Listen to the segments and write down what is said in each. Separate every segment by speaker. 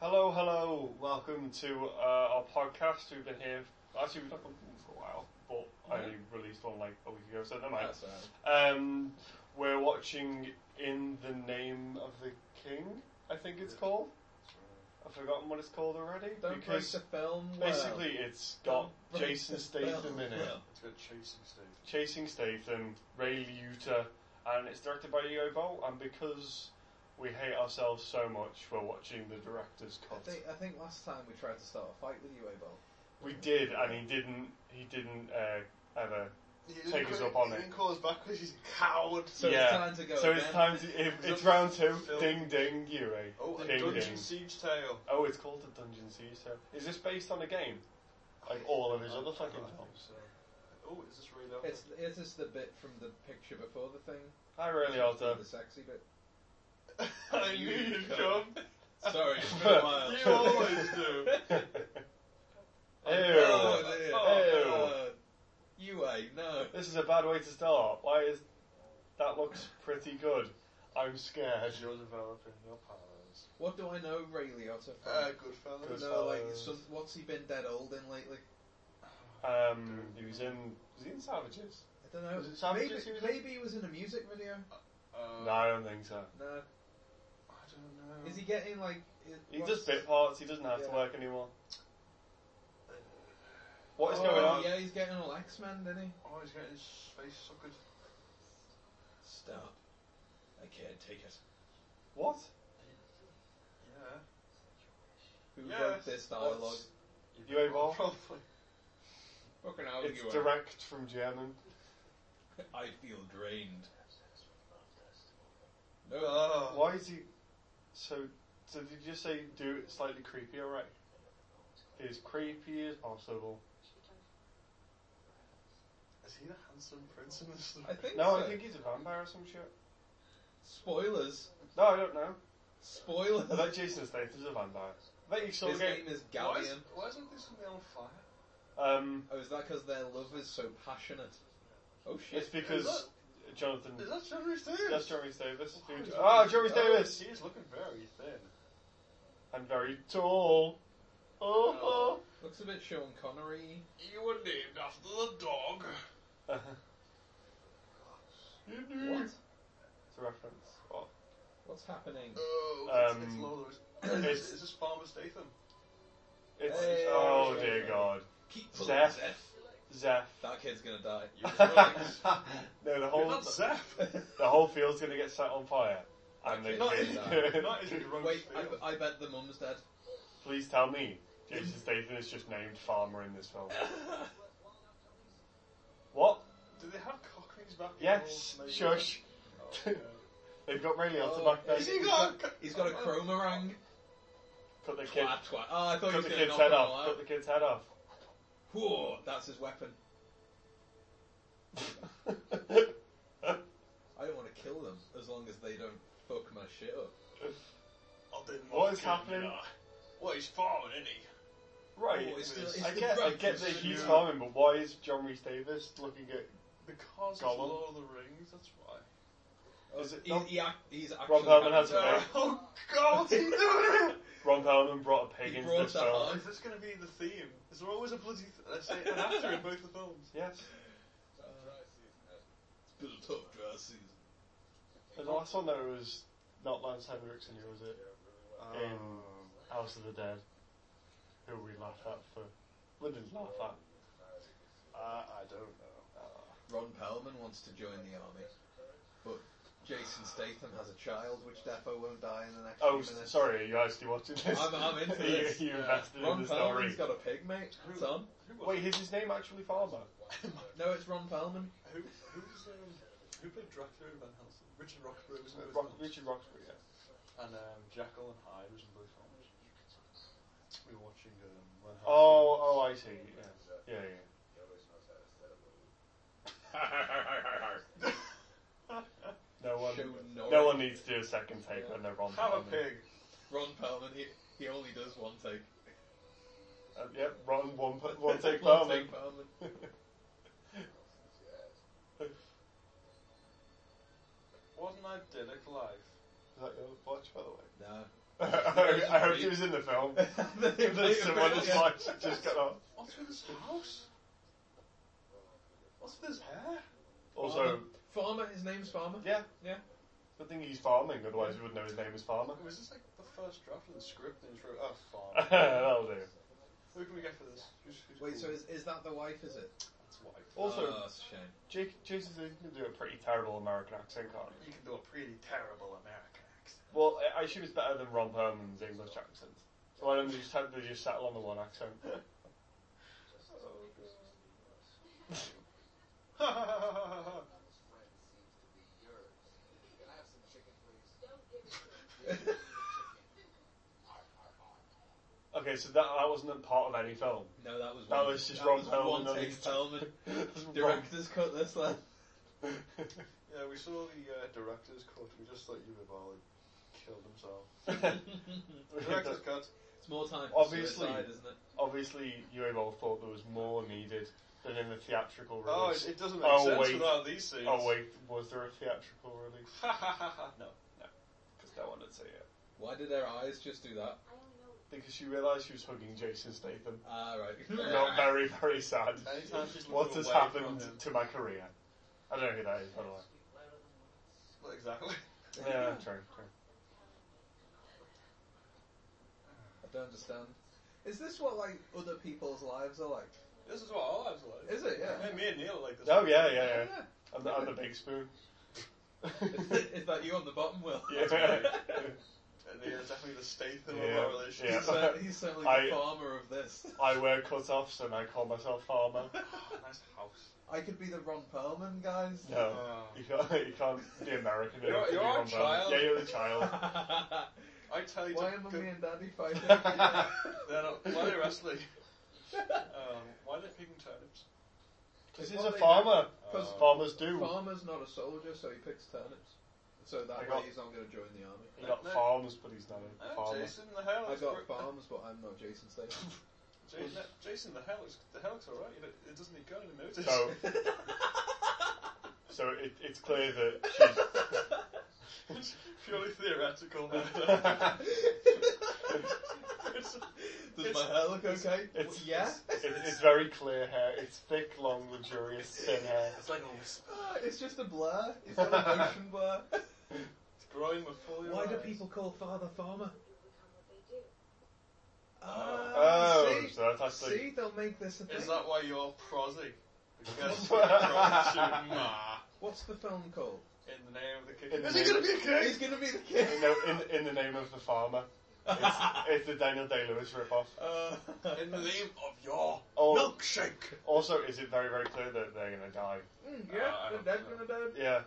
Speaker 1: hello, welcome to uh, our podcast. We've been here, actually, we've not done one for a while, but I
Speaker 2: Yeah.
Speaker 1: released one like a week ago, so never mind.
Speaker 2: That's alright.
Speaker 1: Um, we're watching In the Name of the King, I think it's called. I've forgotten what it's called already.
Speaker 2: Don't break
Speaker 1: because
Speaker 2: the film. Well.
Speaker 1: basically it's got
Speaker 2: Don't break
Speaker 1: Jason
Speaker 2: the
Speaker 1: Statham
Speaker 2: film
Speaker 1: in it.
Speaker 2: well.
Speaker 3: It's got chasing Steve.
Speaker 1: Chasing Statham, Ray Liotta, and it's directed by Leo Bolt. And because we hate ourselves so much, we're watching the director's
Speaker 2: I
Speaker 1: cut.
Speaker 2: think, I think last time we tried to start a fight with you, Abel.
Speaker 1: We did, and he didn't. He didn't uh, ever.
Speaker 3: He didn't
Speaker 1: Take us
Speaker 3: call-
Speaker 1: up on
Speaker 3: he
Speaker 1: it.
Speaker 3: didn't call us back because he's a coward.
Speaker 2: So
Speaker 1: Yeah.
Speaker 2: it's time to go.
Speaker 1: so
Speaker 2: again.
Speaker 1: it's time to. If,
Speaker 3: He's
Speaker 1: it's
Speaker 3: up-
Speaker 1: round two.
Speaker 3: Phil.
Speaker 1: Ding ding, you. eh?
Speaker 3: Oh, a
Speaker 1: Ding,
Speaker 3: Dungeon
Speaker 1: ding.
Speaker 3: Siege Tale.
Speaker 1: Oh, it's called the Dungeon Siege. So is this based on a game? Like all of his
Speaker 3: I-
Speaker 1: other
Speaker 3: I
Speaker 1: fucking
Speaker 3: think
Speaker 1: films.
Speaker 3: so. Oh, is this really up?
Speaker 2: It's, is this the bit from the picture before the thing?
Speaker 1: Hi, Ray Liotta.
Speaker 2: The sexy bit.
Speaker 3: I knew you'd come.
Speaker 2: Sorry,
Speaker 1: it's been a Oh,
Speaker 3: You always do.
Speaker 1: Ew.
Speaker 2: dear.
Speaker 1: Oh,
Speaker 2: Oh, you ain't no.
Speaker 1: This is a bad way to start. Why is that looks pretty good? I'm scared.
Speaker 3: As you're developing your powers.
Speaker 2: What do I know Ray Liotta from?
Speaker 3: Uh,
Speaker 2: I
Speaker 3: Goodfellas.
Speaker 2: don't know, like
Speaker 1: Goodfellas.
Speaker 2: some, what's he been dead old in lately?
Speaker 1: Um, he was in. Was he in Savages?
Speaker 2: I don't know.
Speaker 1: Was it Savages
Speaker 2: maybe,
Speaker 1: he was in?
Speaker 2: maybe he was in a music video.
Speaker 3: Uh,
Speaker 1: No, I don't think so.
Speaker 2: No.
Speaker 3: I don't know.
Speaker 2: Is he getting like? i-
Speaker 1: He
Speaker 2: what's-
Speaker 1: does bit parts. He doesn't have to
Speaker 2: Yeah.
Speaker 1: work anymore. What is
Speaker 2: oh,
Speaker 1: going on?
Speaker 2: Yeah, he's getting all X Men, didn't he?
Speaker 3: Oh, he's getting his face suckered.
Speaker 2: Stop. I can't take it.
Speaker 1: What?
Speaker 3: Yeah.
Speaker 2: Who
Speaker 3: Yes.
Speaker 2: wrote this dialogue?
Speaker 3: What's-
Speaker 1: You evolve?
Speaker 3: Probably.
Speaker 2: Fucking
Speaker 1: It's direct from German.
Speaker 2: I feel drained. No.
Speaker 3: Oh.
Speaker 1: Why is he? So, so did you say do it slightly creepy? All right. As creepy as possible.
Speaker 3: Is he the handsome prince in this?
Speaker 2: I think
Speaker 1: No,
Speaker 2: so.
Speaker 1: I think he's a vampire or some shit.
Speaker 2: Spoilers.
Speaker 1: No, I don't know.
Speaker 2: Spoilers.
Speaker 1: I bet Jason Statham's a vampire. I bet you saw
Speaker 2: His
Speaker 1: the
Speaker 2: name is
Speaker 3: Why, is,
Speaker 2: Galleon.
Speaker 3: why isn't this something on fire?
Speaker 1: Um,
Speaker 2: Oh, is that because their love is so passionate? Oh shit.
Speaker 1: it's because Jonathan.
Speaker 3: Is that Jeremy Davis?
Speaker 1: Hmm. That's Jeremy Davis.
Speaker 3: Why is
Speaker 1: Ah,
Speaker 3: he-
Speaker 1: Jeremy
Speaker 3: oh,
Speaker 1: Davis.
Speaker 3: He is looking very thin.
Speaker 1: I'm very tall. Oh. oh.
Speaker 2: Looks a bit Sean Connery.
Speaker 3: You were named after the dog. Hmm.
Speaker 1: Mm-hmm.
Speaker 2: What?
Speaker 1: It's a reference.
Speaker 2: Oh,
Speaker 1: What?
Speaker 2: What's happening?
Speaker 3: Oh, it's, it's
Speaker 1: Um,
Speaker 3: Lola's.
Speaker 1: it's-
Speaker 3: is this Farmer Statham?
Speaker 1: It's
Speaker 2: Hey.
Speaker 1: oh dear God,
Speaker 2: Keep
Speaker 1: pulling Zeph. Zeph.
Speaker 2: That kid's gonna die.
Speaker 3: You're
Speaker 1: no, the
Speaker 3: You're
Speaker 1: whole
Speaker 3: not Zeph.
Speaker 1: the whole field's gonna get set on fire, and the
Speaker 2: Not
Speaker 1: kid-
Speaker 2: in-
Speaker 3: Not in wrong
Speaker 2: Wait,
Speaker 3: field.
Speaker 2: I, I bet the mum's dead.
Speaker 1: Please tell me, Jason Statham is just named Farmer in this film. What?
Speaker 3: Do they have Cochrane's back?
Speaker 1: Yes.
Speaker 3: Maybe.
Speaker 1: Shush.
Speaker 3: Oh, okay.
Speaker 1: They've got Ray Liotta
Speaker 2: Oh,
Speaker 1: back there.
Speaker 3: Has he got?
Speaker 2: He's got a chromarang.
Speaker 1: Cut the kid.
Speaker 2: Twat, twat. Oh, I thought he
Speaker 1: Cut
Speaker 2: was
Speaker 1: the
Speaker 2: gonna
Speaker 1: kid's
Speaker 2: knock
Speaker 1: head
Speaker 2: them
Speaker 1: off.
Speaker 2: all
Speaker 1: Cut
Speaker 2: out.
Speaker 1: the kid's head off.
Speaker 2: Whoa, that's his weapon. I don't want to kill them as long as they don't fuck my shit up.
Speaker 3: Oh, they
Speaker 1: What is
Speaker 3: knocked him
Speaker 1: happening?
Speaker 3: down. Well, he's farming, isn't he?
Speaker 1: right.
Speaker 2: Oh, it's the-
Speaker 3: I
Speaker 2: it's
Speaker 1: I
Speaker 2: the
Speaker 1: get, I
Speaker 2: breakfast
Speaker 1: get that
Speaker 2: of
Speaker 1: he's
Speaker 2: you.
Speaker 1: farming, but why is John Reese Davis looking at
Speaker 3: Because it's
Speaker 1: Gollum.
Speaker 3: Lord of the Rings, that's why.
Speaker 1: Is it
Speaker 2: He-
Speaker 1: not-
Speaker 2: he act- he's
Speaker 1: Ron
Speaker 2: actually
Speaker 1: Perlman has a
Speaker 2: having-
Speaker 1: pig.
Speaker 3: Oh God, he did it!
Speaker 1: Ron Perlman brought a pig
Speaker 2: He
Speaker 1: into
Speaker 2: brought
Speaker 1: this
Speaker 2: that
Speaker 1: film.
Speaker 2: on.
Speaker 3: Oh, Is this going to be the theme? Is there always a bloody th- let's say an actor in both the films?
Speaker 1: Yes.
Speaker 2: Uh, it's been a tough dry season.
Speaker 1: And the last one though was not Lance Henriksen, who was it?
Speaker 3: Um,
Speaker 1: In House of the Dead. Who we laugh at for. Lyndon's laugh at.
Speaker 3: Uh, I don't know.
Speaker 2: Ron Perlman wants to join the army, but Jason Statham has a child, which Defo won't die in the next
Speaker 1: Oh,
Speaker 2: few minutes.
Speaker 1: sorry, are you actually watching this?
Speaker 2: I'm, I'm into
Speaker 1: You-
Speaker 2: this.
Speaker 1: you invested
Speaker 2: Ron
Speaker 1: in the story.
Speaker 2: Perlman's got a pig, mate. It's on.
Speaker 3: Who,
Speaker 1: Wait, is his name actually Farmer?
Speaker 2: No, it's Ron Perlman.
Speaker 3: who, who's um, who played Dracula in Van Helsing? Richard Roxburgh was in
Speaker 2: Uh,
Speaker 3: both
Speaker 1: Rock,
Speaker 3: films.
Speaker 1: Richard Roxbury, yeah.
Speaker 3: and um, Jekyll and Hyde was in both films. We were watching um, Van Helsing.
Speaker 1: Oh, oh, I see. Yeah, yeah. yeah. no one,
Speaker 2: Show
Speaker 1: no
Speaker 2: Norris.
Speaker 1: one needs to do a second take when they're Ron
Speaker 3: Have a
Speaker 1: Perlman.
Speaker 3: pig.
Speaker 2: Ron Perlman, he, he only does one take.
Speaker 1: Uh, yep, Ron, one, per- one take Perlman.
Speaker 2: One take Perlman.
Speaker 3: What an idyllic life.
Speaker 1: Is that your watch, by the way?
Speaker 2: No.
Speaker 1: I, I hope she was in the film. Someone just like just got up.
Speaker 3: What's with his house? What's with his hair?
Speaker 1: Also,
Speaker 2: Farmer, his name's Farmer.
Speaker 1: Um, yeah,
Speaker 2: Yeah.
Speaker 1: Good thing he's farming, otherwise you wouldn't know his name is Farmer.
Speaker 3: Was this like the first draft of the script and he just wrote, oh, farm.
Speaker 1: That'll do.
Speaker 3: Who can we get for this? Who's, who's
Speaker 2: Wait,
Speaker 3: cool?
Speaker 2: so is, is that the wife? Is it?
Speaker 3: That's wife.
Speaker 1: Also,
Speaker 2: oh, that's a shame.
Speaker 1: Jake, Jason Statham can do a pretty terrible American accent, can't he?
Speaker 3: You can do a pretty terrible American accent.
Speaker 1: Well, I- I assume it's better than Ron Perlman's English accent. So why don't they just, they just settle on the one accent? Okay, so that, that wasn't a part of any film.
Speaker 2: No, that was
Speaker 1: That
Speaker 2: one-
Speaker 1: was just
Speaker 2: that
Speaker 1: Ron
Speaker 2: was
Speaker 1: Perlman
Speaker 2: One
Speaker 1: on
Speaker 2: take
Speaker 1: his-
Speaker 2: Perlman.
Speaker 1: That's wrong.
Speaker 2: Director's cut this lad.
Speaker 3: Yeah, we saw the uh, director's cut. We just thought you Bali killed himself. director's cut.
Speaker 2: It's more time for
Speaker 1: Obviously.
Speaker 2: suicide, isn't it?
Speaker 1: Obviously, Uebol thought there was more needed than in the theatrical
Speaker 3: Oh, it,
Speaker 1: release.
Speaker 3: it doesn't make
Speaker 1: Oh,
Speaker 3: sense
Speaker 1: wait.
Speaker 3: without these scenes.
Speaker 1: Oh, wait, was there a theatrical release?
Speaker 3: no, no.
Speaker 1: Because no one would see it.
Speaker 2: Why did their eyes just do that?
Speaker 1: Because she realised she was hugging Jason Statham.
Speaker 2: Ah, right.
Speaker 1: Not very, very sad.
Speaker 3: Anytime she's looking
Speaker 1: What has
Speaker 3: away
Speaker 1: happened
Speaker 3: from him.
Speaker 1: to my career? I don't know who that is, by the way.
Speaker 3: Well, exactly.
Speaker 1: Yeah, true, true.
Speaker 2: I don't understand. Is this what like other people's lives are like?
Speaker 3: This is what all lives are like.
Speaker 2: Is it? Yeah.
Speaker 3: Hey, me and Neil are like this.
Speaker 1: Oh, yeah, yeah, yeah. I'm the, I'm the big spoon.
Speaker 2: is, is that you on the bottom, Will?
Speaker 1: yeah.
Speaker 3: And they are definitely the Statham
Speaker 1: Yeah.
Speaker 3: of our relationship.
Speaker 2: He's, cer- he's certainly the
Speaker 1: I-
Speaker 2: farmer of this.
Speaker 1: I wear cut-offs and I call myself farmer.
Speaker 3: nice house.
Speaker 2: I could be the Ron Perlman, guys.
Speaker 1: No.
Speaker 3: Uh,
Speaker 1: You can't, you can't be American.
Speaker 3: You're-
Speaker 1: enough to
Speaker 3: you're
Speaker 1: be
Speaker 3: our
Speaker 1: Ron Perlman.
Speaker 3: child.
Speaker 1: Yeah, you're the child.
Speaker 3: I tell you
Speaker 2: Why
Speaker 3: to
Speaker 2: are
Speaker 3: go-
Speaker 2: mummy and daddy fighting?
Speaker 3: They're not, why are they wrestling? um, why are they picking turnips?
Speaker 1: Because
Speaker 2: Well,
Speaker 1: he's a
Speaker 2: they-
Speaker 1: farmer.
Speaker 2: 'Cause
Speaker 3: Uh,
Speaker 1: Farmers do.
Speaker 2: Farmer's not a soldier, so he picks turnips. So
Speaker 1: I
Speaker 2: that way
Speaker 1: got-
Speaker 2: he's not going to join the army.
Speaker 1: He got
Speaker 3: No.
Speaker 1: farms, but he's not a
Speaker 3: Oh,
Speaker 1: farmer.
Speaker 3: Jason, the hell.
Speaker 2: I
Speaker 3: is
Speaker 2: got
Speaker 3: great.
Speaker 2: farms, but I'm not Jason Statham.
Speaker 3: Jason, Jason, the hell is the hell looks alright. It, it doesn't need going to notice.
Speaker 1: So, so it, it's clear that she's,
Speaker 3: It's purely theoretical. matter. it's,
Speaker 2: Does
Speaker 3: It's-
Speaker 2: my hair look okay?
Speaker 1: it's-
Speaker 2: yeah.
Speaker 1: it, it's very clear hair. It's thick, long, luxurious, thin hair.
Speaker 3: it's like a whisper.
Speaker 2: Ah, it's just a blur. It's not a motion blur.
Speaker 3: It's growing with fully.
Speaker 2: Why do people call father farmer? Ah,
Speaker 1: Oh,
Speaker 2: see,
Speaker 1: so that's actually.
Speaker 2: see, they'll make this a thing.
Speaker 3: Is that why you're prosy? Because you're prosy, ma.
Speaker 2: What's the film called?
Speaker 3: In the name of the
Speaker 1: In
Speaker 3: kitchen.
Speaker 1: the Is he name- gonna
Speaker 2: be a kid? He's gonna be the kid.
Speaker 1: No, in, in the name of the farmer. It's, it's the Daniel Day Lewis ripoff.
Speaker 2: Uh,
Speaker 3: In the name of your
Speaker 1: Oh.
Speaker 3: milkshake.
Speaker 1: Also, is it very, very clear that they're going to die?
Speaker 2: mm,
Speaker 3: Uh, I
Speaker 2: yeah,
Speaker 3: don't
Speaker 2: the dead
Speaker 3: know.
Speaker 2: gonna dead.
Speaker 1: Yeah.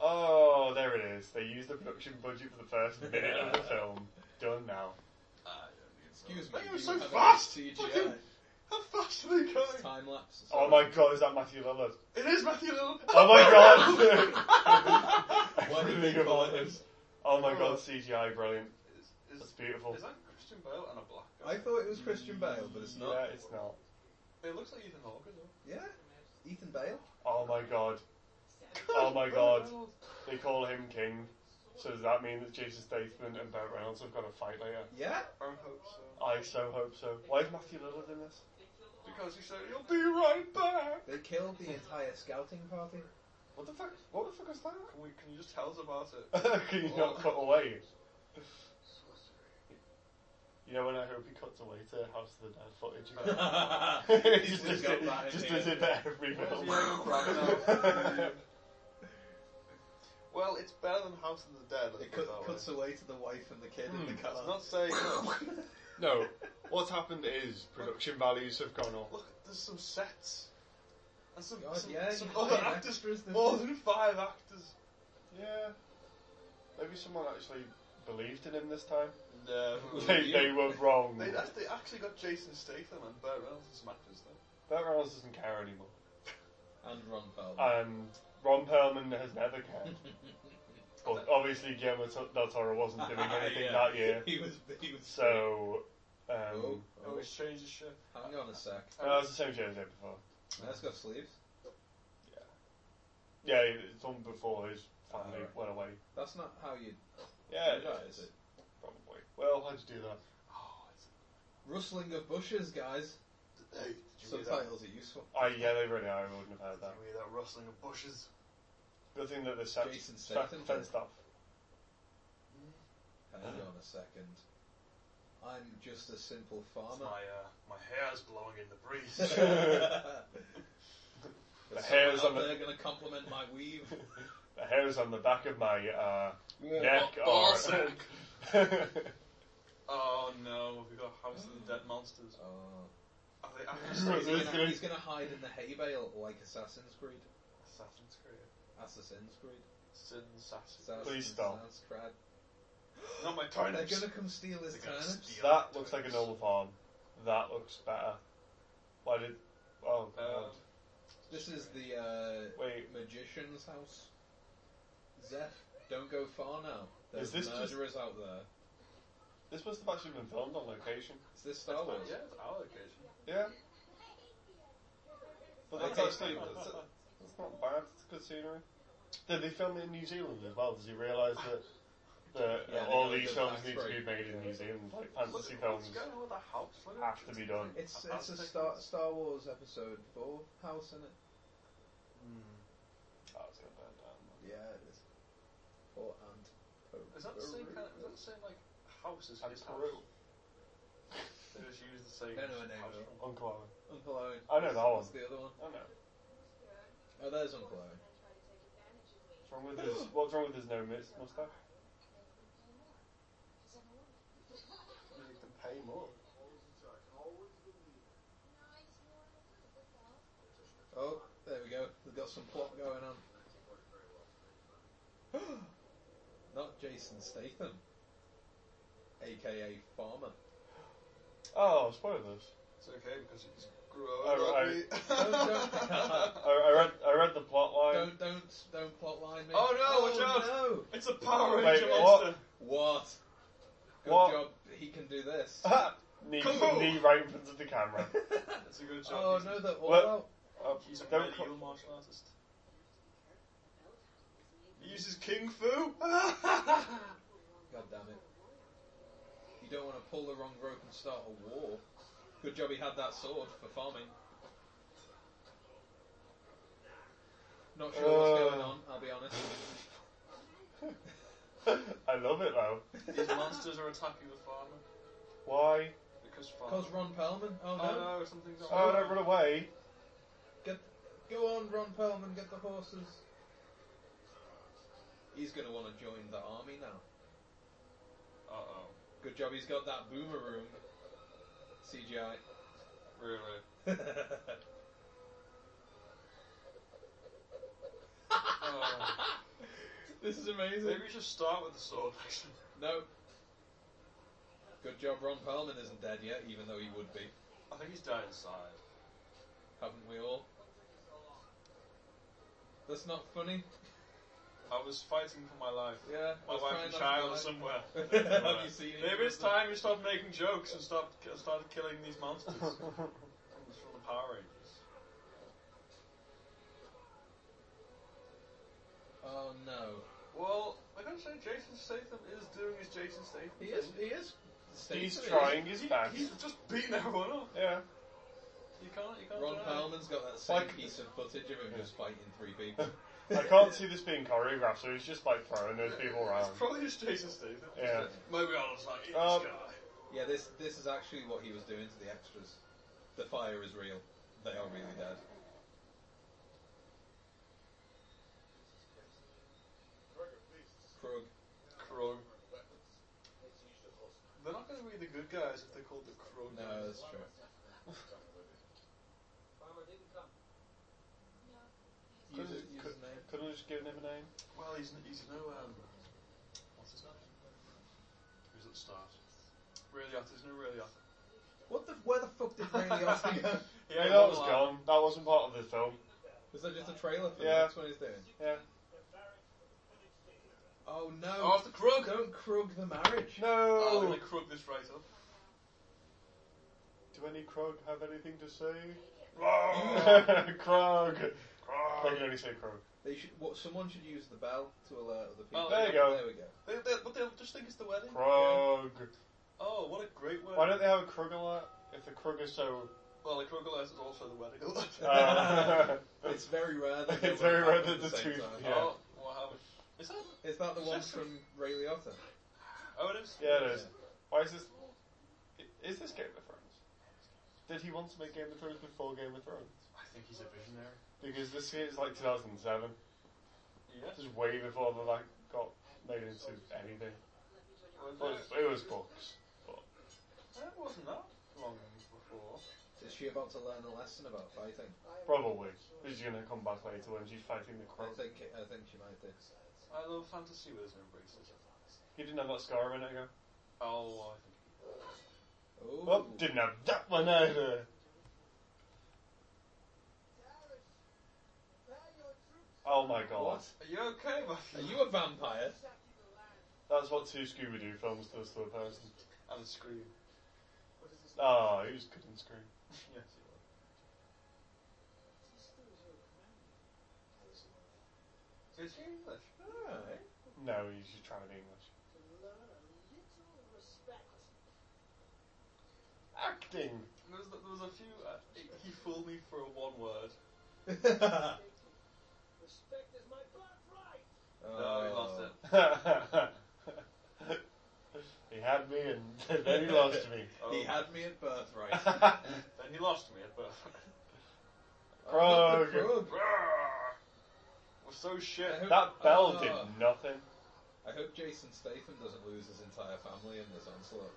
Speaker 1: Oh, there it is. They used the production budget for the first minute of the film. Done now.
Speaker 2: Excuse me.
Speaker 3: That was
Speaker 2: you
Speaker 3: so
Speaker 2: have any
Speaker 3: fast!
Speaker 2: CGI.
Speaker 3: Fucking- How fast are they going?
Speaker 2: time lapse.
Speaker 1: Oh my god, is that Matthew Lillard?
Speaker 3: It is Matthew Little.
Speaker 1: Oh my god!
Speaker 2: Why did
Speaker 1: Everything
Speaker 2: they call
Speaker 1: about
Speaker 2: him?
Speaker 1: this. Oh my god, CGI, brilliant.
Speaker 3: Is,
Speaker 1: That's
Speaker 3: is,
Speaker 1: beautiful.
Speaker 3: is that Christian Bale and a black guy?
Speaker 2: I thought it was Christian Bale, but it's
Speaker 1: Yeah,
Speaker 2: not.
Speaker 1: it's not.
Speaker 3: It looks like Ethan Hawke as well.
Speaker 2: Yeah, Ethan Bale.
Speaker 1: Oh my god. Oh my god. They call him King. So does that mean that Jason Statham and Burt Reynolds have got a fight later?
Speaker 2: Yeah.
Speaker 3: I hope so.
Speaker 1: I so hope so. Why is Matthew Lillard in this?
Speaker 3: Because he said, you'll be right back.
Speaker 2: They killed the entire scouting party.
Speaker 1: What the fuck? What the fuck was
Speaker 3: Can, we, can you just tell us about it?
Speaker 1: that? Can you not cut away? You know when I hope he cuts away to House of the Dead footage again? He just
Speaker 2: He's
Speaker 1: does
Speaker 2: got
Speaker 1: it,
Speaker 2: that in
Speaker 1: just
Speaker 2: here.
Speaker 1: does it for every
Speaker 3: Where's
Speaker 1: film.
Speaker 3: the other crowd now? well, it's better than House of the Dead. let's
Speaker 2: It
Speaker 3: put
Speaker 2: cut,
Speaker 3: it that way.
Speaker 2: cuts away to the wife and the kid in the
Speaker 1: Hmm.
Speaker 2: car.
Speaker 3: That's not saying much.
Speaker 1: No, what's happened is production values have gone up.
Speaker 3: Look, there's some sets. And some,
Speaker 2: God,
Speaker 3: some,
Speaker 2: yeah,
Speaker 3: some
Speaker 2: you
Speaker 3: other
Speaker 2: hire
Speaker 3: actors.
Speaker 2: extras that-
Speaker 3: More than five actors.
Speaker 1: Yeah. Maybe someone actually believed in him this time.
Speaker 3: No.
Speaker 1: They, they were wrong.
Speaker 3: They, that's- they actually got Jason Statham and Burt Reynolds as matches, though.
Speaker 1: Burt Reynolds doesn't care anymore.
Speaker 2: And Ron Perlman.
Speaker 1: And Ron Perlman has never cared. but obviously Guillermo t- del Toro wasn't doing anything
Speaker 2: Yeah.
Speaker 1: that year.
Speaker 2: He was. He was.
Speaker 1: So, um,
Speaker 2: Oh,
Speaker 3: It
Speaker 2: oh,
Speaker 3: always changes shit.
Speaker 2: hang on a sec.
Speaker 1: no, it's the same show as it before.
Speaker 2: That's got sleeves.
Speaker 1: Yeah, it's on before his family
Speaker 2: Alright.
Speaker 1: went away.
Speaker 2: That's not how you.
Speaker 1: Yeah,
Speaker 2: do that, is it?
Speaker 1: probably. Well, how'd you do that? Oh, it's
Speaker 2: Rustling of bushes, guys.
Speaker 3: Hey, did you hear that?
Speaker 2: Subtitles are useful.
Speaker 1: Oh yeah, they really are. I wouldn't have heard
Speaker 3: Did
Speaker 1: that.
Speaker 3: you hear that rustling of bushes?
Speaker 1: Good thing that they're set,
Speaker 2: Jason
Speaker 1: set-
Speaker 2: Statham.
Speaker 1: fenced off.
Speaker 2: Hang on a second. I'm just a simple
Speaker 3: It's
Speaker 2: farmer.
Speaker 3: My uh, my hair's blowing in the breeze.
Speaker 2: But
Speaker 1: The
Speaker 2: someone
Speaker 1: hairs
Speaker 2: out
Speaker 1: on the-
Speaker 2: there going to compliment my weave.
Speaker 1: The hairs on the back of my uh, neck
Speaker 3: Ba-
Speaker 1: are.
Speaker 3: Barsack. Oh no, we got House of the Dead Monsters.
Speaker 2: Oh.
Speaker 3: Are they
Speaker 2: He's
Speaker 1: Is
Speaker 3: actually
Speaker 1: it-
Speaker 2: gonna- he's going to hide in the hay bale like Assassin's Creed.
Speaker 3: Assassin's Creed?
Speaker 2: Assassin's Creed.
Speaker 3: Sin Assassin's
Speaker 2: Assassin's
Speaker 1: Please stop.
Speaker 2: Assassin's Creed.
Speaker 3: Not my
Speaker 2: They're
Speaker 3: turnips.
Speaker 2: going to come steal his
Speaker 3: They're gonna
Speaker 2: turnips.
Speaker 3: steal-
Speaker 1: that looks like a normal farm. That looks better. Why did? Oh
Speaker 3: Um,
Speaker 2: Uh,
Speaker 1: god!
Speaker 2: This is the uh,
Speaker 1: Wait,
Speaker 2: magician's house. Zeph, don't go far now. There's
Speaker 1: Is this just-
Speaker 2: murderers out there.
Speaker 1: this must have actually been filmed on location.
Speaker 2: Is this Star Wars?
Speaker 3: oh, yeah, it's our location.
Speaker 1: Yeah. But that's
Speaker 2: Okay.
Speaker 1: actually that's, that's not bad. It's good scenery. Did they film it in New Zealand as well? Does he realise that? That
Speaker 2: Yeah,
Speaker 1: all
Speaker 2: they
Speaker 1: these films
Speaker 2: got the
Speaker 1: need to be
Speaker 2: backstory.
Speaker 1: made in New Zealand, like
Speaker 3: What's,
Speaker 1: fantasy films
Speaker 3: what's going on with that house? What are-
Speaker 1: have to be done.
Speaker 2: It's
Speaker 3: I- I
Speaker 2: it's a
Speaker 3: think-
Speaker 2: Star Star Wars episode four house, isn't it?
Speaker 3: Hmm.
Speaker 1: Oh, it's gonna burn down.
Speaker 2: Yeah, it is. Four and. Peru.
Speaker 3: Is that the same kind? Of, is that the same like house as
Speaker 1: And
Speaker 3: his
Speaker 1: Peru.
Speaker 3: house? They just use the same
Speaker 2: I don't know the name
Speaker 3: house
Speaker 2: of it.
Speaker 3: from
Speaker 1: Uncle Alan.
Speaker 2: Uncle Owen.
Speaker 1: I know that
Speaker 2: What's
Speaker 1: one.
Speaker 2: the other one?
Speaker 1: I know.
Speaker 2: Oh, there's Uncle Owen.
Speaker 1: What's wrong with his? What's wrong with his no mis- mustache?
Speaker 3: Make them pay more.
Speaker 2: Oh, there we go. They've got some plot going on. Not Jason Statham, aka Farmer.
Speaker 1: Oh, spoilers.
Speaker 3: It's okay because he's
Speaker 1: Oh,
Speaker 3: growing up.
Speaker 2: Don't-
Speaker 1: I, I read. I read the plot line.
Speaker 2: Don't don't don't plotline me.
Speaker 3: Oh, no, watch out.
Speaker 2: No.
Speaker 3: It's a Power
Speaker 1: Wait,
Speaker 3: Ranger
Speaker 1: what?
Speaker 3: monster.
Speaker 2: What? Good
Speaker 1: What?
Speaker 2: job. He can do this.
Speaker 1: knee,
Speaker 3: Cool.
Speaker 1: knee right in front of the camera.
Speaker 3: That's a good job.
Speaker 2: oh
Speaker 3: he's,
Speaker 2: no, they're all
Speaker 1: What?
Speaker 2: out.
Speaker 1: Uh,
Speaker 3: Oh, he's a
Speaker 1: don't
Speaker 3: really
Speaker 1: co-
Speaker 3: good martial artist. He uses kung fu. That's
Speaker 2: God damn it. You don't want to pull the wrong rope and start a war. Good job he had that sword for farming. Not sure what's
Speaker 1: Uh.
Speaker 2: going on, I'll be honest.
Speaker 1: I love it though.
Speaker 3: These monsters are attacking the farmer
Speaker 1: Why?
Speaker 3: because farmer.
Speaker 2: Cause Ron Perlman? Oh
Speaker 3: Oh
Speaker 2: no.
Speaker 3: no, something's wrong.
Speaker 1: Oh, don't run away.
Speaker 2: Get, go on, Ron Perlman, get the horses. He's going to want to join the army now.
Speaker 3: Uh oh.
Speaker 2: Good job he's got that boomer room. CGI.
Speaker 3: Really? Oh.
Speaker 2: this is amazing.
Speaker 3: Maybe we should start with the sword. actually.
Speaker 2: No. Good job Ron Perlman isn't dead yet, even though he would be.
Speaker 3: I think he's died inside.
Speaker 2: Haven't we all? That's not funny.
Speaker 3: I was fighting for my life.
Speaker 2: Yeah.
Speaker 3: My wife and child are somewhere.
Speaker 2: Have you seen it?
Speaker 3: Maybe it's time you stopped making jokes and stopped started killing these monsters. It's from the Power Rangers.
Speaker 2: Oh no.
Speaker 3: Well, I gotta say, Jason Statham is doing his Jason Statham.
Speaker 2: He is.
Speaker 3: thing.
Speaker 2: He is.
Speaker 1: He's
Speaker 2: Statham is.
Speaker 1: trying his
Speaker 3: He-
Speaker 1: best.
Speaker 3: he's just beating everyone up.
Speaker 1: Yeah.
Speaker 3: You can't. You can't.
Speaker 2: Ron
Speaker 3: deny it.
Speaker 2: Perlman's got that same
Speaker 1: Like-
Speaker 2: piece of footage of him
Speaker 1: Yeah.
Speaker 2: just fighting three people.
Speaker 1: I can't see this being choreographed, so he's just like throwing those people around.
Speaker 3: It's probably just Jason Statham.
Speaker 1: Yeah.
Speaker 3: Maybe I was like,
Speaker 1: Um,
Speaker 3: this guy.
Speaker 2: Yeah, this this is actually what he was doing to the extras. The fire is real. They are really dead. Krug.
Speaker 3: Krug. They're not gonna be the good guys if they're called the Krug.
Speaker 2: No, that's true. Use,
Speaker 1: Couldn't,
Speaker 2: his- use his name.
Speaker 1: could have just given him a name.
Speaker 3: Well, he's n- he's no um. What's his name? Who's at the start? Really Arthur. There's no really Arthur.
Speaker 2: What the? Where the fuck did Randy Austin go?
Speaker 1: Yeah,
Speaker 3: he
Speaker 1: that was
Speaker 3: won.
Speaker 1: gone. That wasn't part of the film.
Speaker 2: Was that just a trailer for
Speaker 1: Yeah.
Speaker 2: the next one he's doing?
Speaker 1: Yeah.
Speaker 2: Oh no!
Speaker 3: Arthur Krug.
Speaker 2: Don't Krug the marriage.
Speaker 3: Oh, I'm
Speaker 1: No.
Speaker 3: gonna Krug this right up.
Speaker 1: Do any Krog have anything to say? Krog. Krog. I can only say Krog.
Speaker 2: They should. What? Someone should use the bell to alert other people.
Speaker 3: Oh,
Speaker 1: there you go.
Speaker 2: There we go.
Speaker 3: They, they, but they'll just think it's the wedding.
Speaker 1: Krug.
Speaker 3: Oh, what a great wedding.
Speaker 1: Why don't they have a Krug alert if the Krug is so.
Speaker 3: Well, the Krugel is also the wedding.
Speaker 1: Uh,
Speaker 2: It's very rare. That they
Speaker 1: It's
Speaker 2: work
Speaker 1: very
Speaker 2: out
Speaker 1: rare
Speaker 2: at
Speaker 1: that the
Speaker 2: same
Speaker 1: two-
Speaker 2: time.
Speaker 1: yeah.
Speaker 3: Oh, wow. Is that?
Speaker 2: Is that the one from Ray Liotta?
Speaker 3: Oh, it is.
Speaker 1: yeah, it is. Why is this. i- Is this Game of Thrones? Did he want to make Game of Thrones before Game of Thrones?
Speaker 3: I think he's a visionary.
Speaker 1: Because this is like 2007.
Speaker 3: Yeah.
Speaker 1: Just way before the like got made into anything. It
Speaker 3: Well,
Speaker 1: was, it was books.
Speaker 3: It wasn't that long before.
Speaker 2: Is she about to learn a lesson about fighting?
Speaker 1: Probably. She's gonna come back later when she's fighting the
Speaker 2: I
Speaker 1: Krug.
Speaker 2: think. I think she might do.
Speaker 3: I love fantasy where there's no braces.
Speaker 1: He didn't have that scar a minute ago.
Speaker 3: Oh, I think.
Speaker 2: Oh.
Speaker 1: Oh, didn't have that one either. Oh my god.
Speaker 2: What?
Speaker 3: Are you okay,
Speaker 2: Are
Speaker 3: Matthew?
Speaker 2: you a vampire?
Speaker 1: That's what two Scooby Doo films does to a person.
Speaker 3: And scream.
Speaker 1: Oh, he was good in Scream.
Speaker 3: Yes, you are. Is he English?
Speaker 2: Alright.
Speaker 1: No, he's just trying to be English. Acting!
Speaker 3: There was, there was a few. Uh, he he fooled me for a one word. No, he lost it.
Speaker 1: he had me and then he lost me.
Speaker 3: Oh.
Speaker 2: He had me at birthright.
Speaker 3: Then he lost me at birth.
Speaker 2: Oh,
Speaker 1: Krog.
Speaker 2: the Krog.
Speaker 3: We're so
Speaker 2: I
Speaker 3: shit.
Speaker 2: hope-
Speaker 1: that bell did
Speaker 2: Oh.
Speaker 1: nothing.
Speaker 2: I hope Jason Statham doesn't lose his entire family in this onslaught.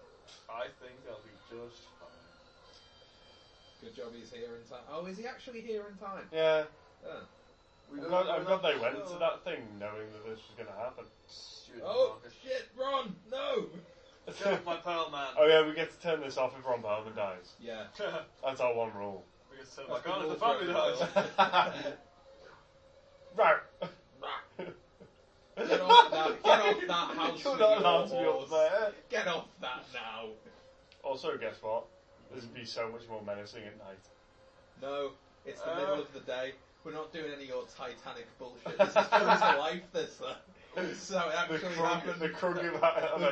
Speaker 3: I think that'll be just fine.
Speaker 2: Good job he's here in time. Oh, is he actually here in time?
Speaker 1: Yeah,
Speaker 2: Oh,
Speaker 3: We
Speaker 1: I'm
Speaker 3: don't-
Speaker 1: glad,
Speaker 3: we're
Speaker 1: I'm glad
Speaker 3: not
Speaker 1: they went
Speaker 3: sure.
Speaker 1: to that thing knowing that this was going to happen.
Speaker 3: Student
Speaker 2: oh
Speaker 3: market.
Speaker 2: shit, Ron! No!
Speaker 3: Get off my pearl, man.
Speaker 1: oh yeah, we get to turn this off if Ron Perlman dies.
Speaker 2: Yeah.
Speaker 1: That's our one rule.
Speaker 3: we get sent
Speaker 2: That's
Speaker 3: back on
Speaker 2: the
Speaker 3: if the
Speaker 2: rule
Speaker 3: family
Speaker 2: for
Speaker 3: dies.
Speaker 2: everything.
Speaker 1: right.
Speaker 2: Get off that, get off that house
Speaker 1: You're
Speaker 2: with
Speaker 1: not
Speaker 2: your
Speaker 1: allowed to be
Speaker 2: horse.
Speaker 1: up there.
Speaker 2: Get off that now!
Speaker 1: Also, guess what? This would be so much more menacing at night.
Speaker 2: No, it's the
Speaker 3: Oh.
Speaker 2: middle of the day. We're not doing any of your Titanic bullshit. This is true to life, this. uh, So it
Speaker 1: The
Speaker 2: actually
Speaker 1: Krug,
Speaker 2: happened.
Speaker 1: the Krug of,
Speaker 2: The
Speaker 1: of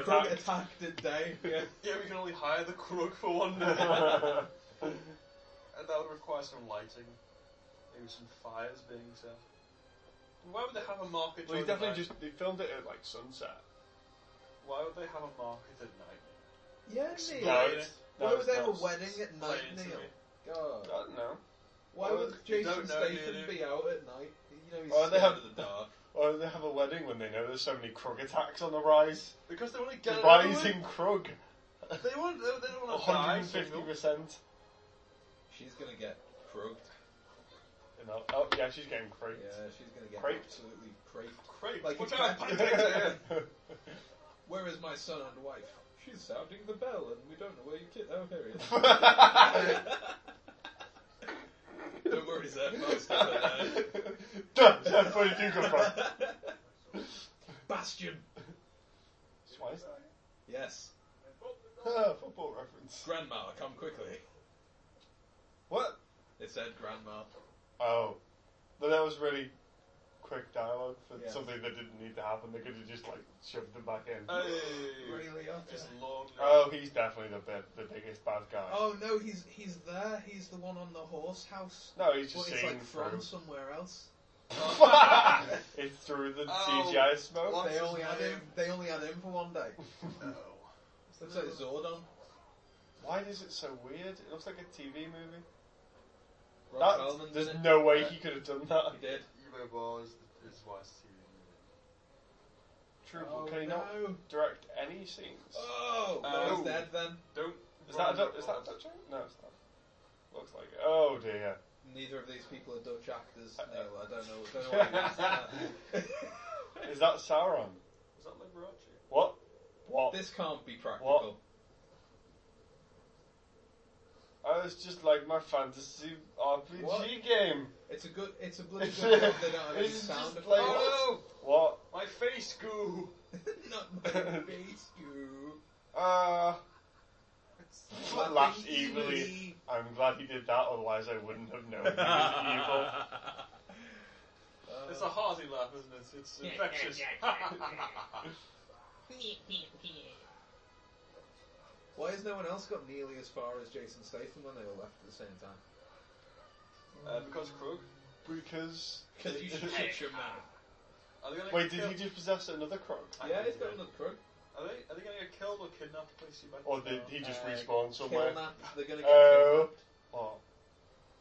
Speaker 2: Krug
Speaker 1: attack.
Speaker 2: attacked at day. Yeah.
Speaker 3: Yeah, we can only hire the crook for one day. and that would require some lighting. Maybe some fires being set. Why would they have a market
Speaker 1: well, he
Speaker 3: during the
Speaker 1: definitely
Speaker 3: night?
Speaker 1: just they filmed it at like sunset.
Speaker 3: Why would they have a market at night?
Speaker 2: Yeah, Neil.
Speaker 1: No,
Speaker 3: Right.
Speaker 1: it's, no,
Speaker 2: Why
Speaker 1: it's
Speaker 2: would they have a
Speaker 1: not.
Speaker 2: wedding at night,
Speaker 3: Explain it to
Speaker 2: Neil?
Speaker 3: me.
Speaker 1: I
Speaker 2: God.
Speaker 1: don't know.
Speaker 2: Why
Speaker 3: Well,
Speaker 2: would
Speaker 3: you
Speaker 2: Jason
Speaker 3: don't know, do
Speaker 2: Statham
Speaker 3: you? Oh,
Speaker 2: be out at night? You know, he's
Speaker 1: Why would they
Speaker 2: scared
Speaker 1: have-
Speaker 2: of the dark.
Speaker 1: Or Oh, they have a wedding when they know there's so many Krug attacks on the rise.
Speaker 3: Because they want to get
Speaker 1: The
Speaker 3: it over with.
Speaker 1: rising Krug.
Speaker 3: They want. They, they don't want to die.
Speaker 1: 150
Speaker 3: single.
Speaker 1: percent.
Speaker 2: She's gonna get croaked.
Speaker 1: Oh yeah, she's getting
Speaker 2: Yeah,
Speaker 1: crazy.
Speaker 2: she's gonna get
Speaker 1: Craped.
Speaker 2: absolutely craped.
Speaker 3: Creep.
Speaker 2: Like
Speaker 3: Watch
Speaker 2: a
Speaker 3: out!
Speaker 2: crab.
Speaker 3: pancakes are here.
Speaker 2: Where is my son and wife? She's sounding the bell, and we don't know where you kid. Oh, here he is. don't worry, sir. I'll stay with her.
Speaker 1: Duh, That's where did you come from?
Speaker 2: Bastion.
Speaker 1: Schweizer?
Speaker 2: Yes.
Speaker 1: Ah, football reference.
Speaker 2: Grandma, come quickly.
Speaker 1: What?
Speaker 2: It said grandma.
Speaker 1: Oh, but that was really quick dialogue for
Speaker 2: Yeah.
Speaker 1: something that didn't need to happen. They could have just like shoved them back in.
Speaker 3: Oh, Hey.
Speaker 2: Really?
Speaker 3: Just long.
Speaker 1: oh, he's definitely the big, the biggest bad guy.
Speaker 2: Oh no, he's he's there. He's the one on the horse house.
Speaker 1: No, he's
Speaker 2: Well,
Speaker 1: just
Speaker 2: it's
Speaker 1: seeing
Speaker 2: like
Speaker 1: through.
Speaker 2: from somewhere else.
Speaker 1: it's through the
Speaker 3: Oh,
Speaker 1: CGI smoke.
Speaker 3: What's
Speaker 2: They only
Speaker 3: his
Speaker 2: had
Speaker 3: name?
Speaker 2: him. They only had him for one day.
Speaker 3: No.
Speaker 2: Looks like Zordon.
Speaker 1: Why is it so weird? It looks like a TV movie.
Speaker 2: Ron
Speaker 1: That-
Speaker 2: Perlman's in
Speaker 1: there's
Speaker 2: it.
Speaker 1: no way
Speaker 2: Yeah.
Speaker 1: he could have done that.
Speaker 2: He did.
Speaker 3: Evo Ball is, the, is why it's TV.
Speaker 1: True,
Speaker 2: Oh,
Speaker 1: but can he not
Speaker 2: no.
Speaker 1: direct any scenes?
Speaker 2: Oh,
Speaker 3: Oh.
Speaker 2: no, he's dead then.
Speaker 3: Don't.
Speaker 1: is that a, Du- is that a Dutch accent? No, it's not. Looks like it. Oh dear.
Speaker 2: Neither of these people are Dutch actors.
Speaker 1: Uh,
Speaker 2: No, I don't know. Don't know why you asked that.
Speaker 1: Is that Sauron?
Speaker 3: Is that Liberace?
Speaker 1: What? What?
Speaker 2: this can't be practical.
Speaker 1: I was just like my fantasy RPG
Speaker 2: What?
Speaker 1: game.
Speaker 2: It's a good. It's a bloody good job they don't have any
Speaker 1: It's just
Speaker 2: sound
Speaker 1: Wait,
Speaker 2: effects.
Speaker 1: plain-
Speaker 3: oh
Speaker 1: What?
Speaker 3: no! My face goo.
Speaker 2: Not my face, you.
Speaker 1: Uh,
Speaker 3: It's
Speaker 1: I laughed evilly. I'm glad he did that, otherwise I wouldn't have known he was evil.
Speaker 2: Uh,
Speaker 3: It's a hearty laugh, isn't it? It's infectious.
Speaker 2: Why has no one else got nearly as far as Jason Statham when they all left at the same time?
Speaker 3: uh, because Krug.
Speaker 1: Because.
Speaker 2: Because you should hit your man.
Speaker 3: Are they gonna
Speaker 1: Wait,
Speaker 3: get
Speaker 1: did he
Speaker 3: killed?
Speaker 1: just possess another crook?
Speaker 2: Yeah, he's got another crook.
Speaker 3: Are they are they gonna get killed or kidnapped? Please see back.
Speaker 1: Or
Speaker 3: to
Speaker 1: did
Speaker 3: town?
Speaker 1: Oh, he just
Speaker 2: Uh,
Speaker 1: respawn somewhere?
Speaker 2: Kidnapped. They're gonna get
Speaker 1: Oh.
Speaker 2: kidnapped.
Speaker 1: Oh,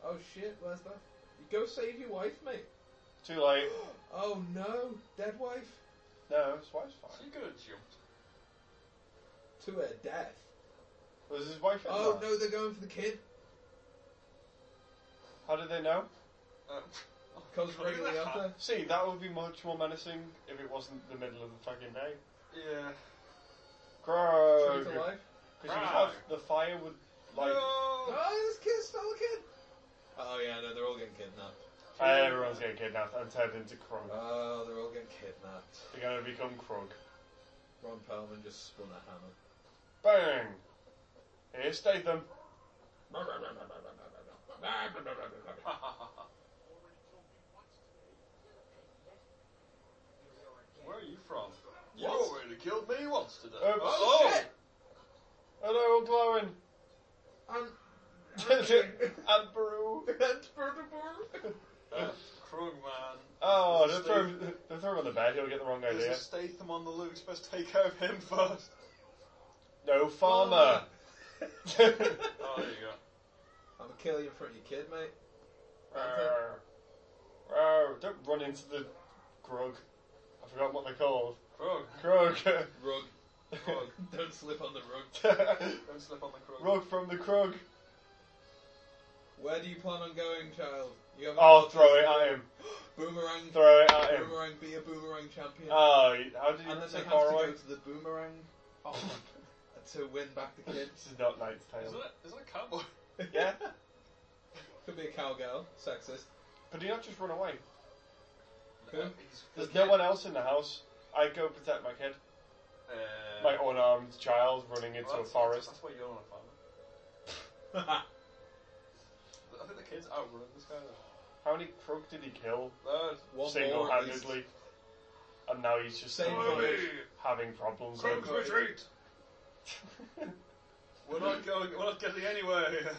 Speaker 2: Oh shit, where's that? You go save your wife, mate.
Speaker 1: too late.
Speaker 2: Oh no, dead wife?
Speaker 1: No, his wife's
Speaker 3: So
Speaker 1: fine.
Speaker 3: you could have jumped.
Speaker 2: To her death.
Speaker 1: Was his wife in
Speaker 2: Oh
Speaker 1: there?
Speaker 2: no, they're going for the kid.
Speaker 1: How did they know?
Speaker 3: Um,
Speaker 2: Because
Speaker 3: Look at
Speaker 2: regularly
Speaker 3: that.
Speaker 2: after.
Speaker 1: See, that would be much more menacing if it wasn't the middle of the fucking day.
Speaker 3: Yeah.
Speaker 1: Grog!
Speaker 2: True to life.
Speaker 1: Because you have the fire would, like,
Speaker 3: no.
Speaker 2: Oh, this kid stole a kid. Oh yeah, no, they're all getting kidnapped.
Speaker 1: everyone's getting kidnapped and turned into Krog.
Speaker 2: Oh, they're all getting kidnapped.
Speaker 1: They're gonna become Krog.
Speaker 2: Ron Perlman just spun a hammer.
Speaker 1: Bang! Here, Statham.
Speaker 3: Where are you from?
Speaker 2: Yes.
Speaker 3: Whoa, it killed me once today.
Speaker 1: Oops.
Speaker 2: Oh, shit!
Speaker 1: Hello, glowing.
Speaker 2: And
Speaker 1: and Peru.
Speaker 2: and furthermore,
Speaker 3: Uh, Krugman.
Speaker 1: Oh, don't
Speaker 3: There's a
Speaker 1: throw,
Speaker 3: Statham-
Speaker 1: him, don't throw him on the bed, he'll get the wrong idea.
Speaker 3: There's a Statham on the loose. Best take care of him first.
Speaker 1: No farmer.
Speaker 3: Oh, there you go.
Speaker 2: I'm gonna kill you in front of your kid, mate.
Speaker 1: Rawr. Rawr. Uh, Don't run into the grog. I forgot what they're called.
Speaker 3: Krug.
Speaker 1: Grog.
Speaker 2: Rug,
Speaker 3: Krug.
Speaker 2: don't slip on the rug.
Speaker 3: Don't slip on the Krug.
Speaker 1: Rog from the Krog.
Speaker 2: Where do you plan on going, child? You have
Speaker 1: Oh, throw it at him.
Speaker 2: boomerang.
Speaker 1: Throw it at him.
Speaker 2: Boomerang, be a boomerang champion.
Speaker 1: Oh, how did you
Speaker 2: and then
Speaker 1: get so
Speaker 2: they have to
Speaker 1: far away?
Speaker 2: go to the boomerang to win back the kid.
Speaker 1: This is not Knight's
Speaker 3: Is
Speaker 1: Tale.
Speaker 3: that, is that a cowboy?
Speaker 1: Yeah?
Speaker 2: Could be a cowgirl, sexist.
Speaker 1: But do you not just run away?
Speaker 2: Who?
Speaker 3: he's
Speaker 1: There's no one else in the house. I go protect my kid.
Speaker 3: Uh,
Speaker 1: My unarmed child running into
Speaker 3: well,
Speaker 1: a
Speaker 3: that's-
Speaker 1: forest.
Speaker 3: That's why you don't want to find him.
Speaker 2: That's
Speaker 3: I think the kids outrun this guy.
Speaker 1: How many Krog did he kill
Speaker 3: No,
Speaker 2: One
Speaker 1: single
Speaker 2: more is
Speaker 1: handedly? And now he's just
Speaker 2: Same
Speaker 1: having-
Speaker 2: way.
Speaker 1: having problems.
Speaker 3: Krug's
Speaker 2: Krug.
Speaker 3: retreat. We're not going. We're not getting anywhere here.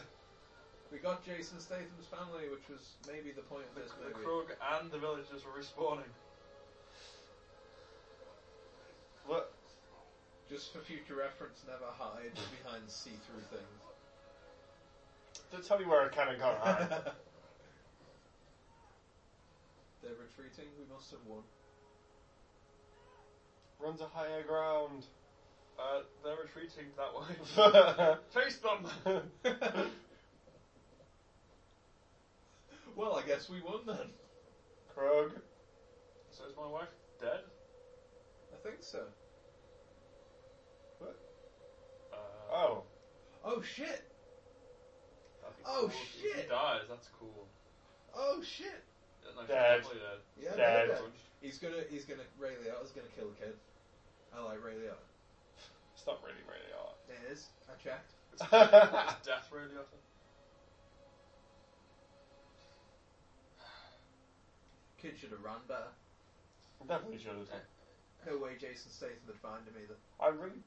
Speaker 2: We got Jason Statham's family, which was maybe the point of
Speaker 3: The,
Speaker 2: this
Speaker 3: the
Speaker 2: movie.
Speaker 3: Krug and the villagers are respawning.
Speaker 1: Look,
Speaker 2: Just for future reference, never hide behind see-through things.
Speaker 1: Don't tell me where I can and can't hide.
Speaker 2: They're retreating. We must have won.
Speaker 1: Run to higher ground.
Speaker 3: Uh, they're retreating that way. Chase them.
Speaker 2: well, I guess we won then.
Speaker 1: Krog.
Speaker 3: So is my wife dead?
Speaker 2: I think so.
Speaker 3: Uh,
Speaker 1: Oh.
Speaker 2: Oh shit!
Speaker 3: that'd be
Speaker 2: oh,
Speaker 3: cool if- If he
Speaker 2: shit.
Speaker 3: dies, that's cool.
Speaker 2: Oh shit!
Speaker 3: Yeah, no, she's
Speaker 1: Dead.
Speaker 3: definitely dead.
Speaker 2: Yeah, no,
Speaker 1: Dead.
Speaker 2: no.
Speaker 3: Punched.
Speaker 2: He's gonna, he's gonna. Ray Liotta's gonna kill the kid. I like Ray Liotta.
Speaker 1: It's not really, really hard.
Speaker 2: It is. I checked.
Speaker 3: It's death really often.
Speaker 2: Kid should have run better.
Speaker 1: Definitely should have done.
Speaker 2: No way, Jason Statham would find him either.
Speaker 1: I'm really.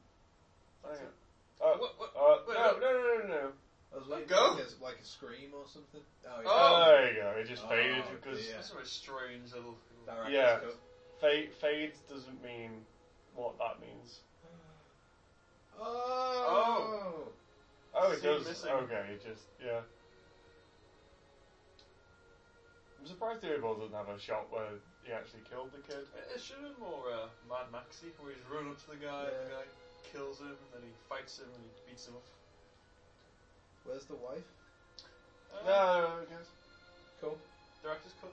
Speaker 3: That's
Speaker 1: Hang
Speaker 3: it.
Speaker 1: on.
Speaker 3: What- what-
Speaker 1: Uh, uh,
Speaker 3: wait,
Speaker 1: no,
Speaker 3: wait.
Speaker 1: no, no, no, no.
Speaker 2: I was waiting
Speaker 3: Go.
Speaker 2: for like a, like a scream or something. Oh, yeah.
Speaker 3: Oh.
Speaker 1: Uh, There you go. It just
Speaker 2: Oh,
Speaker 1: faded because
Speaker 2: dear.
Speaker 3: That's a strange little.
Speaker 2: Director's
Speaker 1: Oh! Yeah.
Speaker 2: cut.
Speaker 1: fade fades doesn't mean what that means.
Speaker 2: Oh.
Speaker 1: Oh, it
Speaker 3: Scene
Speaker 1: does.
Speaker 3: missing.
Speaker 1: Okay, it just yeah. I'm surprised the Oval doesn't have a shot where he actually killed the kid.
Speaker 3: It, it should have been more uh, Mad Maxi, where he's run up to the guy, and the
Speaker 2: Yeah.
Speaker 3: guy kills him, and then he fights him, and he beats him up.
Speaker 2: Where's the wife?
Speaker 3: Uh,
Speaker 1: No, I guess.
Speaker 2: Cool.
Speaker 3: Director's cut.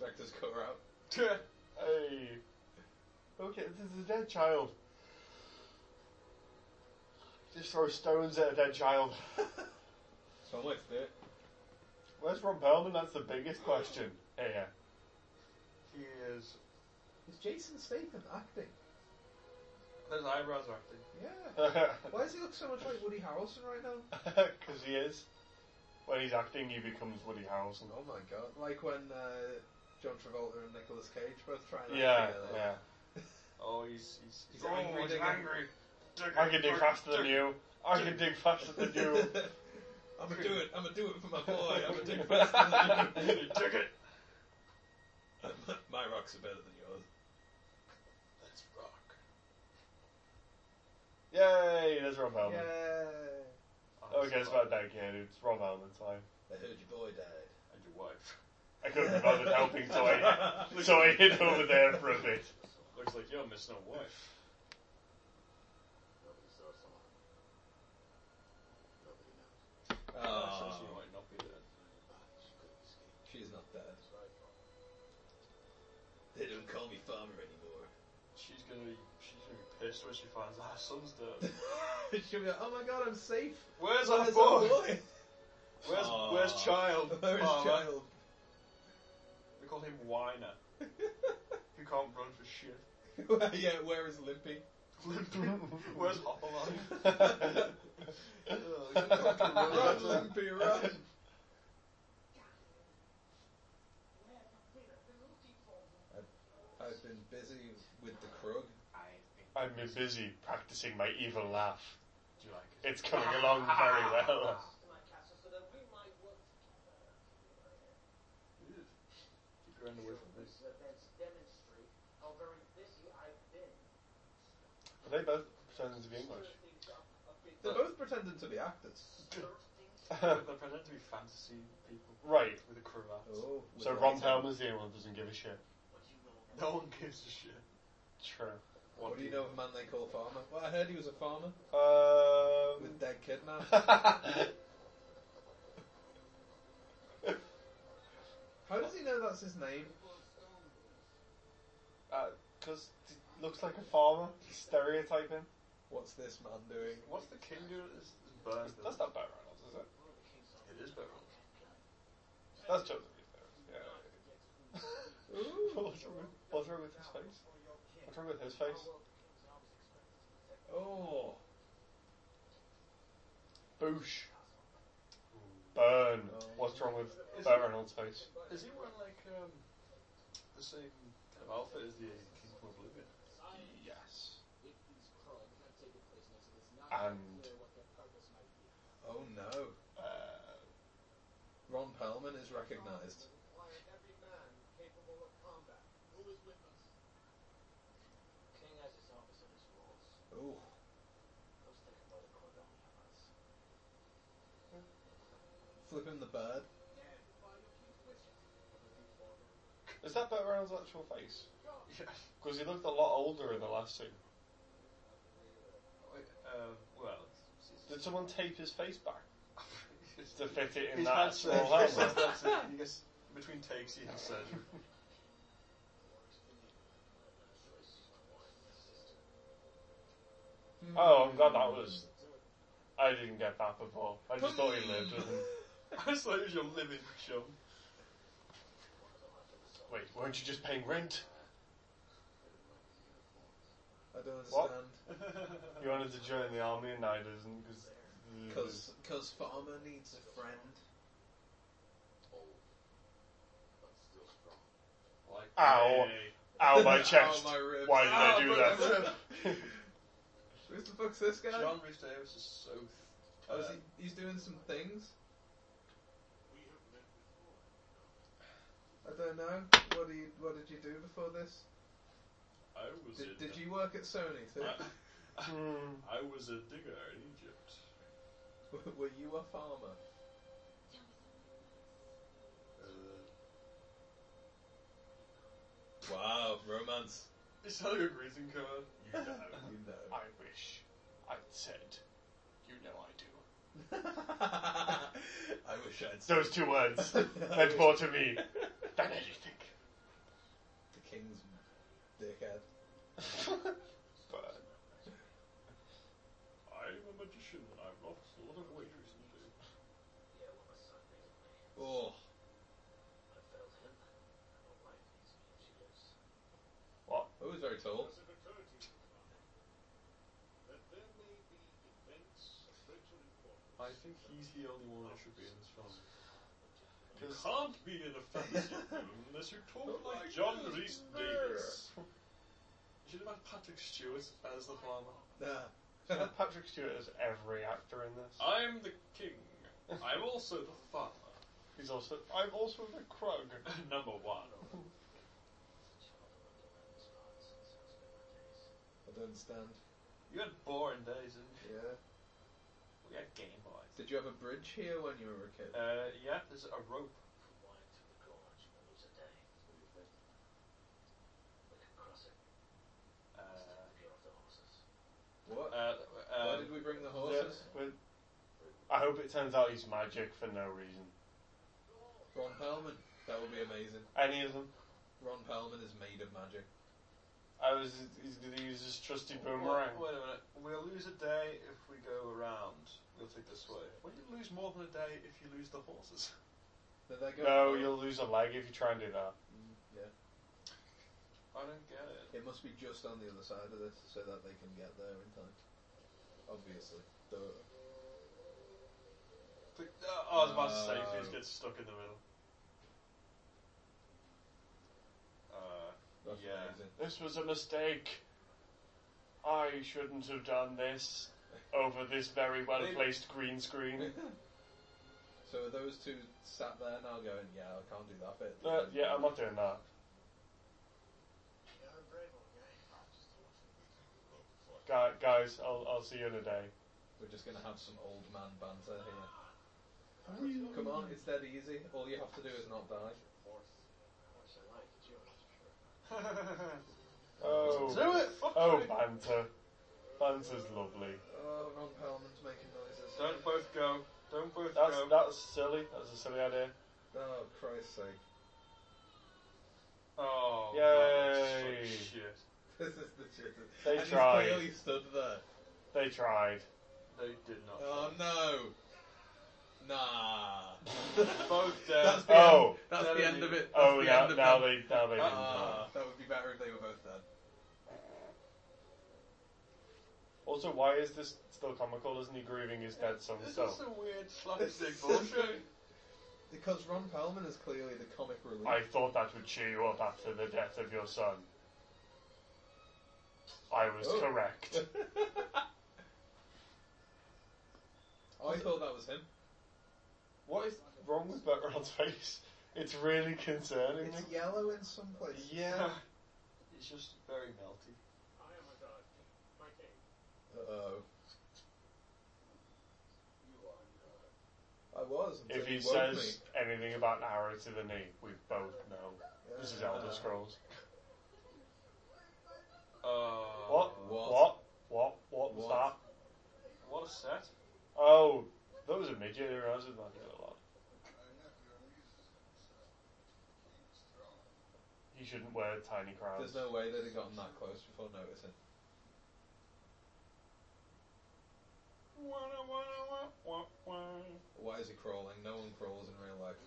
Speaker 2: Director's cut her out.
Speaker 1: Hey. Okay, this is a dead child. Just throw stones at a dead child.
Speaker 2: That's one way to do it.
Speaker 1: Where's Ron Perlman? That's the biggest question. Yeah, yeah.
Speaker 3: he is.
Speaker 2: Is Jason Statham acting?
Speaker 3: His eyebrows are acting.
Speaker 2: Yeah. Why
Speaker 1: Because
Speaker 2: does he look so much like Woody Harrelson right now?
Speaker 1: he is. When he's acting, he becomes Woody Harrelson.
Speaker 2: Oh my god. Like when uh, John Travolta and Nicolas Cage both trying to
Speaker 1: Yeah,
Speaker 2: act together.
Speaker 1: yeah.
Speaker 3: Oh, he's he's,
Speaker 2: He's angry,
Speaker 3: he's
Speaker 2: digging.
Speaker 3: angry.
Speaker 1: I can dig faster than you. I can dig faster than you.
Speaker 2: I'm gonna do it. I'm gonna do it for my boy. I'm gonna do it faster than you.
Speaker 3: Dig it.
Speaker 2: my rocks are better than yours.
Speaker 3: Let's rock.
Speaker 1: Yay, there's Rob Halman.
Speaker 2: Yeah.
Speaker 1: Okay, it's about that kid. It's Rob Halman's time.
Speaker 2: I heard your boy died.
Speaker 3: And your wife
Speaker 1: I couldn't be bothered helping, so I, so I hid over there for a bit.
Speaker 3: looks like you're missing a wife. Actually,
Speaker 2: Aw,
Speaker 3: she might not be there.
Speaker 2: she's not dead. They don't call me farmer anymore.
Speaker 3: She's gonna be she's gonna be pissed when she finds out her son's dead.
Speaker 2: She'll be like, oh my god, I'm safe.
Speaker 3: Where's
Speaker 2: Where's
Speaker 3: our boy?
Speaker 2: our Oh, boy?
Speaker 3: Where's
Speaker 1: Ah.
Speaker 2: Aw.
Speaker 3: where's child?
Speaker 2: Where is
Speaker 3: Farmer?
Speaker 2: child?
Speaker 3: They call him Whiner. Who can't run for shit.
Speaker 2: yeah, where is Limpy?
Speaker 3: where's Hopalong?
Speaker 2: Run, Limpy, run. I've been busy with the Krug.
Speaker 3: I think.
Speaker 1: I'm busy practicing my evil laugh.
Speaker 3: Do you like it?
Speaker 1: It's coming along very well.
Speaker 3: Keep your hand away from me.
Speaker 1: Are they both pretending to be English?
Speaker 2: They're both pretending to be actors.
Speaker 3: They're pretending to be fantasy people
Speaker 1: right,
Speaker 3: with a cravat.
Speaker 2: Oh,
Speaker 1: so Ron Palmer's the only one who doesn't give a shit.
Speaker 3: No one gives a shit.
Speaker 1: True.
Speaker 2: What do you know of a man they call Farmer? Well, I heard he was a farmer with
Speaker 1: Um,
Speaker 2: dead kidnapped. How does he know that's his name?
Speaker 1: Because Uh, he looks like a farmer, stereotyping.
Speaker 2: What's this man doing?
Speaker 3: What's the king doing? Is, is Burns
Speaker 1: That's not Burt Reynolds, is it?
Speaker 3: It is Burns.
Speaker 1: That's Joseph Reeves. Yeah.
Speaker 2: Ooh.
Speaker 1: What's wrong with- what's wrong with his face? What's wrong with his face?
Speaker 2: Oh.
Speaker 1: Boosh. Burn. What's wrong with
Speaker 3: Is
Speaker 1: Burt
Speaker 3: he-
Speaker 1: Reynolds' face?
Speaker 3: Is he wearing like um, the same kind of outfit as the King from Oblivion?
Speaker 1: Yes. And
Speaker 2: Oh no.
Speaker 1: uh,
Speaker 2: Ron Perlman is recognised. Ooh. Flipping the bird.
Speaker 1: is that Burt Reynolds' actual face?
Speaker 3: Yeah.
Speaker 1: Because he looked a lot older in the last two.
Speaker 3: Wait, um, well, it's, it's,
Speaker 1: Did someone tape his face back
Speaker 3: it's
Speaker 1: to fit it in
Speaker 3: He's
Speaker 1: that
Speaker 3: had
Speaker 1: small
Speaker 3: surgery.
Speaker 1: helmet?
Speaker 3: That's, that's it. He gets between takes. He has surgery.
Speaker 1: Oh, I'm glad that was. I didn't get that before. I just thought he lived. And,
Speaker 3: I just thought it was your living chum.
Speaker 1: wait, weren't you just paying rent?
Speaker 2: I don't
Speaker 1: What?
Speaker 2: understand.
Speaker 1: He wanted to join the army and now he doesn't because.
Speaker 2: Cause, cause farmer needs a friend.
Speaker 3: Like,
Speaker 1: Ow.
Speaker 3: hey.
Speaker 1: Ow, my chest!
Speaker 2: Ow, my ribs.
Speaker 1: Why did I
Speaker 2: Ow,
Speaker 1: do
Speaker 2: my
Speaker 1: that?
Speaker 2: ribs. Who's the fuck's this guy?
Speaker 3: John Rhys Davis is so. uh, Th-
Speaker 2: Oh,
Speaker 1: uh,
Speaker 2: is he, he's doing some things. I don't know. What do you, What did you do before this?
Speaker 3: I was.
Speaker 2: Did,
Speaker 3: in uh,
Speaker 2: did you work at Sony too?
Speaker 1: Hmm.
Speaker 3: I was a digger in Egypt.
Speaker 2: Were you a farmer?
Speaker 3: Uh,
Speaker 2: Wow, romance.
Speaker 3: Is that a good greeting card? You know.
Speaker 2: You
Speaker 1: I wish I'd said, you know I do.
Speaker 2: know. I wish I'd.
Speaker 1: Those two words meant more to me than anything.
Speaker 2: The king's dickhead.
Speaker 1: but
Speaker 3: I'm a magician and I've lost a lot of weight recently.
Speaker 2: Oh, I was very tall.
Speaker 3: I think he's the only one that should be in this film. You
Speaker 1: There's-
Speaker 3: can't be in a fantasy film unless you talk like John Rhys Davis. You should have had Patrick Stewart as the farmer.
Speaker 2: Nah.
Speaker 1: Patrick Stewart is every actor in this.
Speaker 3: I'm the king. I'm also the farmer.
Speaker 1: He's also. I'm also the Krug.
Speaker 3: Number one.
Speaker 2: I don't understand.
Speaker 3: You had boring days, didn't you?
Speaker 2: Yeah.
Speaker 3: We had Game Boys.
Speaker 2: Did you have a bridge here when you were a kid?
Speaker 3: Uh, yeah, there's a rope. Uh,
Speaker 2: What?
Speaker 3: uh, uh,
Speaker 2: Why did we bring the horses?
Speaker 1: Yeah, but I hope it turns out he's magic for no reason.
Speaker 2: Ron Perlman. That would be amazing.
Speaker 1: Any of them.
Speaker 2: Ron Perlman is made of magic.
Speaker 1: I was. He's going to use his trusty boomerang.
Speaker 3: Wait, wait a minute. We'll lose a day if we go around. We'll take this way. Well, you lose more than a day if you lose the horses.
Speaker 2: Did they go?
Speaker 1: No, you'll lose a leg if you try and do that.
Speaker 2: Mm, Yeah.
Speaker 3: I don't get it.
Speaker 2: It must be just on the other side of this so that they can get there in time. Obviously. Duh.
Speaker 3: But, uh, I was about to say,
Speaker 2: No.
Speaker 3: please get stuck in the middle. Uh,
Speaker 2: That's
Speaker 3: Yeah.
Speaker 2: amazing.
Speaker 1: This was a mistake. I shouldn't have done this over this very well placed green screen.
Speaker 2: so are those two sat there now going, yeah, I can't do that bit.
Speaker 1: Uh, yeah, I'm not doing that. Guy, guys, I'll, I'll see you in a day.
Speaker 2: We're just going to have some old man banter here. Come on, it's that easy. All you have to do is not die.
Speaker 1: Oh,
Speaker 3: do it! Fuck
Speaker 1: oh,
Speaker 3: it.
Speaker 1: banter. Banter's lovely.
Speaker 2: Oh, Ron Perlman's making noises.
Speaker 3: Don't both go. Don't both
Speaker 1: That's
Speaker 3: go.
Speaker 1: that's silly. That's a silly idea.
Speaker 2: Oh, Christ's sake.
Speaker 3: Oh,
Speaker 1: Yay.
Speaker 3: God, shit.
Speaker 2: This is the shit.
Speaker 1: They
Speaker 2: and
Speaker 1: tried.
Speaker 2: He's clearly stood there.
Speaker 1: They tried.
Speaker 3: They did not.
Speaker 2: Oh no. Nah.
Speaker 3: Both dead.
Speaker 2: That's the
Speaker 1: Oh.
Speaker 2: end. That's the end of it. That's
Speaker 1: Oh,
Speaker 2: the
Speaker 1: now,
Speaker 2: end of
Speaker 1: now
Speaker 2: them.
Speaker 1: they now they. didn't.
Speaker 2: Ah, that would be better if they were both dead.
Speaker 1: Also, why is this still comical? Isn't he grieving his dead son's
Speaker 3: This is
Speaker 1: self?
Speaker 3: some weird slapstick bullshit.
Speaker 2: Because Ron Perlman is clearly the comic relief.
Speaker 1: I thought that would cheer you up after the death of your son. I was
Speaker 2: Oh.
Speaker 1: correct.
Speaker 2: I thought that was him.
Speaker 1: What is wrong with background's face? It's really concerning me.
Speaker 2: It's yellow in some place.
Speaker 1: Yeah.
Speaker 3: It's just very melty.
Speaker 2: Uh oh. I was. until
Speaker 1: If he
Speaker 2: woke
Speaker 1: says
Speaker 2: me.
Speaker 1: anything about an arrow to the knee, we both know. This is Elder
Speaker 2: Yeah.
Speaker 1: Scrolls.
Speaker 3: Oh.
Speaker 1: What?
Speaker 2: uh, What?
Speaker 1: What? What? What was
Speaker 2: What?
Speaker 1: that?
Speaker 3: What a set.
Speaker 1: Oh, that was a midget. It reminds me of that a lot. He shouldn't wear tiny crowns.
Speaker 2: There's no way they'd have gotten that close before noticing.
Speaker 3: Wah, wah, wah, wah, wah.
Speaker 2: Why is he crawling? No one crawls in real life.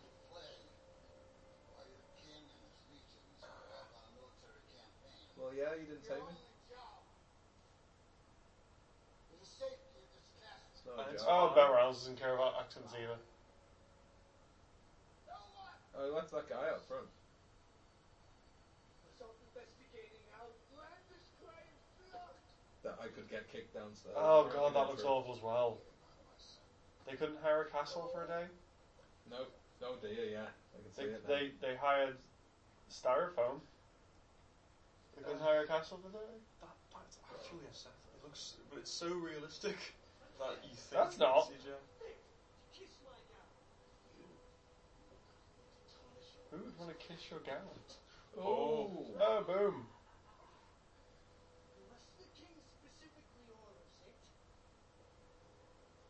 Speaker 2: Well, yeah, you didn't take me. It's not a
Speaker 3: Thanks.
Speaker 2: job.
Speaker 1: Oh, Ben Reynolds doesn't care about accents either.
Speaker 2: Oh, he left that guy out front. That I could get kicked downstairs.
Speaker 1: Oh god, that looks awful as well. They couldn't hire a castle for a day.
Speaker 2: No, no dear, yeah. I can see
Speaker 1: They
Speaker 2: it now.
Speaker 1: they, they hired styrofoam. They couldn't hire a castle for a day.
Speaker 3: That, that's actually a set. It looks, but it's so realistic that you think
Speaker 1: That's
Speaker 3: it's
Speaker 1: not.
Speaker 3: CGI.
Speaker 1: Who would want to kiss your gown?
Speaker 2: Oh.
Speaker 1: Oh, boom.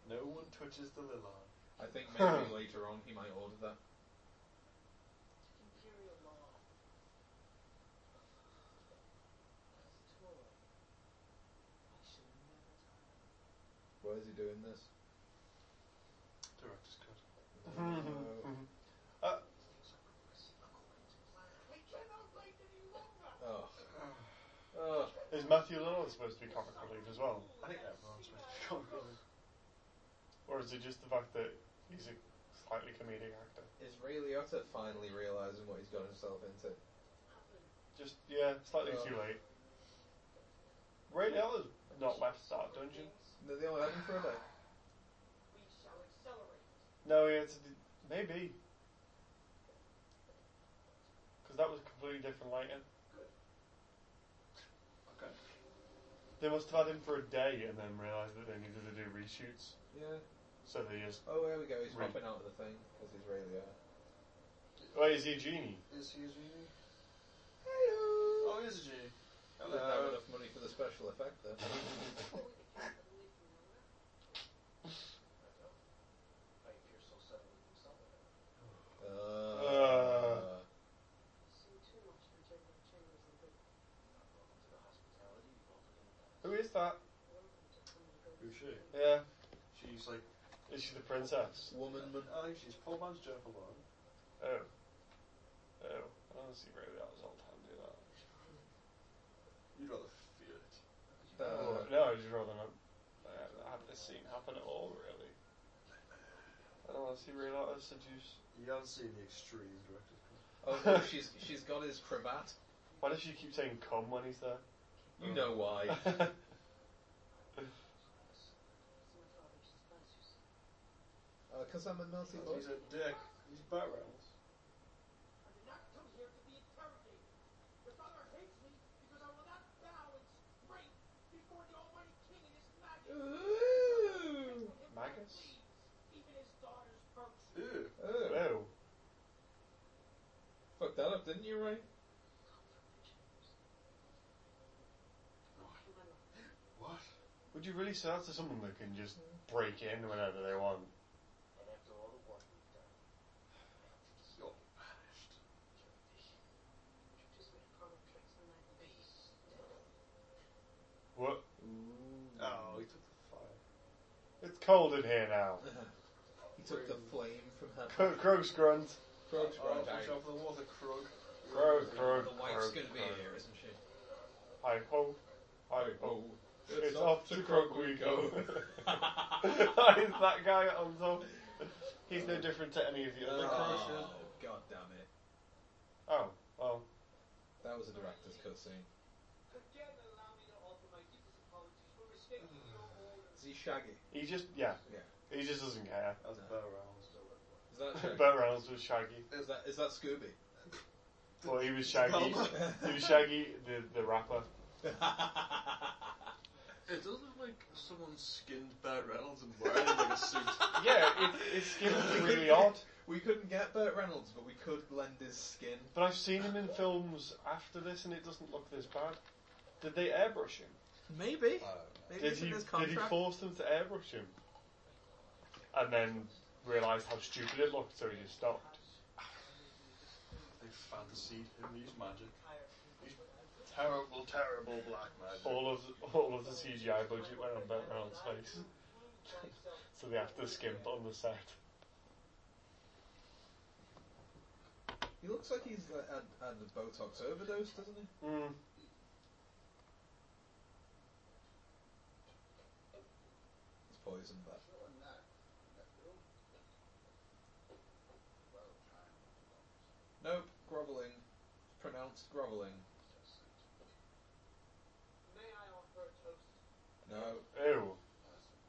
Speaker 3: No one touches the Lilard.
Speaker 2: I think maybe later on he might order that. Why is he doing this?
Speaker 3: Director's cut.
Speaker 2: No. oh. Oh.
Speaker 1: Is Matthew Lillard supposed to be comic relief as well?
Speaker 3: I think everyone's supposed to be comic relief.
Speaker 1: Or is it just the fact that he's a slightly comedic actor.
Speaker 2: Is Ray Liotta finally realizing what he's got himself into?
Speaker 1: Just yeah, slightly
Speaker 2: Oh.
Speaker 1: too late. Ray Liotta's not left Dark Dungeon.
Speaker 2: No, they only had him for a day.
Speaker 1: No, yeah, it's maybe. Because that was completely different lighting.
Speaker 3: Okay.
Speaker 1: They must have had him for a day and then realised that they needed to do reshoots.
Speaker 2: Yeah.
Speaker 1: So they just.
Speaker 2: Oh, there we go. He's
Speaker 1: Ray.
Speaker 2: popping out of the thing because he's uh, Ray Liotta.
Speaker 1: Wait, oh, is he a genie?
Speaker 3: Is he a genie?
Speaker 2: Hello.
Speaker 3: Oh, he is a genie.
Speaker 2: I
Speaker 3: Hello.
Speaker 2: don't have enough money for the special effect there.
Speaker 1: Uh.
Speaker 2: Uh,
Speaker 1: Who is that?
Speaker 3: Who's she?
Speaker 1: Yeah.
Speaker 3: She's like,
Speaker 1: Is she the princess?
Speaker 2: woman, man.
Speaker 3: I think she's poor man's Jennifer Lawrence.
Speaker 1: Oh. Oh. I don't see Ray Liotta's old hand do that.
Speaker 3: You'd rather feel it.
Speaker 2: Uh,
Speaker 1: no, I'd just rather not uh, have this scene happen at all, really. I don't want to see Ray Liotta seduce.
Speaker 3: You haven't seen the extreme director's cut.
Speaker 2: oh, no, she's she's got his cravat.
Speaker 1: Why does she keep saying come when he's there?
Speaker 2: You
Speaker 1: Oh.
Speaker 2: know why? Because Uh, I'm a naughty boy.
Speaker 3: He's a dick. He's Burt Reynolds.
Speaker 2: Ooh.
Speaker 1: Magus?
Speaker 3: Ew.
Speaker 2: Oh,
Speaker 1: Oh.
Speaker 2: fuck that up, didn't you, Ray?
Speaker 3: What?
Speaker 1: Would you really sell to someone that can just break in whenever they want?
Speaker 3: You're banished.
Speaker 1: What? Hmm.
Speaker 3: Oh, he took the fire.
Speaker 1: It's cold in here now.
Speaker 2: He took the flame from her.
Speaker 1: Cro- Croak's grunt.
Speaker 2: Krog's
Speaker 3: Oh,
Speaker 2: granddad.
Speaker 3: watch out for the water, Krug.
Speaker 1: Croak,
Speaker 2: The
Speaker 1: croak,
Speaker 2: wife's
Speaker 1: croak,
Speaker 2: gonna be
Speaker 1: croak.
Speaker 2: here, isn't she?
Speaker 1: Hi ho. Hi ho. It's, off to Croak we go. Is that guy on top? He's no different to any of the other
Speaker 3: Uh.
Speaker 1: Croaks.
Speaker 2: Oh, god damn it.
Speaker 1: Oh, well.
Speaker 2: That was a director's cutscene. Is he shaggy?
Speaker 1: He just, yeah.
Speaker 2: Yeah.
Speaker 1: He just doesn't care.
Speaker 3: That was
Speaker 2: No.
Speaker 3: Burt Reynolds.
Speaker 2: Is that shaggy?
Speaker 1: Burt Reynolds was Shaggy.
Speaker 2: is that is that Scooby?
Speaker 1: Well, he was Shaggy. he was Shaggy, the, the rapper.
Speaker 3: It does look like someone skinned Burt Reynolds and wearing him like a suit.
Speaker 1: Yeah, it, it's given really odd.
Speaker 2: we couldn't get Burt Reynolds, but we could lend his skin.
Speaker 1: But I've seen him in films after this, and it doesn't look this bad. Did they airbrush him?
Speaker 2: Maybe.
Speaker 3: Uh,
Speaker 2: Maybe
Speaker 1: Did
Speaker 2: it's in
Speaker 1: he,
Speaker 2: his
Speaker 1: did he
Speaker 2: contract.
Speaker 1: force them to airbrush him? And then realised how stupid it looked, so he just stopped.
Speaker 3: They fantasied him. He's magic. He's terrible, terrible black magic.
Speaker 1: All of the, all of the CGI budget went on Burt Reynolds' face, so they have to skimp on the set.
Speaker 2: He looks like he's uh, had, had a Botox overdose, doesn't he?
Speaker 1: Mm.
Speaker 2: He's poisoned, but nope. Groveling, pronounced groveling. No,
Speaker 1: Ew.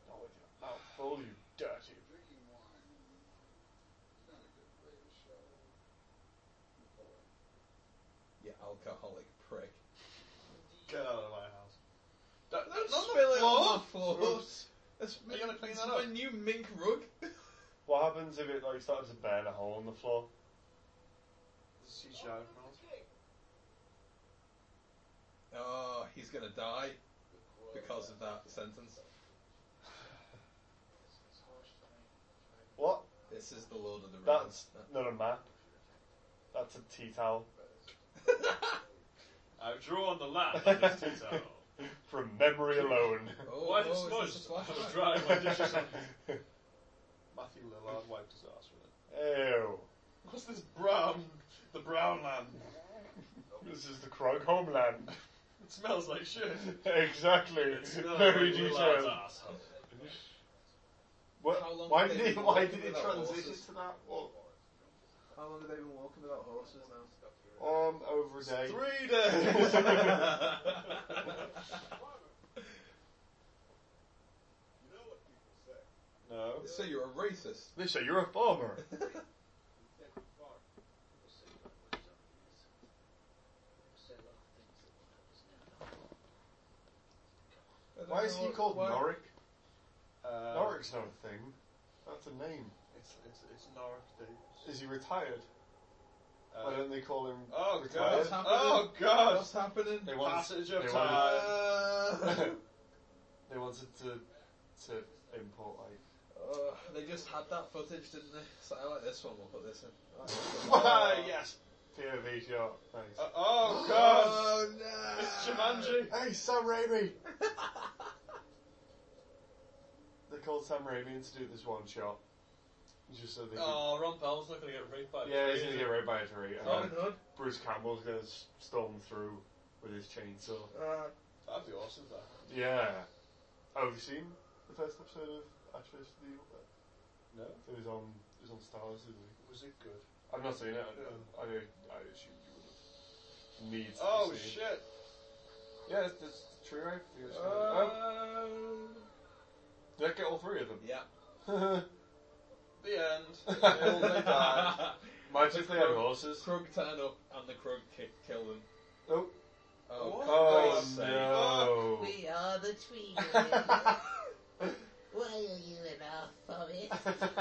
Speaker 1: Not with your mouth full, you dirty.
Speaker 2: you alcoholic prick.
Speaker 3: Get out of my house. That, that's
Speaker 2: Not
Speaker 3: not
Speaker 2: spill it
Speaker 3: floor.
Speaker 2: on the floor.
Speaker 3: Oops.
Speaker 2: That's
Speaker 3: Are you gonna clean
Speaker 2: it's
Speaker 3: that up?
Speaker 2: My new mink rug.
Speaker 1: What happens if it like starts to burn a hole in the floor?
Speaker 3: CGI Reynolds.
Speaker 2: oh, he's gonna die because of that sentence.
Speaker 1: What?
Speaker 2: This is the Lord of the Rings.
Speaker 1: That's not a map. That's a tea towel
Speaker 3: I drew on the land on this tea towel.
Speaker 1: from memory alone.
Speaker 2: oh,
Speaker 3: Why the
Speaker 2: oh, is this a
Speaker 3: smudge? I was
Speaker 2: flashback?
Speaker 3: drying my dishes on Matthew Lillard wiped his ass with it.
Speaker 1: Ew.
Speaker 3: What's this brown? The brown land.
Speaker 1: This is the Krog homeland.
Speaker 3: It smells like shit.
Speaker 1: exactly.
Speaker 3: It smells
Speaker 1: Very
Speaker 3: like Lillard's
Speaker 1: detailed.
Speaker 3: asshole.
Speaker 1: What,
Speaker 2: How long
Speaker 1: why
Speaker 2: did
Speaker 1: did
Speaker 2: they
Speaker 1: he?
Speaker 2: do
Speaker 1: Why
Speaker 2: that
Speaker 1: did he
Speaker 2: without
Speaker 1: transition
Speaker 2: horses?
Speaker 1: to that? Well,
Speaker 2: How long have they been walking without horses now?
Speaker 1: um, over a day.
Speaker 2: Three days.
Speaker 1: No.
Speaker 2: so you're a racist.
Speaker 1: They say you're a farmer.
Speaker 2: I don't
Speaker 1: Why is
Speaker 2: know
Speaker 1: he
Speaker 2: what-
Speaker 1: called
Speaker 2: why-
Speaker 1: Norik?
Speaker 3: Uh,
Speaker 1: Norik's not a thing. That's a name.
Speaker 3: It's, it's, it's Norik Day.
Speaker 1: Is he retired? Why
Speaker 3: Uh,
Speaker 1: don't they call him?
Speaker 3: oh, God.
Speaker 1: What's
Speaker 2: happening?
Speaker 3: Oh, God.
Speaker 2: What's happening?
Speaker 1: They want-
Speaker 3: Passage of
Speaker 1: they want-
Speaker 3: time.
Speaker 2: Uh,
Speaker 1: they wanted to to import like.
Speaker 2: Uh, they just had that footage, didn't they? So I like this one. We'll put this in. I like this one.
Speaker 3: Ah, yes.
Speaker 1: POV shot. Nice.
Speaker 3: Uh, oh, God.
Speaker 2: Oh no!
Speaker 3: It's Jumanji.
Speaker 1: hey, Sam Raimi. They called Sam Raimi in to do this one shot, just so they. could-
Speaker 4: Oh, Ron Powell's not going to get raped by a
Speaker 1: yeah, he's
Speaker 4: tree, is
Speaker 1: gonna get
Speaker 4: he?
Speaker 1: right by a tree. and
Speaker 3: Oh,
Speaker 2: Robin
Speaker 1: then
Speaker 2: Hood.
Speaker 1: Bruce Campbell's gonna s- storm through with his chainsaw.
Speaker 2: Uh,
Speaker 3: That'd be awesome, though.
Speaker 1: Yeah. Oh, have you seen the first episode of Ash vs. the Evil Dead?
Speaker 3: No?
Speaker 1: It was on. It was on Star Wars, didn't it?
Speaker 3: Was it good?
Speaker 1: I've not seen it. I, I, I assume you would have. Need to
Speaker 3: Oh,
Speaker 1: see it.
Speaker 3: shit. Uh,
Speaker 1: Yeah, it's, it's true, right? You
Speaker 2: uh,
Speaker 1: guys- oh, did I get all three of them?
Speaker 2: yeah.
Speaker 3: The end.
Speaker 1: They all
Speaker 3: they died.
Speaker 1: Magically had horses.
Speaker 2: Krug turn up and the Krug kick kill them.
Speaker 1: Oh,
Speaker 2: Oh,
Speaker 3: What?
Speaker 2: for
Speaker 1: oh
Speaker 2: God's sake.
Speaker 5: Oh,
Speaker 1: no.
Speaker 6: We are the Tweedles. Why are you in our forest?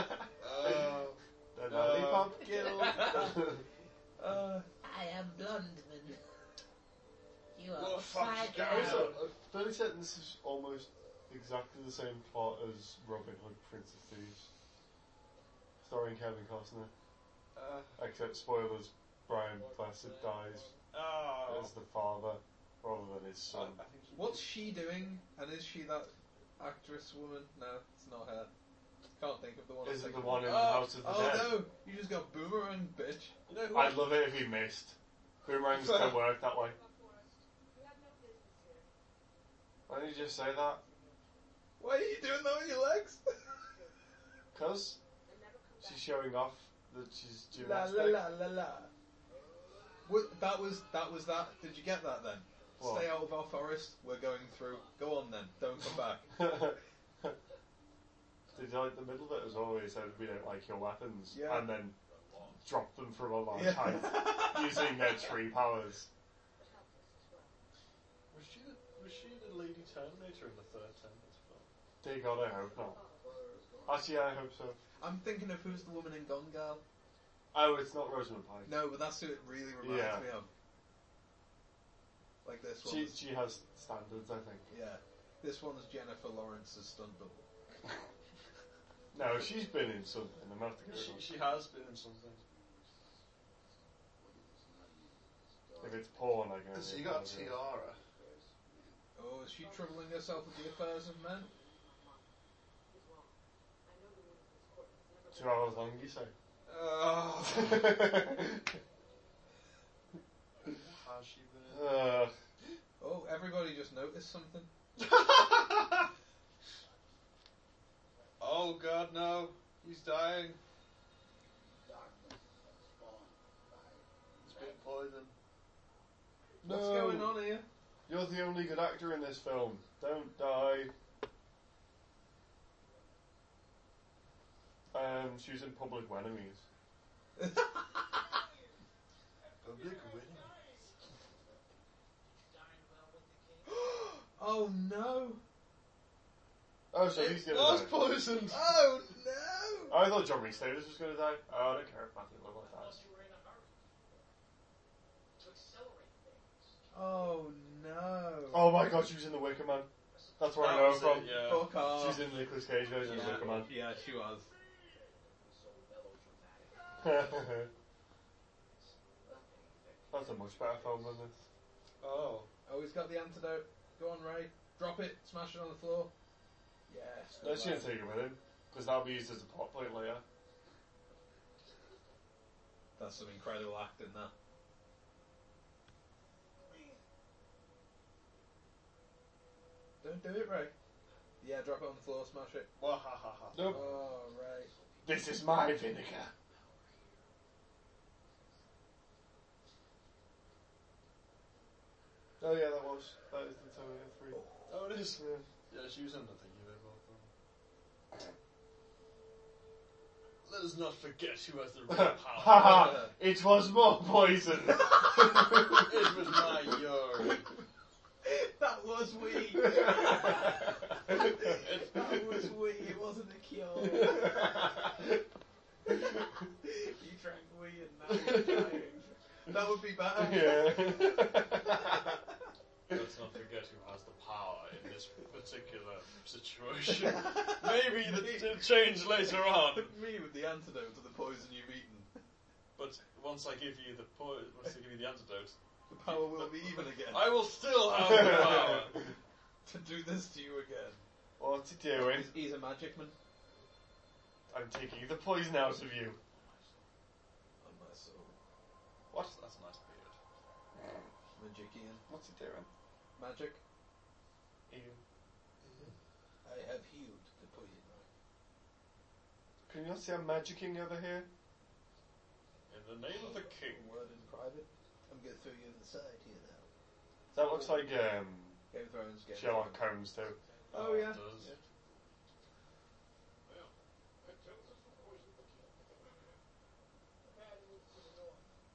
Speaker 3: Uh,
Speaker 1: the lollipop
Speaker 3: oh.
Speaker 1: guild.
Speaker 2: Uh,
Speaker 6: I am Blondman. You
Speaker 3: what
Speaker 6: are
Speaker 3: the fuck is
Speaker 6: five
Speaker 3: going
Speaker 6: now.
Speaker 1: also,
Speaker 3: on?
Speaker 1: uh, Billy said this is almost exactly the same plot as Robin Hood, Prince of Thieves, starring Kevin Costner.
Speaker 3: Uh,
Speaker 1: Except spoilers: Brian Blessed dies
Speaker 3: oh.
Speaker 1: as the father rather than his
Speaker 3: I, I
Speaker 1: son.
Speaker 3: think he-
Speaker 2: what's she doing? And is she that actress woman? No, it's not her. Can't think of the one. I'm
Speaker 1: Is it the
Speaker 2: thinking
Speaker 1: one in
Speaker 2: of.
Speaker 1: the
Speaker 2: oh,
Speaker 1: House of the
Speaker 2: oh,
Speaker 1: Dead?
Speaker 2: no! You just got boomerang, bitch.
Speaker 3: You know who I,
Speaker 1: I'd love it if he missed. Boomerangs don't work that way. Why did you just say that?
Speaker 2: Why are you doing that with your legs?
Speaker 1: Cause she's showing off that she's doing
Speaker 2: la
Speaker 1: that.
Speaker 2: la la la la. What, that was that was that. Did you get that then?
Speaker 1: What?
Speaker 2: Stay out of our forest. We're going through. Go on then. Don't come back.
Speaker 1: Did you like the middle bit as always? Said we don't like your weapons,
Speaker 2: Yeah.
Speaker 1: and then drop them from a large height
Speaker 2: Yeah.
Speaker 1: using their tree powers.
Speaker 3: was, she the, was she the Lady Terminator in the third Terminator film?
Speaker 1: Dear God, I hope not. Actually, I hope so.
Speaker 2: I'm thinking of who's the woman in Gone Girl.
Speaker 1: Oh, it's not Rosamund Pike.
Speaker 2: No, but that's who it really reminds
Speaker 1: Yeah.
Speaker 2: me of. Like this one.
Speaker 1: She she has standards, I think.
Speaker 2: yeah. This one's Jennifer Lawrence's stunt double.
Speaker 1: No, she's been in something. I'm gonna have to go.
Speaker 3: She,
Speaker 1: with
Speaker 3: she has been in something.
Speaker 1: that. If it's porn, I guess.
Speaker 3: you got a tiara.
Speaker 2: Oh, is she troubling herself with the affairs of men?
Speaker 1: Two hours long, you say?
Speaker 3: Oh. has she been in?
Speaker 1: Ugh.
Speaker 2: Oh, everybody just noticed something.
Speaker 3: Oh god, no. He's dying. He's been poisoned.
Speaker 2: What's going on here?
Speaker 1: You're the only good actor in this film. Don't die. Um, she was in Public Enemies.
Speaker 3: Public winning.
Speaker 2: Oh no!
Speaker 1: Oh, so he's
Speaker 3: It
Speaker 1: gonna
Speaker 3: was
Speaker 1: die.
Speaker 3: poisoned.
Speaker 2: Oh no!
Speaker 1: I thought John Rhys Davis was gonna die. Oh, I don't care if Matthew Lillard dies.
Speaker 2: Oh no!
Speaker 1: Oh my god, she was in The Wicker Man. That's where I know her
Speaker 3: was
Speaker 1: from.
Speaker 3: it, yeah.
Speaker 2: Fuck off!
Speaker 1: She's in the Nicolas Cage version of The Wicker Man.
Speaker 2: yeah, she was.
Speaker 1: That's a much better film than this.
Speaker 3: Oh.
Speaker 2: Oh, he's got the antidote. Go on, Ray. Drop it. Smash it on the floor. Yes.
Speaker 1: Let's just take it with him, because that'll be used as a plot point later.
Speaker 2: That's some incredible acting, that. Don't do it, Ray. Yeah, drop it on the floor, smash it.
Speaker 3: Wahahaha.
Speaker 1: Nope.
Speaker 2: Oh, right.
Speaker 1: This is my vinegar. Oh yeah, that was that is the Terminator three.
Speaker 3: Oh, it is.
Speaker 1: Yeah.
Speaker 3: Yeah, she was in the thingy there, both of them. Let us not forget who has the real power.
Speaker 1: Haha! It was more poison.
Speaker 3: it was my yuri.
Speaker 2: that was we. that was we. It wasn't a cure. you drank we and now you're dying. That would be bad.
Speaker 1: yeah.
Speaker 3: Let's not forget who has the power in this particular situation. Maybe the, it'll change later on.
Speaker 2: Put me with the antidote to the poison you've eaten.
Speaker 3: But once I give you the po- once I give you the antidote,
Speaker 2: The power will be even again.
Speaker 3: I will still have the power.
Speaker 2: to do this to you again.
Speaker 1: What's he doing?
Speaker 2: He's, he's a magic man.
Speaker 1: I'm taking the poison out of you.
Speaker 2: On my soul.
Speaker 3: What? That's a nice beard.
Speaker 2: Magician.
Speaker 1: What's he doing?
Speaker 2: Magic.
Speaker 1: Ian.
Speaker 2: I have healed the poison.
Speaker 1: Can you not see I'm magicking over here?
Speaker 3: In the name of the king.
Speaker 2: Word in private. I'm going to throw you in the side here now.
Speaker 1: That looks like um,
Speaker 2: Game of Thrones. Game of Thrones.
Speaker 1: Sherlock Holmes though.
Speaker 2: Oh, yeah.
Speaker 3: It does.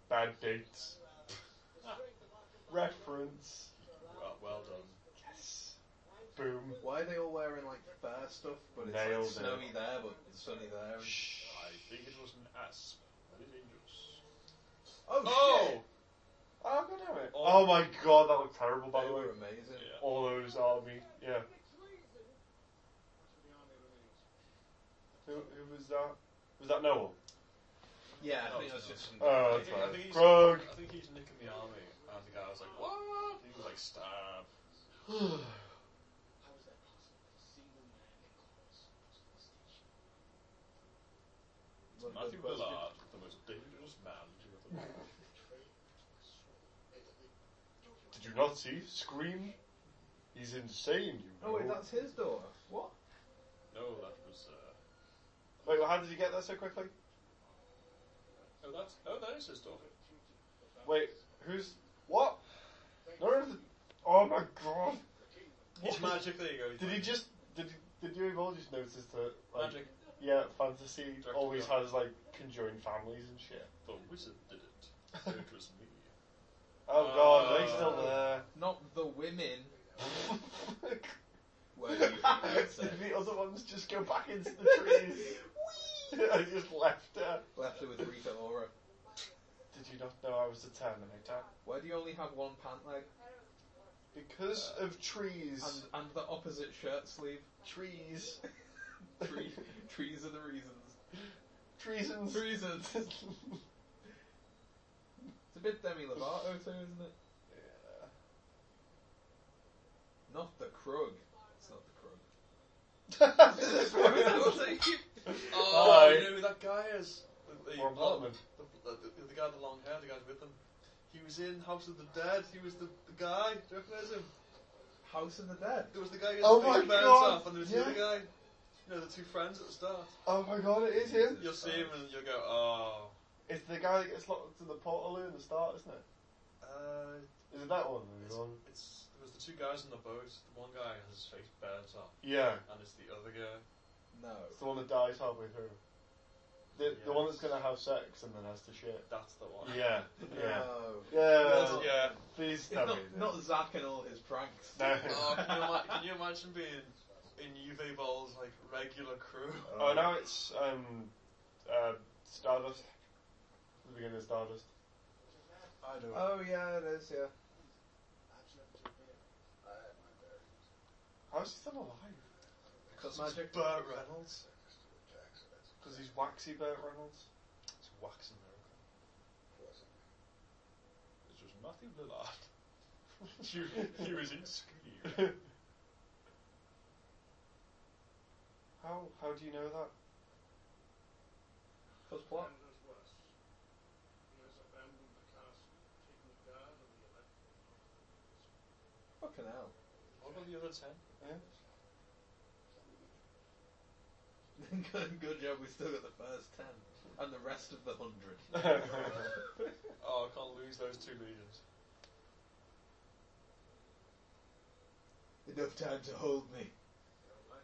Speaker 1: Bad dates. Reference.
Speaker 3: Well, well done.
Speaker 1: Yes. Boom.
Speaker 2: Why are they all wearing like fur stuff, but it's
Speaker 1: Nailed
Speaker 2: like
Speaker 1: it.
Speaker 2: snowy there, but it's sunny there? and-
Speaker 1: Shh.
Speaker 3: I think it was an asp. That is dangerous.
Speaker 2: Oh,
Speaker 3: Oh!
Speaker 2: shit!
Speaker 1: Oh god damn it.
Speaker 3: Oh.
Speaker 1: Oh my god, that looked terrible by
Speaker 2: They
Speaker 1: the way.
Speaker 2: were amazing.
Speaker 3: Yeah.
Speaker 1: All those army. Yeah. Who, who was that? Was that Noel?
Speaker 2: Yeah,
Speaker 3: No,
Speaker 2: I think
Speaker 3: it's
Speaker 2: that's
Speaker 3: not.
Speaker 2: just.
Speaker 1: Oh,
Speaker 3: I
Speaker 1: that's
Speaker 3: think, I think
Speaker 1: right.
Speaker 3: he's,
Speaker 1: Grog.
Speaker 3: I think he's Nick in the army. And the guy was like, what? He was like, stab.
Speaker 2: What a
Speaker 3: Matthew
Speaker 2: good question.
Speaker 3: Ballard, the most dangerous man you ever met.
Speaker 1: Did you not see? Scream. He's insane, you know.
Speaker 2: Oh wait, that's his door. What?
Speaker 3: No, that was, uh...
Speaker 1: Wait, how did you get there so quickly?
Speaker 3: Oh, that's... Oh, that is his daughter.
Speaker 1: Wait, who's what? No, no, th- oh my god!
Speaker 3: He's
Speaker 1: What?
Speaker 3: magic, there you go. he's
Speaker 1: Did he
Speaker 3: magic.
Speaker 1: just did? Did you have all just notice that? Like,
Speaker 3: Magic.
Speaker 1: Yeah, fantasy
Speaker 3: Director
Speaker 1: always
Speaker 3: Bill.
Speaker 1: has like conjoined families and shit.
Speaker 3: The wizard did it. It was me.
Speaker 1: Oh god, are they still there?
Speaker 2: Not the women. Where you
Speaker 1: did the other ones just go back into the trees? I just left her.
Speaker 2: Left her with Rita Ora.
Speaker 1: Did you not know I was a Terminator?
Speaker 2: Why do you only have one pant leg
Speaker 1: Because of trees.
Speaker 2: and, and the opposite shirt sleeve?
Speaker 1: trees.
Speaker 2: Tree, trees are the reasons.
Speaker 1: trees and
Speaker 2: Reasons.
Speaker 1: yeah.
Speaker 2: It's a bit Demi Lovato too, isn't it? Not the Krug. It's not the Krug.
Speaker 3: Oh,
Speaker 1: Hi.
Speaker 3: you know who that guy is? The, the,
Speaker 1: Warren Hartman.
Speaker 3: the, the, the guy with the long hair, the guy's with them. He was in House of the Dead. He was the, the guy. Do you recognize him?
Speaker 2: House of the Dead.
Speaker 3: There was the guy who
Speaker 1: Oh
Speaker 3: oh
Speaker 1: my
Speaker 3: big man's
Speaker 1: God,
Speaker 3: off, and there was the
Speaker 1: yeah.
Speaker 3: other guy. You know, the two friends at the start.
Speaker 1: Oh my god, it is him.
Speaker 3: You'll see him and you'll go, oh.
Speaker 1: It's the guy that gets locked into the portal in the start, isn't it?
Speaker 3: Uh,
Speaker 1: Is it that one?
Speaker 3: it's, it's, there was the two guys in the boat. The one guy has his face burnt off,
Speaker 1: Yeah,
Speaker 3: and it's the other guy.
Speaker 2: No.
Speaker 1: it's the one that dies halfway through. The, the
Speaker 3: Yeah.
Speaker 1: one that's gonna have sex and then has to shit.
Speaker 3: That's the one.
Speaker 1: Yeah, yeah,
Speaker 2: No.
Speaker 1: yeah.
Speaker 2: No.
Speaker 3: Yeah.
Speaker 1: Please
Speaker 2: It's
Speaker 1: tell
Speaker 2: not,
Speaker 1: me.
Speaker 2: not Zack and all his pranks.
Speaker 1: No.
Speaker 3: Oh, can you, ima- can you imagine being in Uwe Ball's like regular crew?
Speaker 1: Oh, now it's um, uh, Stardust. The beginning of Stardust.
Speaker 3: I don't.
Speaker 2: Oh yeah, it is. Yeah.
Speaker 1: How's he still alive?
Speaker 3: because
Speaker 2: Magic.
Speaker 3: it's Burt Reynolds.
Speaker 1: Because he's waxy Burt Reynolds.
Speaker 3: It's waxing miracle. It was Matthew Lillard. he, he was in Scream.
Speaker 1: How how do you know that?
Speaker 2: Cause plot. Fucking hell.
Speaker 3: What about the other ten?
Speaker 1: Yeah.
Speaker 2: good, good job we still got the first ten and the rest of the hundred.
Speaker 3: Oh, I can't lose those two legions.
Speaker 2: Enough time to hold me.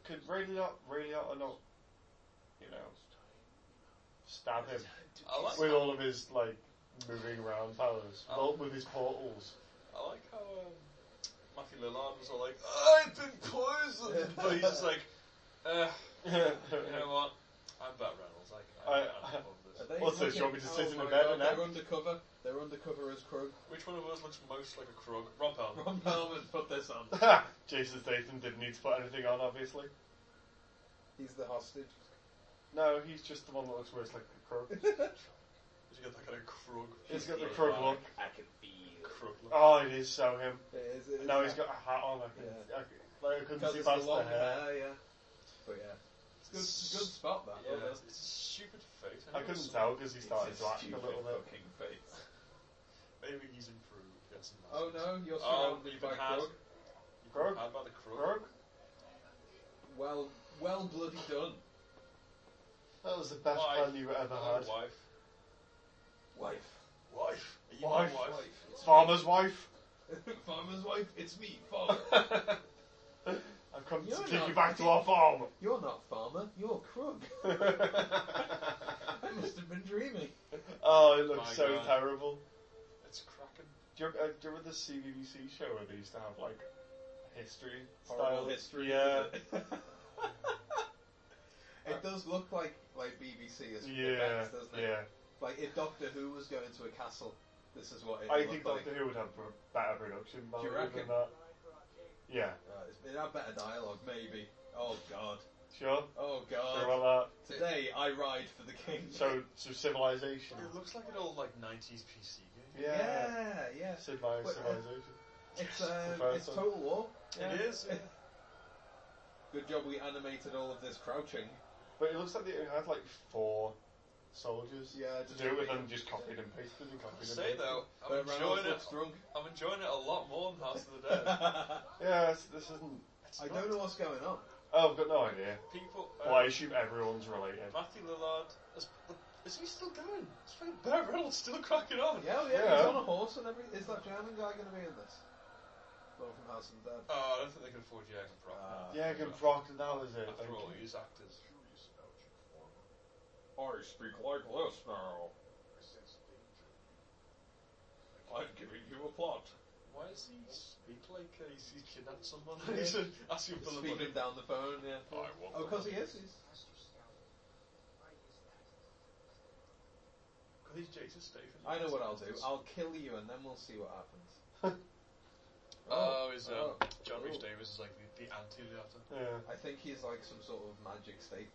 Speaker 1: Could Radio Out, Radio Out or not, you know, stab him
Speaker 3: I like,
Speaker 1: with all of his, like, moving around powers,
Speaker 3: Oh.
Speaker 1: with his portals.
Speaker 3: I like how um, Matthew Lillard was all like, I've been poisoned! But he's just like, eh, you know what? I'm Bat Reynolds. I, I,
Speaker 1: I-
Speaker 3: I'm above this.
Speaker 2: Are they
Speaker 1: Also, do you
Speaker 2: fucking-
Speaker 1: want me to sit
Speaker 2: oh
Speaker 1: in the
Speaker 2: my
Speaker 1: bed
Speaker 2: God,
Speaker 1: and act?
Speaker 2: They're undercover. They're undercover as Krug.
Speaker 3: Which one of us looks most like a Krug? Rob Halman.
Speaker 2: Ron Perlman put this on.
Speaker 1: Jason Statham didn't need to put anything on, obviously.
Speaker 2: He's the hostage.
Speaker 1: No, he's just the one that looks worse like the crook.
Speaker 3: He's got that kind of Krug.
Speaker 1: He's got the crook look.
Speaker 7: I can feel.
Speaker 3: Krug look.
Speaker 1: Oh, it is so him.
Speaker 2: It is, it is
Speaker 1: Now
Speaker 2: that.
Speaker 1: he's got a hat on. I, can,
Speaker 2: Yeah.
Speaker 1: I, can- like, I couldn't
Speaker 2: Because
Speaker 1: see
Speaker 2: it's the
Speaker 1: past the
Speaker 2: long
Speaker 1: hair.
Speaker 2: hair, yeah. But yeah. It's good, good spot, that.
Speaker 3: Yeah,
Speaker 2: well done.
Speaker 3: it's a stupid face.
Speaker 1: I couldn't tell because he started
Speaker 2: It's
Speaker 1: to act a
Speaker 2: stupid
Speaker 1: little bit.
Speaker 2: fucking face.
Speaker 3: Maybe he's improved. Yes, he
Speaker 2: Oh
Speaker 3: must.
Speaker 2: no, you're
Speaker 3: Oh,
Speaker 2: surrounded
Speaker 3: you've been
Speaker 2: by
Speaker 3: had.
Speaker 2: Krug.
Speaker 3: You've
Speaker 1: Krug?
Speaker 3: been had by the Krug.
Speaker 1: Rogue?
Speaker 2: Well, well bloody done.
Speaker 1: That was the best
Speaker 3: Why?
Speaker 1: plan you ever
Speaker 3: Hello,
Speaker 1: had.
Speaker 3: wife.
Speaker 2: Wife.
Speaker 3: Wife. Are you
Speaker 1: Wife.
Speaker 3: my wife?
Speaker 2: It's
Speaker 1: Farmer's wife.
Speaker 2: me. Farmer's wife, it's me, farmer.
Speaker 1: I've come
Speaker 2: You're
Speaker 1: to take
Speaker 2: not-
Speaker 1: you back to our farm.
Speaker 2: you're not farmer, you're Krug. I must have been dreaming.
Speaker 1: oh, it looks
Speaker 3: My
Speaker 1: so
Speaker 3: God.
Speaker 1: terrible.
Speaker 3: It's cracking.
Speaker 1: Do you, uh, do you remember the CBBC show where they used to have like history
Speaker 2: Horrible
Speaker 1: style
Speaker 2: history,
Speaker 1: Yeah,
Speaker 2: It does look like like BBC is
Speaker 1: yeah,
Speaker 2: effects, doesn't it?
Speaker 1: yeah.
Speaker 2: Like if Doctor Who was going to a castle, this is what it
Speaker 1: I
Speaker 2: looked
Speaker 1: think
Speaker 2: like.
Speaker 1: Doctor Who would have pro- better production value
Speaker 2: reckon?
Speaker 1: than that. Yeah,
Speaker 2: Uh, it's- it had better dialogue, maybe. Oh god.
Speaker 1: sure.
Speaker 2: Oh
Speaker 1: Sure
Speaker 2: god.
Speaker 1: about
Speaker 2: Today I ride for the king.
Speaker 1: that. So, so civilization.
Speaker 3: It looks like an old like '90s PC game.
Speaker 1: Yeah.
Speaker 2: yeah, yes.
Speaker 1: Sid Meier's
Speaker 2: But, uh,
Speaker 1: civilization.
Speaker 2: It's um,
Speaker 1: Prefer
Speaker 2: it's
Speaker 1: some.
Speaker 2: Total War.
Speaker 3: It is.
Speaker 2: Good job we animated all of this crouching.
Speaker 1: But it looks like they had like four soldiers.
Speaker 2: Yeah,
Speaker 1: To do it with and just copied and pasted and
Speaker 3: I
Speaker 1: copied and
Speaker 3: say
Speaker 1: pasted.
Speaker 3: though, I'm
Speaker 2: But Reynolds
Speaker 3: enjoying it.
Speaker 2: looks drunk.
Speaker 3: I'm enjoying it a lot more than House of the Dead.
Speaker 2: I
Speaker 1: Yeah, it's, this isn't.
Speaker 3: It's
Speaker 2: don't
Speaker 3: not-
Speaker 2: know what's going on.
Speaker 1: Oh, I've got no idea.
Speaker 3: People. Uh,
Speaker 1: Well, I assume everyone's related.
Speaker 3: Matthew Lillard. Is, is he still going? It's fucking Burt Reynolds still cracking on.
Speaker 2: Yeah, yeah,
Speaker 1: Yeah.
Speaker 2: he's on a horse and everything. Is that German guy going to be in this? Well, from House of the Dead.
Speaker 3: Oh, I don't think they can afford Jürgen Propp.
Speaker 2: Ah.
Speaker 1: Yeah, good Brock and that was it.
Speaker 3: After all, he's actors.
Speaker 7: I speak like this now. I'm giving you a plot.
Speaker 3: Why does he speak like uh, he's, he's kidnapped someone? he's uh, asking for the money.
Speaker 2: Speaking down the phone, yeah.
Speaker 7: I want
Speaker 2: Oh, because he is. He's,
Speaker 3: Because he's Jason Statham.
Speaker 2: I know what I'll do. I'll kill you and then we'll see what happens.
Speaker 7: Uh,
Speaker 3: Oh, is
Speaker 2: oh.
Speaker 3: um, John Rhys
Speaker 2: Oh.
Speaker 3: Davis is like the, the anti Leato.
Speaker 1: Yeah.
Speaker 2: I think he's like some sort of magic Statham.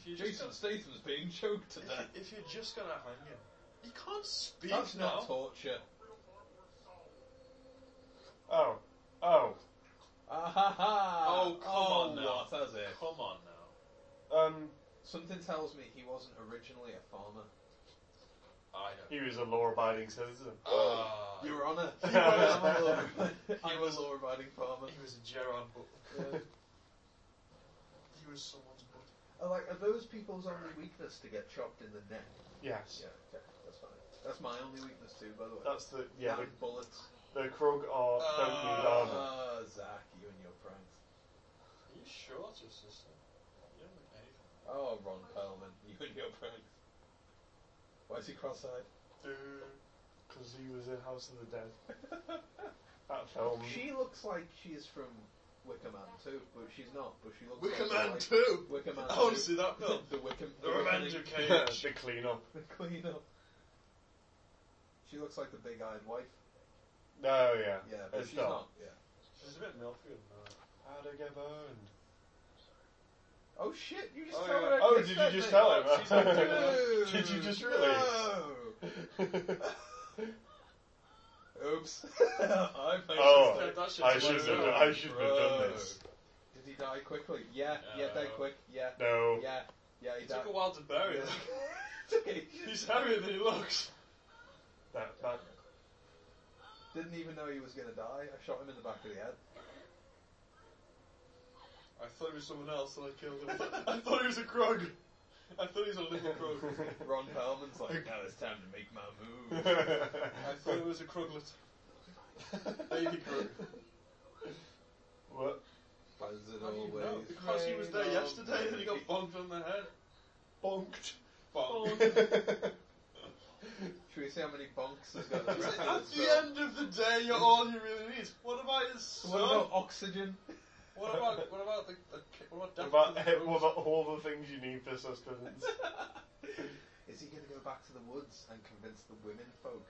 Speaker 3: If you're just
Speaker 2: Jason Statham's being choked to
Speaker 3: gonna,
Speaker 2: death.
Speaker 3: if, if you're just gonna hang him, he can't speak
Speaker 2: That's
Speaker 3: now.
Speaker 2: not torture.
Speaker 1: Oh. Oh.
Speaker 2: Ah, ha, ha.
Speaker 3: Oh, come on now.
Speaker 2: What, has it?
Speaker 3: Come on now.
Speaker 1: Um.
Speaker 2: Something tells me he wasn't originally a farmer.
Speaker 3: I
Speaker 2: Oh.
Speaker 3: don't.
Speaker 1: He was a law-abiding citizen.
Speaker 3: Ah,
Speaker 2: Your Honour.
Speaker 1: He
Speaker 2: I'm
Speaker 1: was-
Speaker 2: a law-abiding farmer.
Speaker 3: he was a Gerard Butler.
Speaker 2: Yeah.
Speaker 3: He was someone's butt.
Speaker 2: Are, like, are those people's only weakness to get chopped in the neck?
Speaker 1: Yes.
Speaker 2: okay, that's fine. That's my only weakness too, by the way.
Speaker 1: That's the yeah. Um,
Speaker 2: Nine bullets.
Speaker 1: The, the Krog are don't need armor.
Speaker 2: Ah, Zach, you and your friends.
Speaker 3: Are you sure it's your sister? You don't look anything.
Speaker 2: Oh, Ron Perlman, you and your friends. Why is he cross-eyed?
Speaker 1: Because he was in House of the Dead. That film.
Speaker 2: She looks like she's from Wicker Man too, but she's not. But she looks.
Speaker 3: Wicker
Speaker 2: like
Speaker 3: Man
Speaker 2: like
Speaker 3: 2!
Speaker 2: Wicker Man.
Speaker 3: I want to
Speaker 2: 2.
Speaker 3: see that film.
Speaker 2: the Wickham.
Speaker 3: The Revenge of Cage.
Speaker 1: the cleanup.
Speaker 2: The clean up. She looks like the big-eyed wife.
Speaker 1: No, yeah.
Speaker 2: Yeah, but
Speaker 1: It's
Speaker 2: she's
Speaker 1: not.
Speaker 2: not. Yeah.
Speaker 3: She's a bit milky and uh, that.
Speaker 1: How'd I get burned?
Speaker 2: Oh shit! You just
Speaker 3: Oh,
Speaker 2: tell
Speaker 3: yeah.
Speaker 2: her I
Speaker 1: Oh,
Speaker 2: kissed
Speaker 1: did
Speaker 2: that
Speaker 1: you just
Speaker 2: thing.
Speaker 1: tell him?
Speaker 3: She's like,
Speaker 2: Dude,
Speaker 1: Did you just
Speaker 2: No.
Speaker 1: really?
Speaker 2: Oops. I made a
Speaker 1: Oh,
Speaker 2: mistake.
Speaker 3: that shit's
Speaker 1: I should have
Speaker 3: blown
Speaker 1: done,
Speaker 3: up.
Speaker 1: I should have done
Speaker 2: Bro.
Speaker 1: this.
Speaker 2: Did he die quickly? Yeah, yeah,
Speaker 3: No.
Speaker 2: dead quick. Yeah,
Speaker 1: No.
Speaker 2: yeah, yeah. He
Speaker 3: It
Speaker 2: died.
Speaker 3: took a while to bury him. He's heavier than he looks.
Speaker 1: That, that,
Speaker 2: Didn't even know he was gonna die. I shot him in the back of the head.
Speaker 3: I thought he was someone else and I killed him. I thought he was a Krug. I thought he was a little Krug.
Speaker 2: Ron Perlman's like, now it's time to make my move.
Speaker 3: I thought it was a Kruglet. Baby Krug.
Speaker 1: what?
Speaker 2: As it
Speaker 3: How do you
Speaker 2: always
Speaker 3: know? Because he was there
Speaker 2: rains
Speaker 3: yesterday and he got
Speaker 2: on
Speaker 3: bonked on the head.
Speaker 1: Bonked.
Speaker 3: Bonk.
Speaker 2: Should we see how many bonks has got the
Speaker 3: Is
Speaker 2: rest
Speaker 3: it
Speaker 2: of
Speaker 3: At
Speaker 2: this
Speaker 3: the
Speaker 2: film?
Speaker 3: end of the day, you're all you really need. What about his son?
Speaker 2: What about oxygen?
Speaker 3: What about what about the, the ki- what
Speaker 1: What
Speaker 3: about,
Speaker 1: about,
Speaker 3: Daphne?
Speaker 1: what about all the things you need for sustenance?
Speaker 2: Is he going to go back to the woods and convince the women folk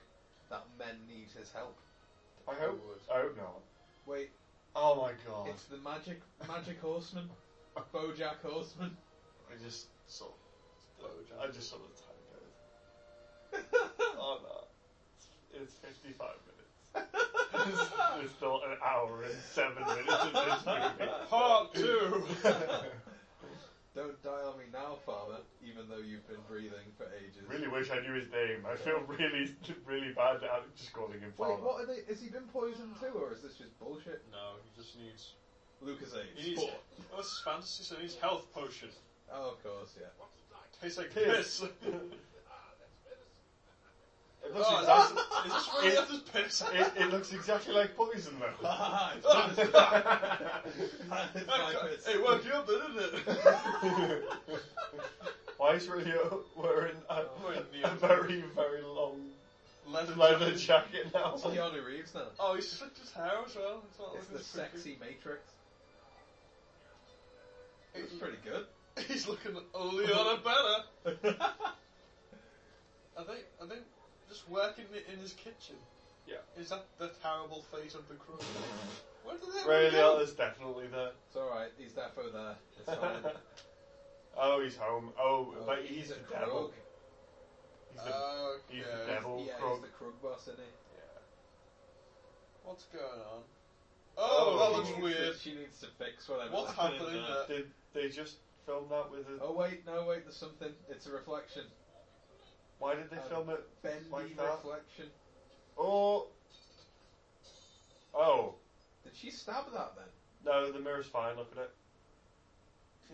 Speaker 2: that men need his help?
Speaker 1: I hope. I hope not.
Speaker 2: Wait,
Speaker 1: Oh my god.
Speaker 2: it's the magic magic horseman, BoJack Horseman.
Speaker 1: I just sort of, I
Speaker 3: Blowjob.
Speaker 1: just sort of typed it. oh no. It's 55 minutes. It's- It's still an hour and seven minutes of this movie.
Speaker 3: Part two.
Speaker 2: Don't die on me now, Farmer. Even though you've been breathing for ages.
Speaker 1: really wish I knew his name. I feel really, really bad that I'm just calling him
Speaker 2: Wait,
Speaker 1: Farmer.
Speaker 2: what are they? Has he been poisoned too, or is this just bullshit?
Speaker 3: no, he just needs.
Speaker 2: Lucas
Speaker 3: He
Speaker 2: Age.
Speaker 3: needs. Oh, this is fantasy, so he needs health potion.
Speaker 2: Oh, of course, yeah.
Speaker 3: Tastes like piss.
Speaker 1: Ah, It looks,
Speaker 3: oh,
Speaker 1: exact-
Speaker 3: is this really
Speaker 1: It-
Speaker 3: just his piss?
Speaker 1: it, it looks exactly like poison though.
Speaker 2: It's my piss.
Speaker 3: it woke you up, didn't it?
Speaker 1: Why is Rio wearing a,
Speaker 3: We're in the
Speaker 1: a very, very long
Speaker 3: leather
Speaker 1: leather
Speaker 3: jacket.
Speaker 1: jacket now?
Speaker 2: It's Keanu Reeves now.
Speaker 3: Oh, he's flipped his hair as well. It's not
Speaker 2: It's
Speaker 3: looking
Speaker 2: the
Speaker 3: as freaky.
Speaker 2: sexy Matrix. It was pretty good.
Speaker 3: He's looking only on a better. Are they? Are they just working i- in his kitchen?
Speaker 1: Yeah.
Speaker 3: Is that the terrible fate of the crew? Where did they
Speaker 1: Ray
Speaker 3: all go?
Speaker 1: Liotta's definitely there.
Speaker 2: It's alright. He's defo there. It's fine.
Speaker 1: oh, he's home. Oh,
Speaker 2: Oh,
Speaker 1: but he's, the devil.
Speaker 2: Krug.
Speaker 1: He's the,
Speaker 3: Oh,
Speaker 1: he's the
Speaker 3: okay.
Speaker 1: devil
Speaker 2: yeah,
Speaker 1: Krug.
Speaker 2: he's the Krug boss, isn't he?
Speaker 3: What's going on? Oh, that looks
Speaker 2: she needs to-
Speaker 3: weird.
Speaker 2: she needs to fix whatever.
Speaker 3: What's happening there?
Speaker 1: Did they just film that with a?
Speaker 2: Uh, Oh wait, no wait, there's something. It's a reflection.
Speaker 1: Why did they
Speaker 2: um,
Speaker 1: film it?
Speaker 2: Bendy
Speaker 1: Like that?
Speaker 2: reflection.
Speaker 1: Oh, oh
Speaker 2: Did she stab that then?
Speaker 1: no, the mirror's fine. Look at it.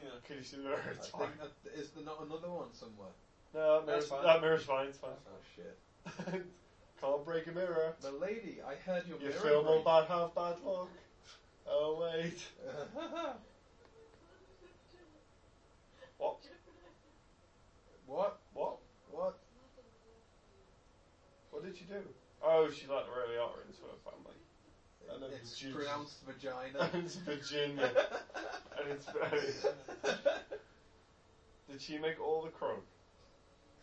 Speaker 3: Yeah.
Speaker 1: Can you see the mirror? It's
Speaker 2: I
Speaker 1: fine.
Speaker 2: think that is there not another one somewhere.
Speaker 1: No, that mirror's
Speaker 3: That's fine.
Speaker 1: That mirror's fine. It's
Speaker 2: Oh
Speaker 1: fine.
Speaker 2: shit.
Speaker 1: Can't break a mirror.
Speaker 2: The lady, I heard your
Speaker 1: You
Speaker 2: mirror.
Speaker 1: film on
Speaker 2: break.
Speaker 1: bad have bad luck. Oh wait, what?
Speaker 2: what?
Speaker 1: What?
Speaker 2: What?
Speaker 1: What did you do? Oh, she like really are into her family. I know
Speaker 2: It's
Speaker 1: Jesus.
Speaker 2: pronounced vagina.
Speaker 1: and it's Virginia. and it's Did she make all the crow?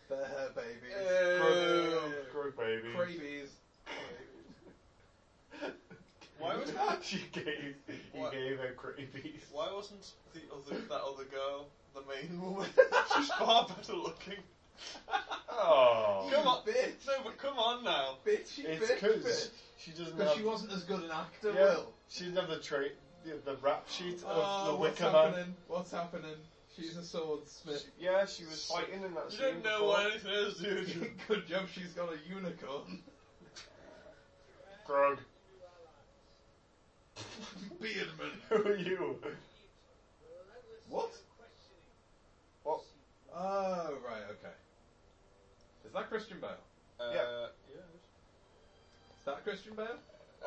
Speaker 2: They're her babies.
Speaker 1: Crow,
Speaker 3: Ew.
Speaker 1: crow baby.
Speaker 2: Crabies.
Speaker 3: Why was that?
Speaker 1: she gave he
Speaker 3: What?
Speaker 1: gave her creepies.
Speaker 3: Why wasn't the other that other girl the main woman? She's far better looking.
Speaker 1: Oh,
Speaker 3: Come on.
Speaker 2: bitch.
Speaker 3: No, but come on now.
Speaker 2: Bitchy
Speaker 1: it's
Speaker 2: bitch.
Speaker 1: because
Speaker 2: bitch.
Speaker 1: she doesn't
Speaker 2: Because
Speaker 1: have.
Speaker 2: she wasn't as good an actor,
Speaker 1: Yeah.
Speaker 2: Will.
Speaker 1: She didn't have the trait, the, the rap sheet of
Speaker 2: Oh,
Speaker 1: the
Speaker 2: what's
Speaker 1: Wicker Man.
Speaker 2: happening? What's happening? She's a swordsmith.
Speaker 1: She- yeah, she was fighting in that
Speaker 3: You
Speaker 1: scene.
Speaker 3: don't know
Speaker 1: before.
Speaker 3: what anything is, dude.
Speaker 2: good job she's got a unicorn.
Speaker 1: Grog,
Speaker 2: Beardman.
Speaker 1: who are you?
Speaker 2: What?
Speaker 1: What?
Speaker 2: Oh, right, okay. Is that Christian Bale?
Speaker 3: Uh,
Speaker 1: Yeah.
Speaker 3: yeah.
Speaker 2: Is that Christian Bale?
Speaker 3: That's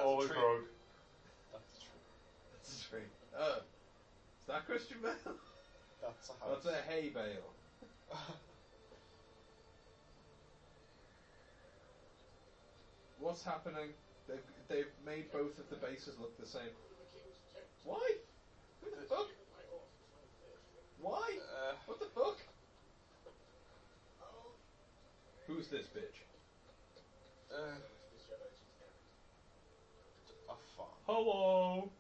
Speaker 1: Oh,
Speaker 3: a treat.
Speaker 1: Grog.
Speaker 3: That's a treat.
Speaker 2: That's right. Oh. Is that Christian Bale?
Speaker 3: That's a house.
Speaker 2: That's a hay bale.
Speaker 3: Uh,
Speaker 2: What's happening? They've, they've made both of the bases look the same. Why? Who the fuck? Why?
Speaker 3: Uh,
Speaker 2: What the fuck? Who's this bitch?
Speaker 3: uh, oh, fuck.
Speaker 2: Hello.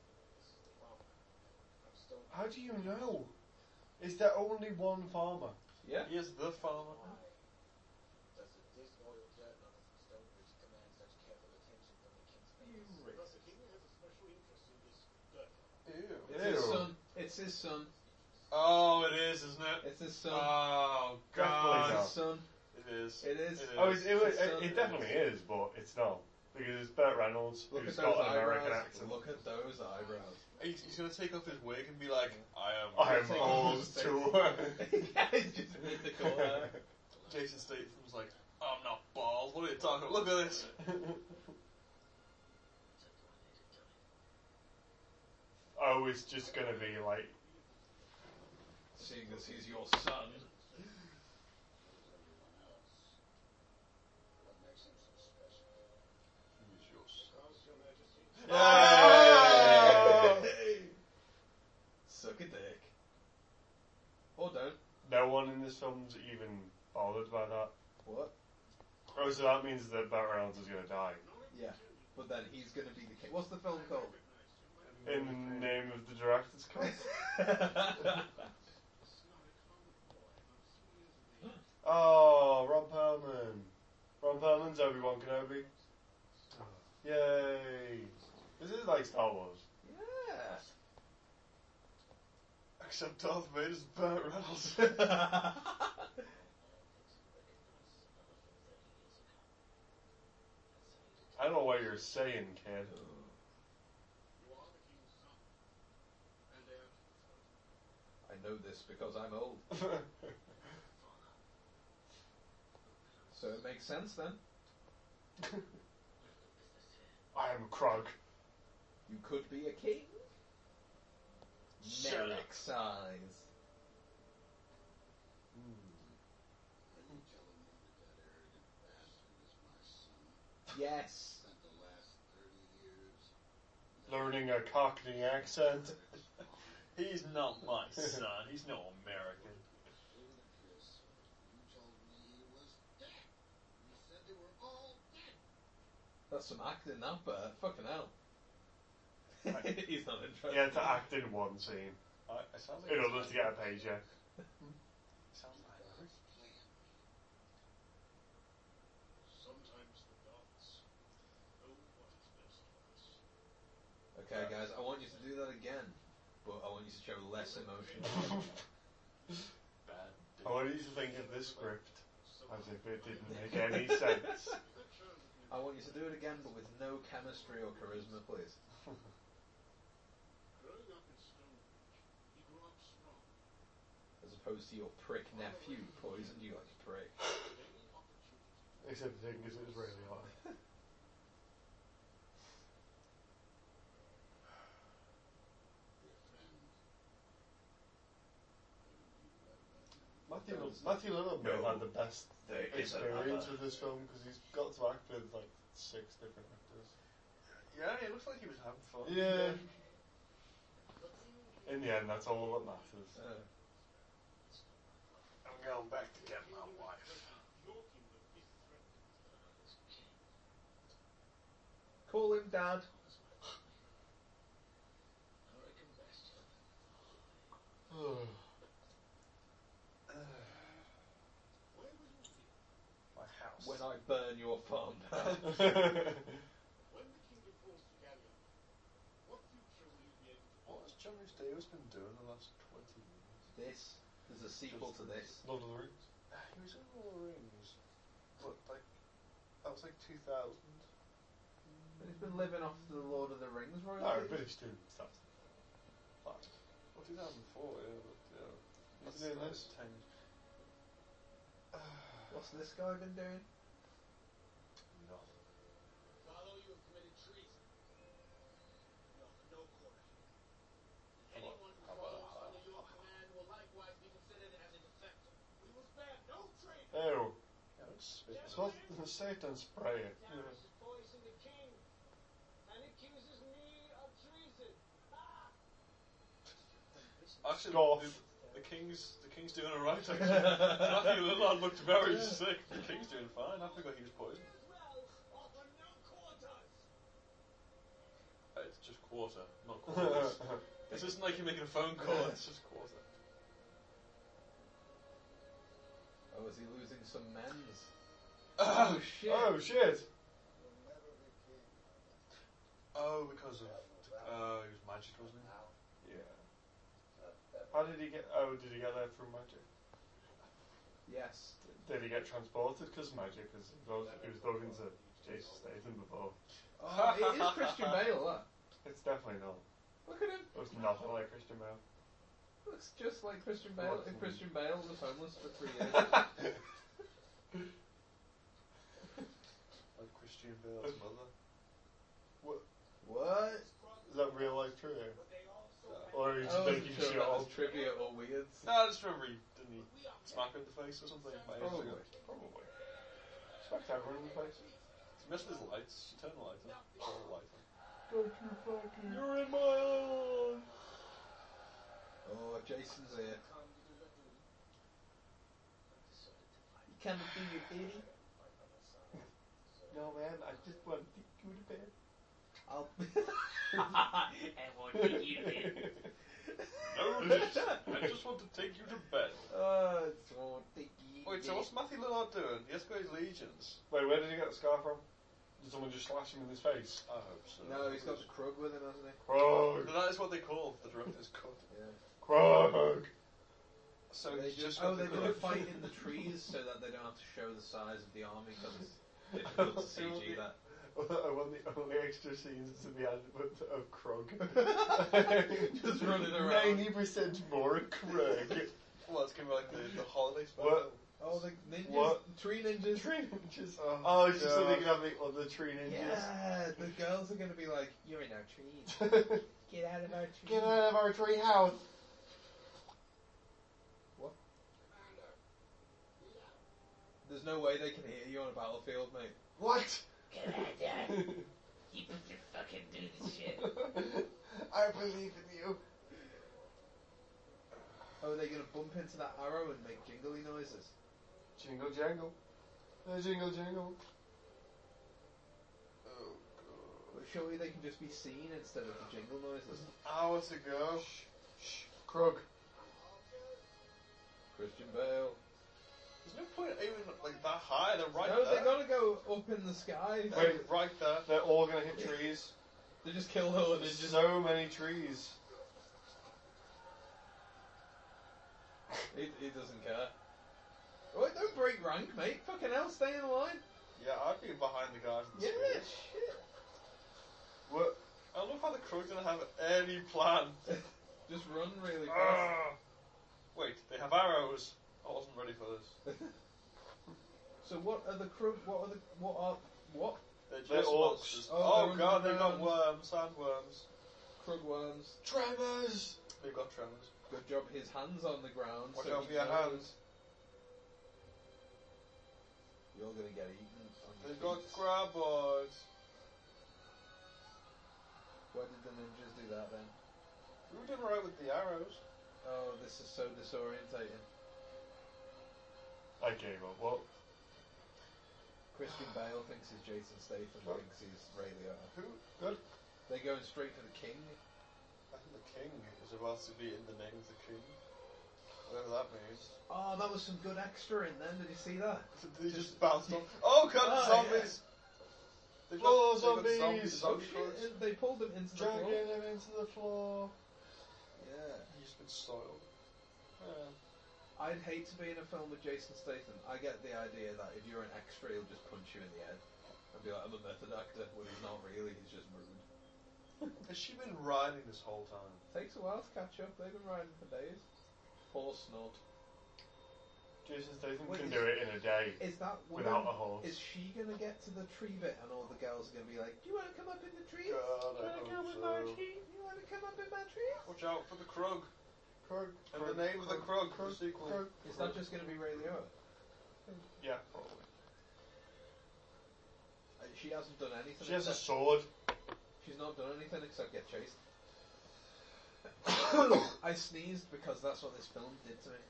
Speaker 1: How do you know? Is there only one farmer?
Speaker 2: Yeah.
Speaker 3: He is the farmer. Ew.
Speaker 2: It's his
Speaker 1: Ew.
Speaker 2: son. It's his son.
Speaker 3: Oh, it is, isn't it?
Speaker 2: It's his son.
Speaker 3: Oh,
Speaker 1: Definitely
Speaker 3: God.
Speaker 1: not.
Speaker 2: It's his son.
Speaker 3: It is.
Speaker 2: It is.
Speaker 3: It
Speaker 1: Oh, it's, it, was-
Speaker 2: It's
Speaker 1: it,
Speaker 2: not.
Speaker 1: it definitely is, but it's not. Because it's Burt Reynolds,
Speaker 2: Look
Speaker 1: who's
Speaker 2: at those
Speaker 1: got an
Speaker 2: eyebrows.
Speaker 1: American accent.
Speaker 2: Look at those eyebrows.
Speaker 3: He's, he's gonna take off his wig and be like, I am.
Speaker 1: I
Speaker 2: Take
Speaker 1: am
Speaker 2: off
Speaker 1: old
Speaker 2: his
Speaker 1: too.
Speaker 2: yeah, it's just mythical. huh?
Speaker 3: Jason Statham's like, I'm not bald. What are you talking about? Look at this.
Speaker 1: uh, oh, it's just gonna be like,
Speaker 2: Seeing as he's your son.
Speaker 3: He's your son.
Speaker 1: Oh.
Speaker 2: Suck a dick. Or don't.
Speaker 1: no one in this film's even bothered by that.
Speaker 2: What?
Speaker 1: Oh, so that means that Burt Reynolds is gonna die.
Speaker 2: Yeah. But then he's going to be the king. What's the film called?
Speaker 1: In the name of the director's cut. Oh, Ron Perlman. Ron Perlman's Obi Wan Kenobi. Yay! This is like Star Wars.
Speaker 3: Except Darth Vader's Burt Reynolds.
Speaker 2: yeah.
Speaker 1: I don't know what you're saying, kid.
Speaker 2: I know this because I'm old. So it makes sense then.
Speaker 1: I am Krog.
Speaker 2: You could be a king.
Speaker 3: Shut
Speaker 2: Merrick size. Yes.
Speaker 1: Learning a Cockney accent.
Speaker 3: He's not my son. He's no American.
Speaker 2: That's some acting now, but uh, fucking hell. He's not interested.
Speaker 1: He had to act in one scene
Speaker 3: I, it sounds like
Speaker 1: in order to get a paycheck.
Speaker 3: it sounds like
Speaker 2: Okay, guys, I want you to do that again, but I want you to show less emotion.
Speaker 3: bad.
Speaker 1: I wanted you to think of this script as if it didn't make any sense.
Speaker 2: I want you to do it again, but with no chemistry or charisma, please. As opposed to your prick nephew poisoned you like a prick.
Speaker 1: Except the thing is, it was really hot. Matthew, Matthew Lillard
Speaker 2: No.
Speaker 1: had the best experience with this film because he's got to act with like six different actors.
Speaker 3: Yeah, it looks like he was having fun.
Speaker 1: Yeah. In the end, that's all that matters.
Speaker 2: Uh,
Speaker 3: I'm going back to get my wife.
Speaker 2: call him dad.
Speaker 3: My house.
Speaker 2: When I burn your farm down.
Speaker 3: What has John Rhys Davis been doing the last 20 years?
Speaker 2: this, there's a sequel to this.
Speaker 1: Lord of the Rings.
Speaker 3: He was in Lord of the Rings. But, like, that was like 2000.
Speaker 2: And he's been living off the Lord of the Rings
Speaker 1: No,
Speaker 2: royalties.
Speaker 1: British student stuff.
Speaker 3: Or 2004, yeah. But, yeah.
Speaker 1: What's
Speaker 3: That's-
Speaker 1: he doing
Speaker 3: that's 10.
Speaker 2: What's this guy been doing?
Speaker 3: Nothing. How about that?
Speaker 1: Oh,
Speaker 3: Yeah, that's spit.
Speaker 1: it's not the Satan spray.
Speaker 5: Ah!
Speaker 3: Actually,
Speaker 1: Golf.
Speaker 3: The, the king's the king's doing alright. Actually, Matthew Lillard looked very sick. The king's doing fine. I forgot he was poisoned. Uh, It's just quarter, not
Speaker 1: Oh,
Speaker 3: quarters. this isn't like you're making a phone call. It's just quarter.
Speaker 2: Oh, is he losing some men's?
Speaker 3: Oh,
Speaker 2: shit!
Speaker 1: Oh shit!
Speaker 3: oh because of uh, he was magic, wasn't he?
Speaker 1: Yeah. How did he get? Oh, did he get there through magic?
Speaker 2: Yes.
Speaker 1: Did he get transported? Because magic is he was, he was talking to Jason Statham before.
Speaker 2: Oh, it is Christian Bale, that.
Speaker 1: It's definitely not.
Speaker 2: Look at him.
Speaker 1: It looks nothing like Christian Bale.
Speaker 2: Looks just like Christian Bale.
Speaker 1: Lots
Speaker 2: If
Speaker 1: of-
Speaker 2: Christian Bale was homeless for three years.
Speaker 3: Like Christian Bale's mother.
Speaker 2: what?
Speaker 1: Is that real life true? Or are you just
Speaker 2: I wasn't
Speaker 1: making
Speaker 2: sure
Speaker 1: shit
Speaker 2: that was
Speaker 1: up?
Speaker 2: Oh, trivia or weirds.
Speaker 3: No, I just remember he didn't he smack her in the face or something. By
Speaker 2: Probably.
Speaker 3: accident.
Speaker 1: Probably. Smacked everyone in the face.
Speaker 3: She missed his lights. She turned the light on. Turned the light on.
Speaker 1: Don't you fucking.
Speaker 3: You're in my island.
Speaker 2: Oh, Jason's here. You can't be your baby.
Speaker 1: No, man, I just want to take you to bed.
Speaker 2: I'll.
Speaker 1: I want to you to bed.
Speaker 3: No, just, I just want to take you to bed.
Speaker 2: oh, it's all dicky.
Speaker 3: Wait, so what's Matthew Lillard doing? He has got his legions.
Speaker 1: Wait, where did he get the scar from? Did someone just slash him in his face?
Speaker 3: I hope so.
Speaker 2: No, he's got the Krug with him, hasn't he?
Speaker 1: Krog!
Speaker 3: But that is what they call the director's cut.
Speaker 2: Yeah.
Speaker 1: Krog!
Speaker 3: So
Speaker 2: They
Speaker 3: he's just
Speaker 2: just, oh,
Speaker 3: got the
Speaker 2: they're going to
Speaker 3: Krug.
Speaker 2: fight in the trees so that they don't have to show the size of the army because it's difficult to
Speaker 1: It will be-
Speaker 2: CG that.
Speaker 1: I want the only extra scenes to be added of Krog.
Speaker 2: Just running around.
Speaker 1: 90% more of Krog.
Speaker 3: Well, it's gonna be like the, the holiday special.
Speaker 1: What?
Speaker 2: Oh, the ninjas,
Speaker 1: What?
Speaker 2: tree ninjas.
Speaker 1: Tree ninjas.
Speaker 2: Oh,
Speaker 1: Oh, it's just so they
Speaker 2: God.
Speaker 1: can have the other tree ninjas.
Speaker 2: Yeah, the girls are going to be like, "You're in our tree. Get out of our tree."
Speaker 1: Get out of our tree house!
Speaker 2: There's no way they can hear you on a battlefield, mate.
Speaker 1: What?
Speaker 6: Come on, Dad. You can fucking do this shit.
Speaker 1: I believe in you.
Speaker 2: Oh, are they going to bump into that arrow and make jingly noises?
Speaker 1: Jingle jangle. Uh, jingle jangle.
Speaker 3: Oh,
Speaker 2: Well, surely they can just be seen instead of the jingle noises.
Speaker 3: God. Hours ago.
Speaker 1: Shh. Krog.
Speaker 2: Christian Bale.
Speaker 3: There's no point aiming like that high. They're right
Speaker 2: no,
Speaker 3: there.
Speaker 2: they got to go up in the sky.
Speaker 3: They're
Speaker 1: Wait.
Speaker 3: right there.
Speaker 1: They're all gonna hit trees.
Speaker 2: They just kill her and
Speaker 1: There's
Speaker 2: just.
Speaker 1: so many trees.
Speaker 2: He, he doesn't care. Oh, don't break rank, mate. Fucking hell, stay in the line.
Speaker 3: Yeah, I'd be behind the guys. in the
Speaker 2: Yeah,
Speaker 3: street.
Speaker 2: shit.
Speaker 1: What?
Speaker 3: I don't know how the crew didn't have any plan.
Speaker 2: Just run really fast.
Speaker 3: Ah. Wait, they have arrows. I wasn't ready for this.
Speaker 2: so what are the crew? What are the what are what
Speaker 3: They're just
Speaker 1: They're orcs.
Speaker 3: monsters.
Speaker 2: Oh,
Speaker 3: Oh,
Speaker 2: they're
Speaker 3: god, they've got
Speaker 2: underground.
Speaker 3: worms, sandworms.
Speaker 2: Krugworms?
Speaker 1: Tremors!
Speaker 3: They've got tremors.
Speaker 2: Good job. His hands on the ground.
Speaker 3: Watch
Speaker 2: so
Speaker 3: out
Speaker 2: he
Speaker 3: for your
Speaker 2: knows.
Speaker 3: hands.
Speaker 2: You're gonna get eaten. on your
Speaker 3: They've got
Speaker 2: feet.
Speaker 3: graboids.
Speaker 2: Why did the ninjas do that then?
Speaker 3: We were doing right with the arrows.
Speaker 2: Oh, this is so disorientating.
Speaker 1: I gave up. What?
Speaker 2: Christian Bale thinks he's Jason Statham.
Speaker 1: What?
Speaker 2: Thinks he's Ray Liotta.
Speaker 3: Who?
Speaker 2: They're going straight for the king.
Speaker 3: I think the king is about to be in the name of the king. Whatever that means.
Speaker 2: Oh, that was some good extra in them. Did you see that?
Speaker 3: They just bounced off. Oh god,
Speaker 2: Oh,
Speaker 3: zombies! They've got-
Speaker 1: Oh,
Speaker 3: they've got
Speaker 1: zombies!
Speaker 2: Oh
Speaker 3: zombie
Speaker 2: shit!
Speaker 3: corpses.
Speaker 2: and They pulled him into the
Speaker 1: Dragging
Speaker 2: floor.
Speaker 1: him into the floor.
Speaker 2: Yeah.
Speaker 3: He's been soiled. Yeah.
Speaker 2: I'd hate to be in a film with Jason Statham. I get the idea that if you're an extra, he'll just punch you in the head and be like, "I'm a method actor," when he's not really. He's just rude.
Speaker 3: Has she been riding this whole time?
Speaker 2: Takes a while to catch up. They've been riding for days. Horse snort.
Speaker 1: Jason Statham
Speaker 2: Wait,
Speaker 1: can
Speaker 2: is-
Speaker 1: do it in a day
Speaker 2: Is that woman?
Speaker 1: without a horse.
Speaker 2: Is she gonna get to the tree bit and all the girls are gonna be like, "Do you want to come up in the tree?
Speaker 3: God,
Speaker 2: Do you
Speaker 3: I
Speaker 2: want to come
Speaker 3: hope
Speaker 2: in my
Speaker 3: so.
Speaker 2: tree? Do you want to come up in my tree?"
Speaker 3: Watch out for the Krug.
Speaker 1: Krog.
Speaker 3: And the name of the Krug, the sequel.
Speaker 2: Is that just gonna be Ray Liotta?
Speaker 1: Yeah,
Speaker 2: Oh,
Speaker 1: probably.
Speaker 2: Uh, She hasn't done anything.
Speaker 1: She has a
Speaker 2: except-
Speaker 1: sword.
Speaker 2: She's not done anything except get chased. I sneezed because that's what this film did to me.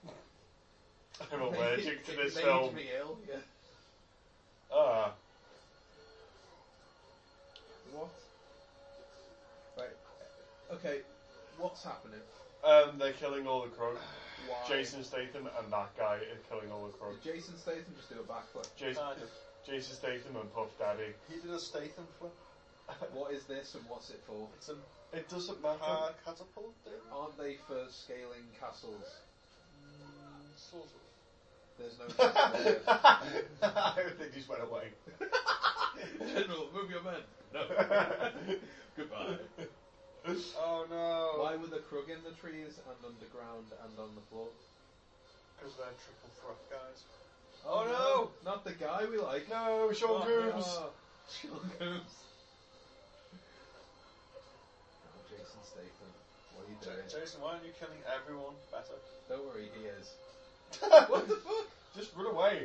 Speaker 1: I'm allergic to
Speaker 2: It
Speaker 1: this
Speaker 2: made
Speaker 1: film.
Speaker 2: me ill. Yeah.
Speaker 1: Ah.
Speaker 2: What? Right. Okay. What's happening?
Speaker 1: Um, they're killing all the Krog.
Speaker 2: Why?
Speaker 1: Jason Statham and that guy are killing all the Krog.
Speaker 2: Did Jason Statham just do a backflip?
Speaker 1: Jason,
Speaker 3: Kind of.
Speaker 1: Jason Statham and Puff Daddy.
Speaker 3: He did a Statham flip.
Speaker 2: What is this and what's it for?
Speaker 3: It's a
Speaker 1: It doesn't matter.
Speaker 3: uh, catapult thing?
Speaker 2: Aren't they for scaling castles?
Speaker 3: Mm, sort of.
Speaker 2: There's no.
Speaker 1: I think he just went away.
Speaker 7: No. Goodbye.
Speaker 3: Oh no.
Speaker 2: Why were the Krug in the trees and underground and on the floor?
Speaker 3: Because they're triple threat guys.
Speaker 2: Oh,
Speaker 3: no!
Speaker 2: Not the guy we like.
Speaker 1: No, Sean
Speaker 2: Oh,
Speaker 1: Coombs.
Speaker 2: no. Sean Coombs. Oh, Jason Statham. What are you
Speaker 3: Ja-
Speaker 2: doing?
Speaker 3: Jason, why aren't you killing everyone better?
Speaker 2: Don't worry, he is.
Speaker 1: What?
Speaker 2: What the fuck?
Speaker 1: Just run away.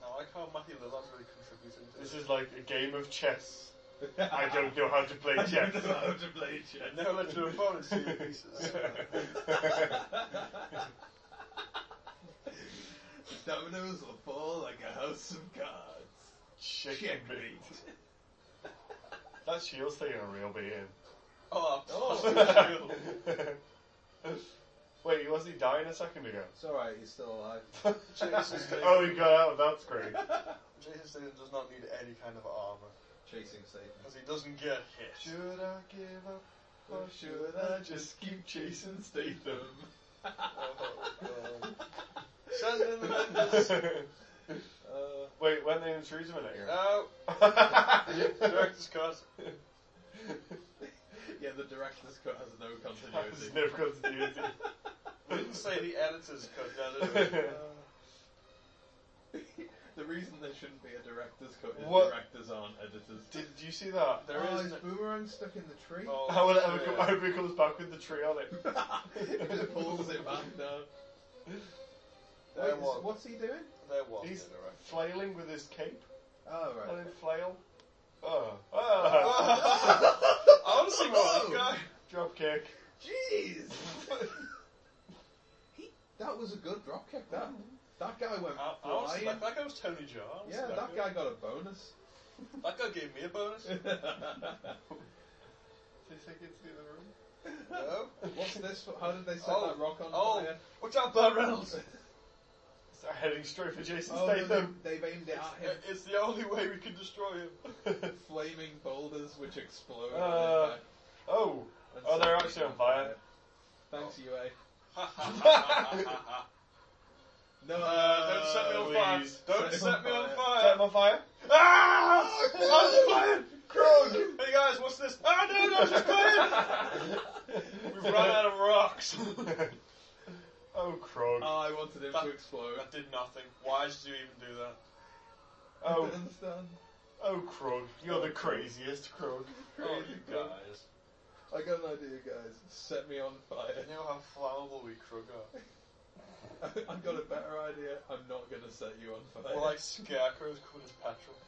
Speaker 3: No, I can't Matthew Lillard's really contributing to
Speaker 1: This is like a game of chess. I don't know how to play chess.
Speaker 7: Don't know how to play chess.
Speaker 3: No, let your opponents do your pieces.
Speaker 2: Dominoes will fall like a house of cards.
Speaker 1: Chicken meat. That shield's taking a real beating.
Speaker 3: Oh,
Speaker 2: Oh.
Speaker 1: Wait, was he dying a second ago?
Speaker 2: It's alright, he's still alive.
Speaker 3: Jesus Christ.
Speaker 1: oh, he got out. That's great.
Speaker 3: Jason Statham does not need any kind of armor
Speaker 2: Chasing Statham.
Speaker 3: because he doesn't get hit.
Speaker 1: Should I give up?
Speaker 2: Or should I just
Speaker 1: keep chasing Statham?
Speaker 3: Oh, God. Send in the members.
Speaker 2: Uh,
Speaker 1: Wait, when they introduce him in it here?
Speaker 3: No, director's cut.
Speaker 2: yeah, the director's cut has no
Speaker 1: There's
Speaker 2: continuity.
Speaker 1: no continuity.
Speaker 3: We didn't say the editor's cut, now, did we?
Speaker 2: the reason there shouldn't be a director's cut is
Speaker 1: What?
Speaker 2: directors aren't editors.
Speaker 1: Did you see that?
Speaker 3: There
Speaker 2: oh,
Speaker 3: is
Speaker 2: his
Speaker 3: no-
Speaker 2: boomerang stuck in the tree.
Speaker 3: Oh,
Speaker 1: I would ever
Speaker 3: yeah.
Speaker 1: come, I hope he comes back with the tree on it.
Speaker 2: it pulls it back down.
Speaker 3: There
Speaker 2: Wait, is-
Speaker 3: was-
Speaker 2: what's he doing?
Speaker 3: There was
Speaker 1: He's
Speaker 3: no director.
Speaker 1: flailing with his cape.
Speaker 2: Oh,
Speaker 1: Let
Speaker 2: right.
Speaker 1: him flail. Oh. Oh.
Speaker 3: I want to see more of that guy.
Speaker 1: Drop kick.
Speaker 2: Jeez! He- that was a good drop kick, that. That guy went
Speaker 3: I, I want to see
Speaker 2: flying.
Speaker 3: that, that guy was Tony Jarr.
Speaker 2: Yeah, that guy got a bonus.
Speaker 3: That guy gave me a bonus.
Speaker 1: Did he take it to the other room?
Speaker 3: no.
Speaker 2: What's this? for- How did they set
Speaker 3: Oh,
Speaker 2: that rock on
Speaker 3: oh.
Speaker 2: fire?
Speaker 3: Watch out, Burt Reynolds.
Speaker 1: Start heading straight for Jason
Speaker 2: Oh, no,
Speaker 1: Statham.
Speaker 2: they, they've aimed it at him.
Speaker 3: It- It's the only way we can destroy him.
Speaker 2: Flaming boulders which explode.
Speaker 1: Uh,
Speaker 2: and
Speaker 1: oh.
Speaker 2: then-
Speaker 1: oh, they're actually on fire.
Speaker 2: Thanks,
Speaker 3: Oh.
Speaker 2: UA.
Speaker 3: Uh,
Speaker 2: No, uh,
Speaker 3: don't set me on fire.
Speaker 1: please.
Speaker 3: Don't
Speaker 2: Set
Speaker 3: set
Speaker 2: him
Speaker 3: me
Speaker 2: on
Speaker 3: on
Speaker 2: fire.
Speaker 1: Is that
Speaker 3: fire.
Speaker 1: on fire?
Speaker 3: Ah! I'm playing. Krog. Hey guys, what's this? Ah no, no, I'm just playing. We've run out of rocks.
Speaker 1: oh, Krog.
Speaker 2: Oh, I wanted him to explode.
Speaker 3: That did nothing. Why did you even do that?
Speaker 2: I
Speaker 1: Oh,
Speaker 2: don't understand.
Speaker 1: oh, Krog. You're the craziest Krog.
Speaker 3: Oh,
Speaker 2: Crazy
Speaker 3: you
Speaker 2: guy.
Speaker 3: guys.
Speaker 2: I got an idea, guys. Set me on fire.
Speaker 3: You know how flammable we Krug are.
Speaker 2: I've got a better idea. I'm not gonna set you on fire.
Speaker 3: We're like scarecrows covered in petrol.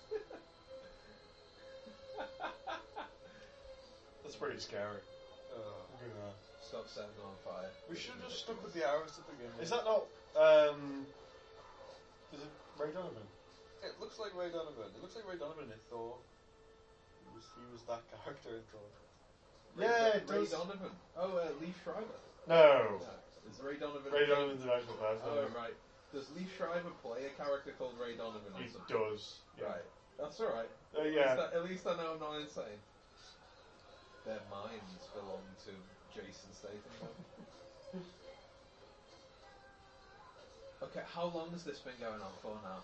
Speaker 1: That's pretty scary.
Speaker 2: Oh.
Speaker 3: Ugh.
Speaker 2: Stop setting on fire.
Speaker 3: We should have just stuck with the arrows to begin with.
Speaker 1: Is that not, um... Is it Ray Donovan?
Speaker 3: It looks like Ray Donovan. It looks like Ray Donovan in Thor. He was, he was that character in Thor.
Speaker 2: Ray
Speaker 1: Yeah,
Speaker 2: Don-
Speaker 1: it
Speaker 2: Ray
Speaker 1: does.
Speaker 2: Donovan. Oh, uh, Lee Schreiber.
Speaker 1: No.
Speaker 2: No, is Ray Donovan?
Speaker 1: Ray Donovan's an actual person.
Speaker 2: Oh right. Does Lee Schreiber play a character called Ray Donovan? Or
Speaker 1: He
Speaker 2: something?
Speaker 1: does. Yeah.
Speaker 2: Right. That's all right.
Speaker 1: Uh,
Speaker 2: At,
Speaker 1: yeah.
Speaker 2: least I, at least I know I'm not insane. Their minds belong to Jason Statham. though. okay, how long has this been going on for now?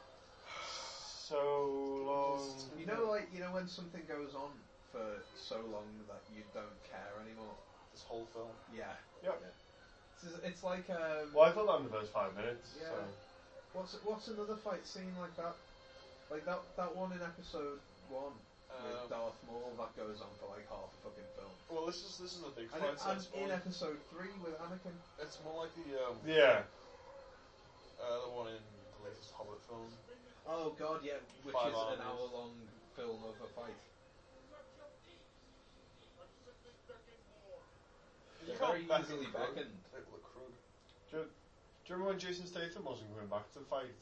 Speaker 1: So long.
Speaker 2: You know, like you know when something goes on for so long that you don't care anymore.
Speaker 3: This whole film.
Speaker 2: Yeah.
Speaker 1: Yep.
Speaker 2: Yeah. This is- It's like um,
Speaker 1: Well, I thought that in the first five minutes.
Speaker 2: Yeah.
Speaker 1: So.
Speaker 2: what's what's another fight scene like that? Like that that one in episode one
Speaker 3: Um,
Speaker 2: with Darth Maul that goes on for like half a fucking film.
Speaker 3: well, this is this is a big
Speaker 2: And,
Speaker 3: fight. so
Speaker 2: and
Speaker 3: it's,
Speaker 2: in
Speaker 3: more,
Speaker 2: episode three with Anakin.
Speaker 3: it's more like the um,
Speaker 1: Yeah.
Speaker 3: uh, the one in the latest Hobbit film.
Speaker 2: Oh god, yeah, which
Speaker 3: Five
Speaker 2: is
Speaker 3: armies.
Speaker 2: an hour long film of a fight.
Speaker 3: You
Speaker 2: They're
Speaker 3: can't
Speaker 2: very
Speaker 3: back
Speaker 2: easily
Speaker 3: Krug.
Speaker 2: beckoned.
Speaker 3: They look Krug.
Speaker 1: Do you remember when Jason Statham wasn't going back to the fight?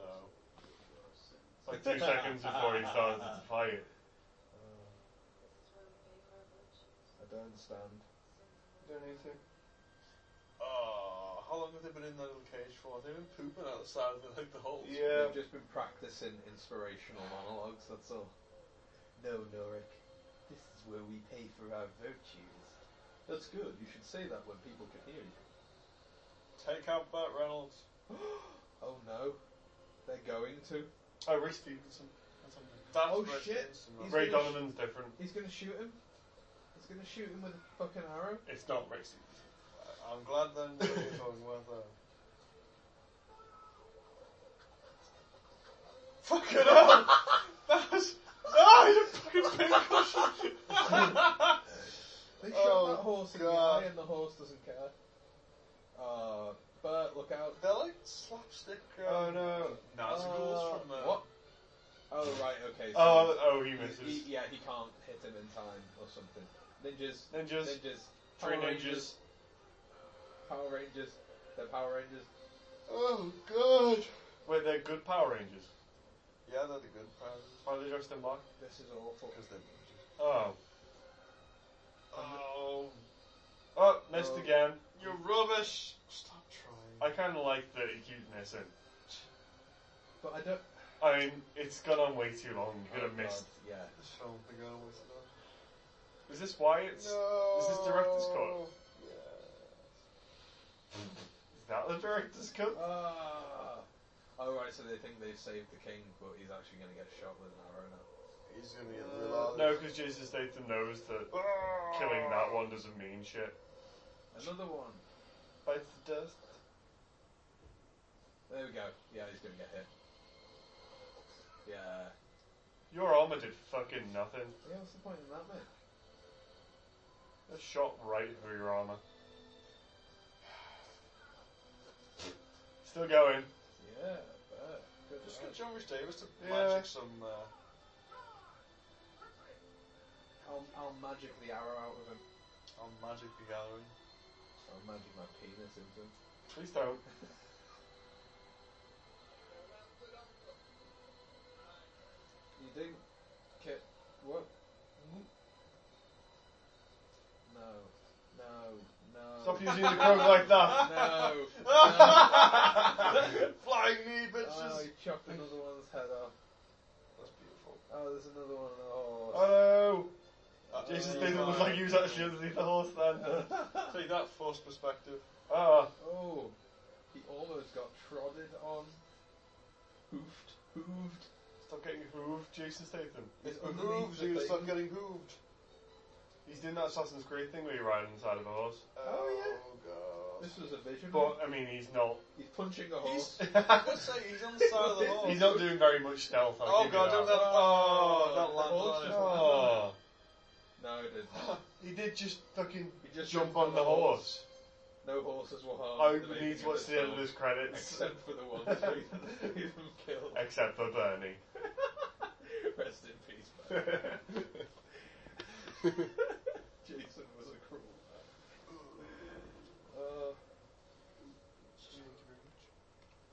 Speaker 1: No. It's like two seconds before he started to fight.
Speaker 2: I don't understand.
Speaker 1: Don't need to.
Speaker 3: Oh, how long have they been in that little cage for? They've been pooping out the side of the, like the holes.
Speaker 1: Yeah.
Speaker 2: We've just been practicing inspirational monologues, that's all. No, Norik. This is where we pay for our virtues. That's good. You should say that when people can hear you.
Speaker 3: Take out Burt Reynolds.
Speaker 2: oh no. They're going to.
Speaker 1: Oh, Reese Stevenson. That's something.
Speaker 3: That's
Speaker 2: Oh,
Speaker 3: British
Speaker 2: shit.
Speaker 3: Instagram.
Speaker 2: He's
Speaker 1: Ray
Speaker 2: gonna sh-
Speaker 1: Donovan's different.
Speaker 2: He's gonna shoot him. He's gonna shoot him with a fucking arrow.
Speaker 4: It's not racist.
Speaker 3: I'm glad then that you're talking about that. Fuck it up! That was.
Speaker 2: Oh,
Speaker 3: Ah, you fucking pincushion!
Speaker 2: They
Speaker 3: Oh,
Speaker 2: shot that horse in the
Speaker 3: God.
Speaker 2: eye, and the horse doesn't care. Uh, Bert, look out!
Speaker 3: They're like slapstick. Uh,
Speaker 1: Oh no.
Speaker 3: Nazguls
Speaker 2: Uh,
Speaker 3: from. Uh,
Speaker 2: what? Oh right, okay. So
Speaker 1: Oh, oh, he
Speaker 2: he-
Speaker 1: misses.
Speaker 2: he- yeah, he can't hit him in time or something. Ninjas,
Speaker 1: Ninjas.
Speaker 2: ninjas,
Speaker 1: Three ninjas.
Speaker 2: Power Rangers, Power Rangers, they're Power Rangers.
Speaker 1: Oh god. Wait, they're good Power Rangers.
Speaker 3: Yeah, they're the good friends.
Speaker 1: Why are they dressed in black?
Speaker 2: This is awful.
Speaker 3: Because they're ninjas.
Speaker 1: Oh.
Speaker 3: Oh,
Speaker 1: Oh, missed
Speaker 2: Oh.
Speaker 1: again.
Speaker 3: you're rubbish! Stop trying.
Speaker 1: I kind of like that he keeps missing.
Speaker 2: But I don't.
Speaker 1: I mean, it's gone on way too long. You could have
Speaker 2: oh,
Speaker 1: missed.
Speaker 2: God, Yeah.
Speaker 3: This film began with that.
Speaker 1: Is this why it's.
Speaker 3: No!
Speaker 1: Is this director's cut?
Speaker 3: Yeah.
Speaker 1: Is that the director's cut?
Speaker 2: Ah. Oh right, so they think they've saved the king, but he's actually gonna get shot with an arrow now.
Speaker 3: He's gonna get
Speaker 2: Uh,
Speaker 3: real
Speaker 1: No, because Jason Statham knows that
Speaker 3: Ah.
Speaker 1: killing that one doesn't mean shit.
Speaker 2: Another one.
Speaker 1: Bites the dust.
Speaker 2: There we go. Yeah, he's gonna get hit. Yeah.
Speaker 1: Your armor did fucking nothing.
Speaker 2: Yeah, what's the point in that, mate?
Speaker 1: It shot right through your armor. Still going.
Speaker 2: Yeah, but good.
Speaker 3: Just
Speaker 2: lad.
Speaker 3: get John Rich Davis to
Speaker 1: Yeah.
Speaker 3: magic some. Uh,
Speaker 2: I'll, I'll magic the arrow out of him.
Speaker 3: on Magic the Gathering.
Speaker 2: I'll magic my penis into him.
Speaker 1: Please don't.
Speaker 2: You do? Kit, what?
Speaker 1: Mm-hmm.
Speaker 2: No. No. No.
Speaker 1: Stop using the croak like that.
Speaker 2: No. no.
Speaker 3: Flying knee,
Speaker 2: Oh,
Speaker 3: bitches!
Speaker 2: he chopped another one's head off.
Speaker 3: That's beautiful.
Speaker 2: Oh, there's another one on the horse.
Speaker 1: Oh
Speaker 3: Uh,
Speaker 1: no! Jason
Speaker 2: Oh,
Speaker 1: Statham was
Speaker 2: my. Ah,
Speaker 1: like he was actually underneath the horse then.
Speaker 3: Take that forced perspective.
Speaker 1: Oh,
Speaker 2: Oh, he almost got trodden on. Hoofed, hooved.
Speaker 1: stop getting hooved, Jason Statham.
Speaker 2: He's
Speaker 3: It
Speaker 2: underneath
Speaker 3: moves
Speaker 2: the
Speaker 3: you,
Speaker 2: thing.
Speaker 3: stop getting hooved.
Speaker 1: He's doing that Assassin's Creed thing where you ride inside of a horse.
Speaker 2: Oh, yeah.
Speaker 3: Oh,
Speaker 2: This was a vision.
Speaker 1: But, I mean, he's not.
Speaker 2: he's punching a horse.
Speaker 3: God. I would say he's on the side of the horse.
Speaker 1: he's not doing very much stealth. I'll
Speaker 3: Oh
Speaker 1: give you
Speaker 3: god, don't
Speaker 1: that.
Speaker 3: let. Oh,
Speaker 2: The
Speaker 3: that
Speaker 2: horse
Speaker 3: landed
Speaker 2: just-
Speaker 1: Oh,
Speaker 3: on
Speaker 2: No, it didn't.
Speaker 1: he did just fucking
Speaker 2: He just
Speaker 1: jump on the horse. Oh,
Speaker 2: No horses were
Speaker 1: I
Speaker 2: harmed. in
Speaker 1: would
Speaker 2: making
Speaker 1: need to watch
Speaker 2: this
Speaker 1: the end of
Speaker 2: film,
Speaker 1: this credits.
Speaker 2: Except for the one that even killed.
Speaker 1: Except for Bernie.
Speaker 2: Rest in peace, man. Jason was a cruel man. Uh,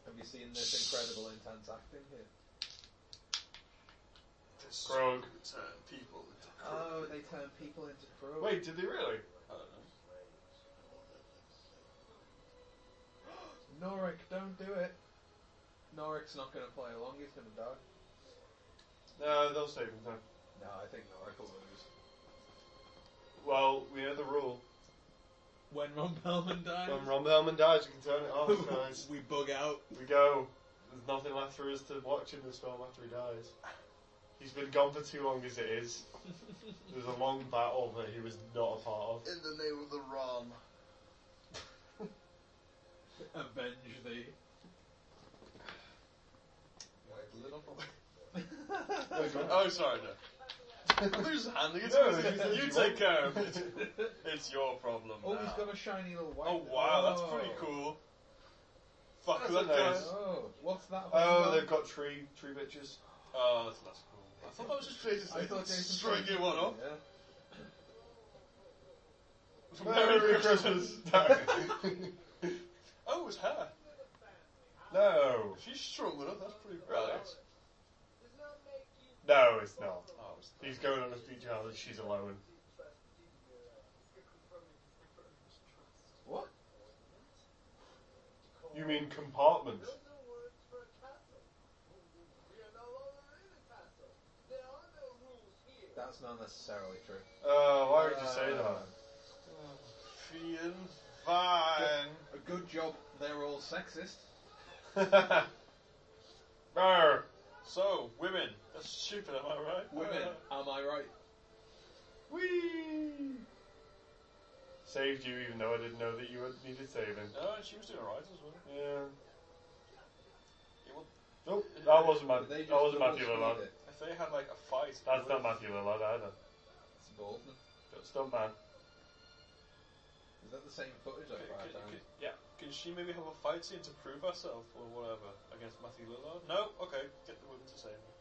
Speaker 2: have you seen this incredible intense acting here?
Speaker 3: This
Speaker 1: Grog.
Speaker 3: turn people into
Speaker 2: Oh, they turn people into crows.
Speaker 1: Wait, did they really?
Speaker 3: I don't know.
Speaker 2: Norik, don't do it. Norik's not going to play along. He's going to die.
Speaker 1: No, they'll save him time.
Speaker 2: No, I think Norik will lose.
Speaker 1: Well, we know the rule.
Speaker 4: When Ron Perlman died,
Speaker 1: When Ron Bellman dies, you can turn it off, guys.
Speaker 4: we bug out.
Speaker 1: We go. There's nothing left for us to watch in this film after he dies. He's been gone for too long as it is. There's a long battle that he was not a part of.
Speaker 3: In the name of the Rom.
Speaker 2: Avenge thee.
Speaker 3: Oh, sorry, no. I'm just handing it
Speaker 1: No,
Speaker 3: to
Speaker 1: you said
Speaker 3: you. You
Speaker 1: you
Speaker 3: take care of it. It's your problem
Speaker 2: Oh,
Speaker 3: now.
Speaker 2: he's got a shiny little white.
Speaker 3: Oh wow, that's
Speaker 2: Oh.
Speaker 3: pretty cool. Fuck
Speaker 1: That's
Speaker 3: that
Speaker 1: a
Speaker 3: guy.
Speaker 1: nice-
Speaker 2: Oh, what's that?
Speaker 1: Oh,
Speaker 2: horn
Speaker 1: they've got tree tree bitches.
Speaker 3: Oh, that's less cool. I thought that was just Jason
Speaker 2: on? I
Speaker 3: Statham
Speaker 2: thought Jason
Speaker 3: striking
Speaker 2: Statham-
Speaker 3: one up.
Speaker 2: Yeah.
Speaker 1: Merry Christmas! No.
Speaker 3: Oh, it was her.
Speaker 1: no,
Speaker 3: She's strung it up. That's pretty cool.
Speaker 2: Right.
Speaker 3: That's-
Speaker 1: no, it's not.
Speaker 3: Oh, it was
Speaker 1: He's going on a speech house and she's alone.
Speaker 2: What?
Speaker 1: You mean compartment?
Speaker 2: That's not necessarily true.
Speaker 1: Oh, why would you say that?
Speaker 3: feeling fine.
Speaker 2: A good job. They're all sexist.
Speaker 1: Brr.
Speaker 3: So, women. That's stupid, am I right?
Speaker 2: Women,
Speaker 3: Uh,
Speaker 2: am I right?
Speaker 1: Whee! Saved you even though I didn't know that you had- needed saving.
Speaker 3: No, she was doing alright as well.
Speaker 1: Yeah.
Speaker 3: It would-
Speaker 1: Nope, that wasn't my,
Speaker 2: Did they
Speaker 1: that
Speaker 2: just
Speaker 1: wasn't
Speaker 2: double
Speaker 1: Matthew
Speaker 2: speed
Speaker 1: Lillard.
Speaker 2: it?
Speaker 3: If they had like a fight, it
Speaker 1: That's
Speaker 3: would-
Speaker 1: not Matthew Lillard either.
Speaker 2: It's Baldwin.
Speaker 1: That's Stuntman.
Speaker 2: Is that the same footage I
Speaker 3: Could,
Speaker 2: fired
Speaker 3: could-
Speaker 2: down?
Speaker 3: could- yeah, could she maybe have a fight scene to prove herself or whatever against Matthew Lillard? No, okay, get the women to save me.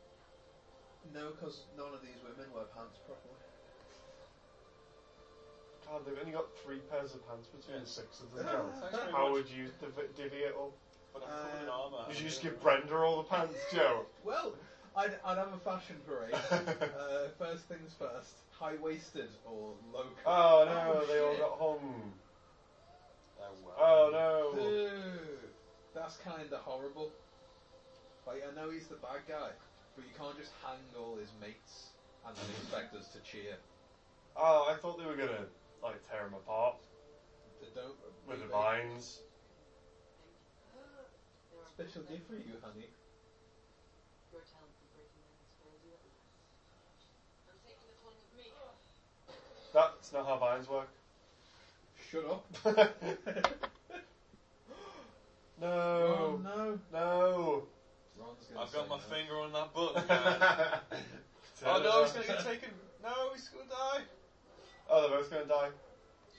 Speaker 2: No, because none of these women wear pants properly.
Speaker 1: God, they've only got three pairs of pants between the six of them.
Speaker 2: Yeah.
Speaker 1: Joe.
Speaker 3: Thanks very
Speaker 1: How
Speaker 3: much,
Speaker 1: would you div- divvy it up?
Speaker 3: but I'm covered in
Speaker 2: Uh,
Speaker 3: armour.
Speaker 1: Did you just
Speaker 3: Yeah.
Speaker 1: give Brenda all the pants, Joe?
Speaker 2: Well, I'd, I'd have a fashion parade. uh, first things first, high waisted or low cut.
Speaker 1: Oh no, they all
Speaker 2: shit.
Speaker 1: got hung.
Speaker 3: Oh, well.
Speaker 1: Oh no.
Speaker 2: Dude, that's kind of horrible. Like, I know he's the bad guy, but you can't just hang all his mates and then expect us to cheer.
Speaker 1: Oh, I thought they were gonna like tear them apart
Speaker 2: They don't.
Speaker 1: with the
Speaker 2: they-
Speaker 1: vines.
Speaker 2: Special gift for you, honey.
Speaker 8: Your talent for breaking down squares you at last. I'm taking this one with me.
Speaker 1: That's not how vines work.
Speaker 2: Shut up.
Speaker 1: no,
Speaker 2: Oh, no.
Speaker 1: no.
Speaker 2: Ron's gonna
Speaker 3: I've got
Speaker 2: say
Speaker 3: my
Speaker 2: no.
Speaker 3: finger on that button. guys. oh no, he's gonna get taken. No, he's gonna die.
Speaker 1: Oh, they're both gonna die.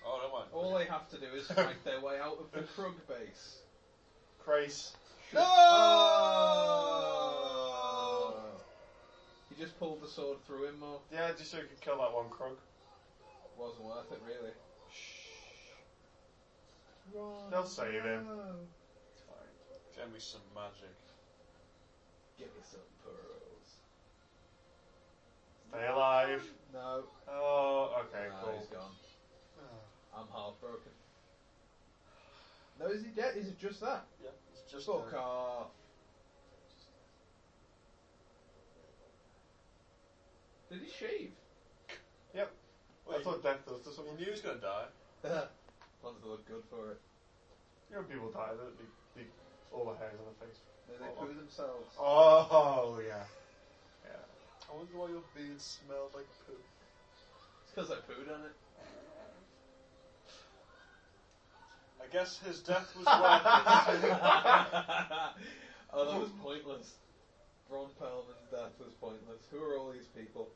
Speaker 3: Oh, don't mind.
Speaker 2: All they have to do is fight their way out of the Krug base.
Speaker 1: Crace.
Speaker 2: No! Oh! He just pulled the sword through him more.
Speaker 1: Yeah, just so you could kill that one crook.
Speaker 2: Wasn't worth it, really. Ron,
Speaker 1: They'll save him.
Speaker 2: no.
Speaker 1: It's fine.
Speaker 3: Give me some magic.
Speaker 2: Give me some pearls.
Speaker 1: Stay alive.
Speaker 2: No.
Speaker 1: Oh, okay,
Speaker 2: no,
Speaker 1: cool.
Speaker 2: he's gone. I'm heartbroken. Ah. No, is he dead? Is it just that?
Speaker 3: Yeah, it's just.
Speaker 2: Fuck
Speaker 3: uh,
Speaker 2: off. Did he shave?
Speaker 3: wait,
Speaker 1: That's what death does to
Speaker 3: you
Speaker 1: someone.
Speaker 3: knew he was gonna die.
Speaker 2: Ones that look good for it.
Speaker 1: You know, people die, they, they, all the hairs on their face.
Speaker 2: No,
Speaker 1: Oh.
Speaker 2: they poo themselves.
Speaker 1: Oh, yeah.
Speaker 3: I wonder why your beard smelled like poop.
Speaker 2: It's because I pooed on it.
Speaker 3: I guess his death was when
Speaker 2: oh, that was pointless. Ron Perlman's death was pointless. Who are all these people?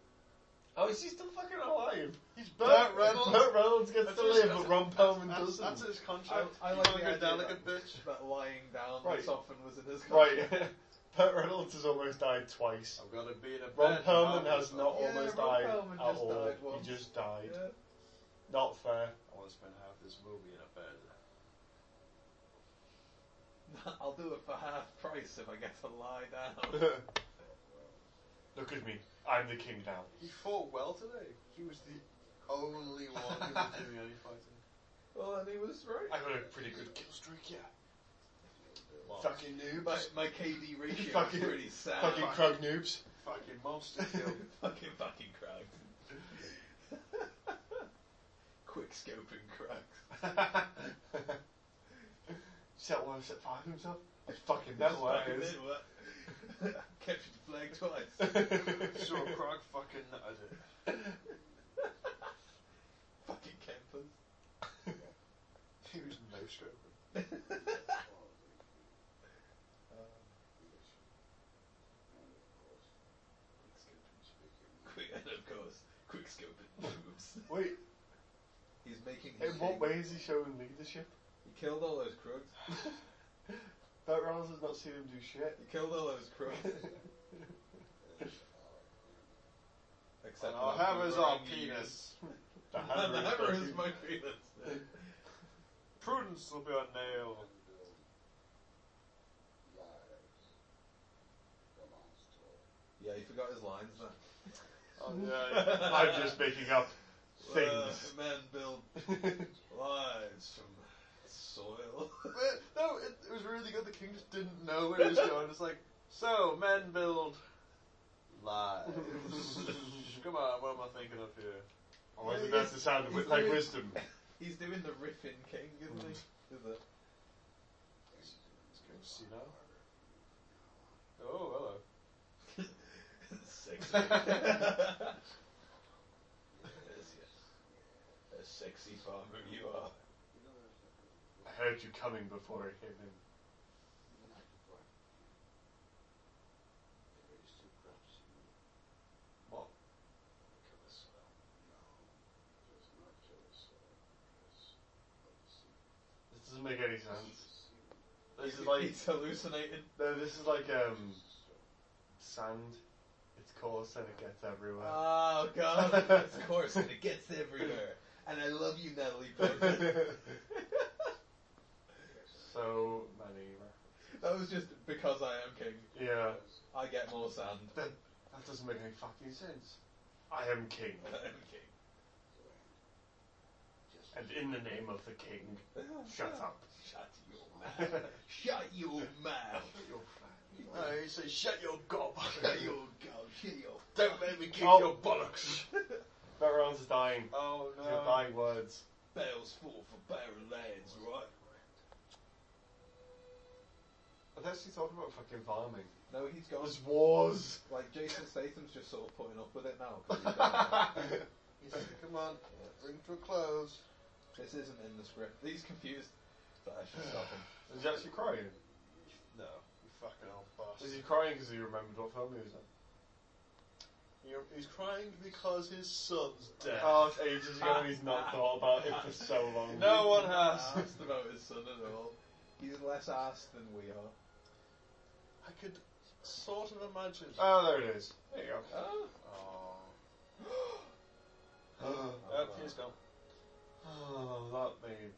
Speaker 1: Oh, is he still fucking alive?
Speaker 3: he's burnt
Speaker 1: Burt
Speaker 3: red.
Speaker 1: Reynolds, Burt Reynolds gets
Speaker 3: That's
Speaker 1: to
Speaker 3: his-
Speaker 1: live,
Speaker 3: that's-
Speaker 1: but Ron Perlman doesn't.
Speaker 3: That's his
Speaker 2: I,
Speaker 3: contract.
Speaker 2: I
Speaker 3: You
Speaker 2: like
Speaker 3: wanna
Speaker 2: the
Speaker 3: go
Speaker 2: idea
Speaker 3: down
Speaker 2: that,
Speaker 3: like a bitch.
Speaker 2: that lying down
Speaker 1: Right.
Speaker 2: this often was in his
Speaker 1: Right,
Speaker 2: contract.
Speaker 1: Burt Reynolds has almost died twice.
Speaker 3: I've got to be in a
Speaker 1: Ron
Speaker 3: bed.
Speaker 1: Perlman has not
Speaker 2: Yeah,
Speaker 1: almost
Speaker 2: Ron
Speaker 1: died
Speaker 2: Perlman
Speaker 1: at
Speaker 2: just
Speaker 1: all.
Speaker 2: died once.
Speaker 1: he just died.
Speaker 2: Yeah.
Speaker 1: Not fair.
Speaker 3: I want to spend half this movie in a bed.
Speaker 2: I'll do it for half price if I get to lie down.
Speaker 1: Look at me. I'm the king now.
Speaker 3: He fought well today. He was the only one who was doing any fighting.
Speaker 2: well, and he was right.
Speaker 1: I got a pretty good kill streak, yeah.
Speaker 3: Well,
Speaker 1: Fucking noob.
Speaker 2: My, my KD ratio
Speaker 1: Fucking-
Speaker 2: is pretty sad.
Speaker 1: Fucking
Speaker 3: fuck.
Speaker 1: crug noobs.
Speaker 3: fucking monster kill.
Speaker 2: fucking, fucking cracks. Quick scoping cracks.
Speaker 1: Set one set five himself. It's fucking that way.
Speaker 2: Fucking
Speaker 1: it is.
Speaker 2: did work. Captured the flag twice.
Speaker 3: Saw a Krog fucking nutted it.
Speaker 2: Fucking campers.
Speaker 3: He was no scoping.
Speaker 2: Quick, and of course, quick scoping moves.
Speaker 1: Wait,
Speaker 2: He's making
Speaker 1: in
Speaker 2: his
Speaker 1: what
Speaker 2: shape.
Speaker 1: way is he showing leadership?
Speaker 2: He killed all those crooks.
Speaker 1: Burt Reynolds has not seen him do shit.
Speaker 2: He killed all those crooks. Except
Speaker 3: And
Speaker 1: Oh,
Speaker 3: our
Speaker 2: for that
Speaker 3: hammers are
Speaker 2: boomerang he used.
Speaker 3: penis.
Speaker 1: The
Speaker 2: And the hammer
Speaker 1: fucking-
Speaker 2: is my penis.
Speaker 3: Prudence will be our nail.
Speaker 2: Yeah, he forgot his lines there.
Speaker 3: Oh, yeah, yeah.
Speaker 1: I'm just making up things.
Speaker 2: Uh, men build lives from soil.
Speaker 3: But, no, it, it was really good. The king just didn't know where he was going. It's like, so, men build lives. Come on, what am I thinking of here?
Speaker 1: Oh, Wasn't that the sound of wi- like wisdom?
Speaker 2: He's doing the riffing king, isn't
Speaker 1: Mm.
Speaker 2: he? Is it?
Speaker 3: Let's go see now. Oh, hello.
Speaker 2: Yes, yes. A sexy farmer you are.
Speaker 1: I heard you coming before I came in. What? This doesn't make any sense. This is like
Speaker 2: He's hallucinated.
Speaker 1: no, this is like um sand. It's coarse and it gets everywhere.
Speaker 2: Oh god, of course, and it gets everywhere. And I love you, Natalie Portman.
Speaker 1: so many.
Speaker 2: that was just because I am king.
Speaker 1: Yeah,
Speaker 2: I get more sand.
Speaker 1: that doesn't make any fucking sense. I am king,
Speaker 2: I am king.
Speaker 1: and in the name of the king, shut up.
Speaker 2: Shut your mouth. Shut your mouth.
Speaker 3: No, Uh, he says, shut your gob.
Speaker 2: Shut your gob. Shut your.
Speaker 3: Don't make me kick
Speaker 1: Oh.
Speaker 3: your bollocks.
Speaker 1: That round's dying.
Speaker 3: Oh
Speaker 1: These are dying words.
Speaker 2: Bales fall for barren lands, right?
Speaker 1: I've actually talking about fucking farming.
Speaker 2: No, he's gone.
Speaker 1: There's wars.
Speaker 2: Like Jason Statham's just sort of putting up with it now. 'cause he's done
Speaker 3: He says, come on, bring to a close.
Speaker 2: it. this isn't in the script. He's confused. But I should stop him.
Speaker 1: Is he actually crying?
Speaker 3: No, you fucking old
Speaker 1: Is
Speaker 3: bastard.
Speaker 1: he crying because he remembered what film he was in?
Speaker 3: You're, he's crying because his son's dead.
Speaker 1: Oh, it's ages ago and he's not thought about it for so long.
Speaker 3: No one
Speaker 2: Not
Speaker 3: has.
Speaker 2: asked about his son at all. He's less asked than we are.
Speaker 3: I could sort of imagine.
Speaker 1: Oh, there it is. There you go.
Speaker 2: Oh.
Speaker 3: Oh,
Speaker 1: Oh,
Speaker 2: wow.
Speaker 3: he's gone.
Speaker 1: that made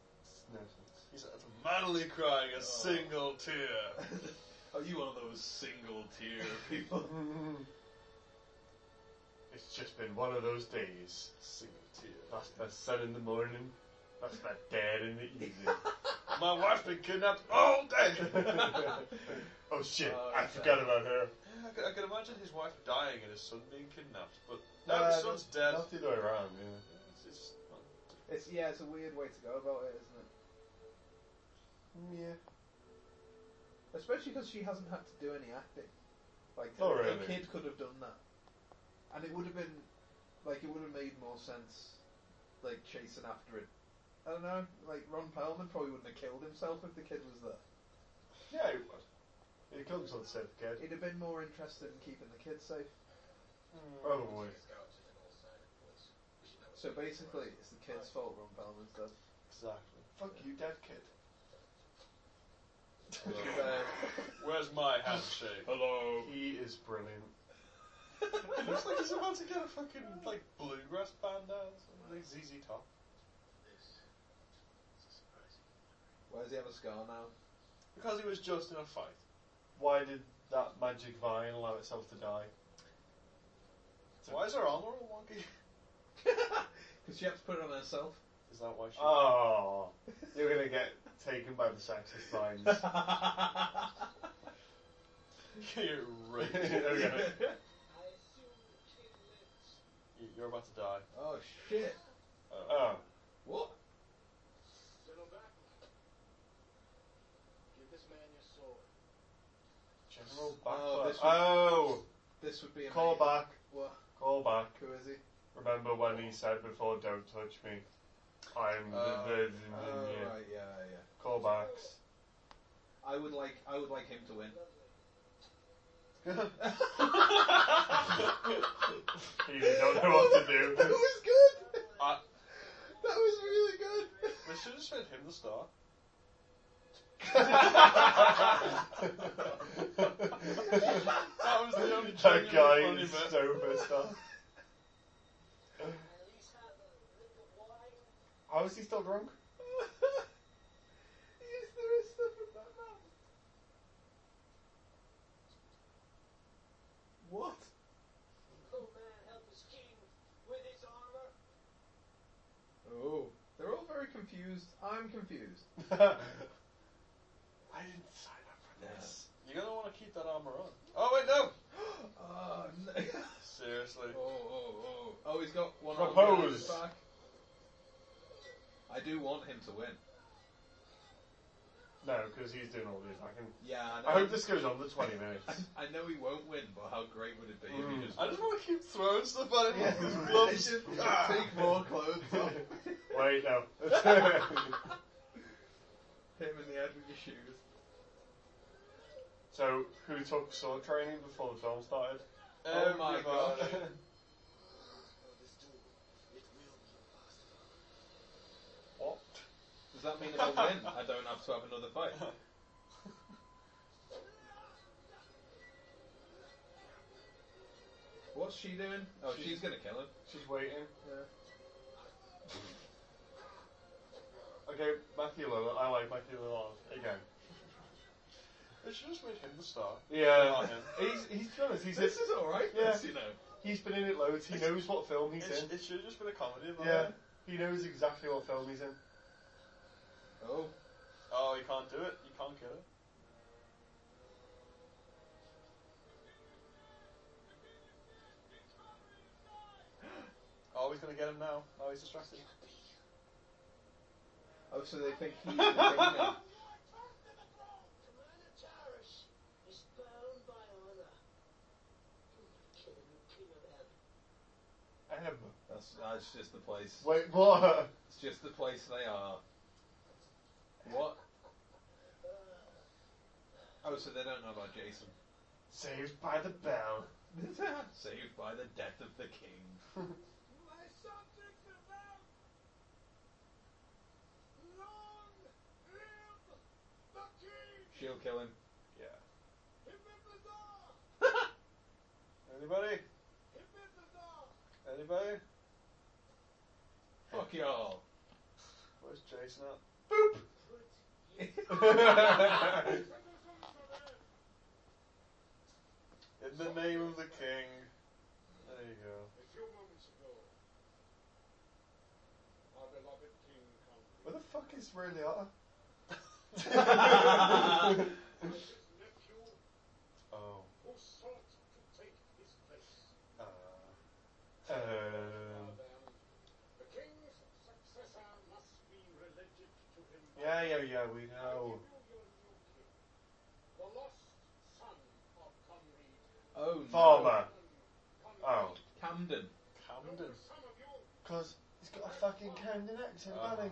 Speaker 1: no sense.
Speaker 3: He's manly crying a single tear.
Speaker 2: Are you one of those single tier people?
Speaker 1: It's just been one of those days.
Speaker 3: Single tear.
Speaker 1: That's my sun in the morning. That's my dad in the evening.
Speaker 3: My wife's been kidnapped all day.
Speaker 1: oh shit,
Speaker 2: Oh,
Speaker 1: I
Speaker 2: okay.
Speaker 1: forgot about her.
Speaker 3: I could, I could imagine his wife dying and his son being kidnapped, but no,
Speaker 1: No,
Speaker 3: his son's dead.
Speaker 1: That's Uh, the other way around, yeah.
Speaker 3: It's, it's,
Speaker 2: It's yeah, it's a weird way to go about it, isn't it?
Speaker 1: Yeah.
Speaker 2: Especially because she hasn't had to do any acting. Like
Speaker 1: Oh,
Speaker 2: a-
Speaker 1: really?
Speaker 2: a kid could have done that, and it would have been like it would have made more sense, like chasing after it. I don't know. Like Ron Perlman probably wouldn't have killed himself if the kid was there.
Speaker 1: Yeah, it would. It comes on safe kid.
Speaker 2: He'd have been more interested in keeping the kid safe.
Speaker 3: Hmm.
Speaker 1: Probably.
Speaker 2: So basically, it's the kid's fault Ron Perlman's dead.
Speaker 3: exactly.
Speaker 1: Fuck you, dead kid.
Speaker 3: Where's my handshake?
Speaker 7: Hello.
Speaker 1: He is brilliant.
Speaker 3: It looks like he's about to get a fucking like bluegrass band out. Something like ZZ Top.
Speaker 2: Why does he have a scar now?
Speaker 3: Because he was just in a fight.
Speaker 1: Why did that magic vine allow itself to die?
Speaker 3: Why is her armor all wonky?
Speaker 2: Because she had to put it on herself.
Speaker 3: Is that why she?
Speaker 1: Oh, you're gonna get taken by the sexist lines.
Speaker 3: You're right.
Speaker 1: Okay.
Speaker 3: You- You're about to die.
Speaker 2: Oh shit!
Speaker 1: Oh,
Speaker 2: What?
Speaker 1: general
Speaker 2: Oh,
Speaker 1: backflip.
Speaker 2: this one-
Speaker 1: Oh,
Speaker 2: This would be amazing.
Speaker 1: call back,
Speaker 2: What?
Speaker 1: call back.
Speaker 2: Who is he?
Speaker 1: Remember when he said before, "Don't touch me." I'm
Speaker 2: Oh.
Speaker 1: the, the, the,
Speaker 2: Oh
Speaker 1: the- Uh, yeah.
Speaker 2: right, yeah, yeah.
Speaker 1: callbacks.
Speaker 2: I would like, I would like him to win.
Speaker 1: You don't know what to do.
Speaker 2: that was good.
Speaker 3: I-
Speaker 2: that was really good.
Speaker 3: They should have sent him the star. That was the only
Speaker 1: that
Speaker 3: genuinely
Speaker 1: guy
Speaker 3: funny
Speaker 1: is
Speaker 3: bit.
Speaker 1: so pissed off. How is he still drunk?
Speaker 2: yes, there is stuff in that man. What? Oh, they're all very confused. I'm confused.
Speaker 1: I didn't sign up for this.
Speaker 3: You're gonna want to keep that armor on. Oh wait, no.
Speaker 2: Oh, no.
Speaker 3: Seriously.
Speaker 2: oh, oh, oh. Oh, he's got one arm
Speaker 1: Propose.
Speaker 2: behind his back. I do want him to win.
Speaker 1: No, because he's doing all this. I can.
Speaker 2: Yeah, I, know.
Speaker 1: I hope this goes on for 20 minutes.
Speaker 2: I know he won't win, but how great would it be if
Speaker 1: Mm.
Speaker 2: he just
Speaker 3: I just want to keep throwing stuff at him. with his gloves. Ah.
Speaker 2: Just take more clothes off.
Speaker 1: Wait, no.
Speaker 2: Hit him in the head with your shoes.
Speaker 1: so, who took sword training before the film started?
Speaker 2: Oh my
Speaker 3: Everybody.
Speaker 2: God.
Speaker 1: What?
Speaker 2: Does that mean if I win, I don't have to have another fight? What's she doing? Oh, she's,
Speaker 1: She's-
Speaker 2: gonna kill him.
Speaker 1: She's waiting. Okay, Matthew Lillard. I like Matthew Lillard again.
Speaker 3: They should just made him the star.
Speaker 1: Yeah.
Speaker 3: Not him.
Speaker 1: He's he's to be honest, he's
Speaker 2: This is alright,
Speaker 1: Yeah.
Speaker 2: you know.
Speaker 1: he's been in it loads. He knows what film he's
Speaker 3: It's-
Speaker 1: in.
Speaker 3: It should have just been a comedy. about
Speaker 1: Yeah.
Speaker 3: it.
Speaker 1: He knows exactly what film he's in.
Speaker 2: Oh,
Speaker 3: Oh, you can't do it. You can't kill it. Oh, he's gonna get him now. Oh, he's distracted.
Speaker 2: oh, so they think he's the now.
Speaker 5: Commander Tarish is bound by honor. Kill him, king of hell.
Speaker 1: Um,
Speaker 2: That's, that's just the place.
Speaker 1: wait, what?
Speaker 2: It's just the place they are. What? Oh, so they don't know about Jason.
Speaker 1: Saved by the Bell.
Speaker 2: Saved by the death of the king.
Speaker 5: My subjects are bound. Long live the king.
Speaker 2: She'll kill him.
Speaker 5: Himibazar.
Speaker 3: Anybody?
Speaker 5: Himibazar.
Speaker 3: Anybody?
Speaker 2: Fuck y'all.
Speaker 3: Where's Jason at? In the name of the king. There you go.
Speaker 5: A few moments ago, our beloved king
Speaker 1: Where the fuck is Ray Liotta?
Speaker 5: was his nephew
Speaker 1: Oh.
Speaker 5: who sought to take his place.
Speaker 1: Uh, um,
Speaker 5: the king's successor must be related to him. by
Speaker 1: yeah, oh. yeah, yeah, we
Speaker 5: I give
Speaker 1: know.
Speaker 5: you your new king, the lost son of Conrad.
Speaker 2: Oh, no.
Speaker 1: Farmer. Oh.
Speaker 2: Camden.
Speaker 3: Camden.
Speaker 5: Some of you
Speaker 1: Because he's got a fucking Camden accent, hasn't
Speaker 3: Ah.
Speaker 1: he?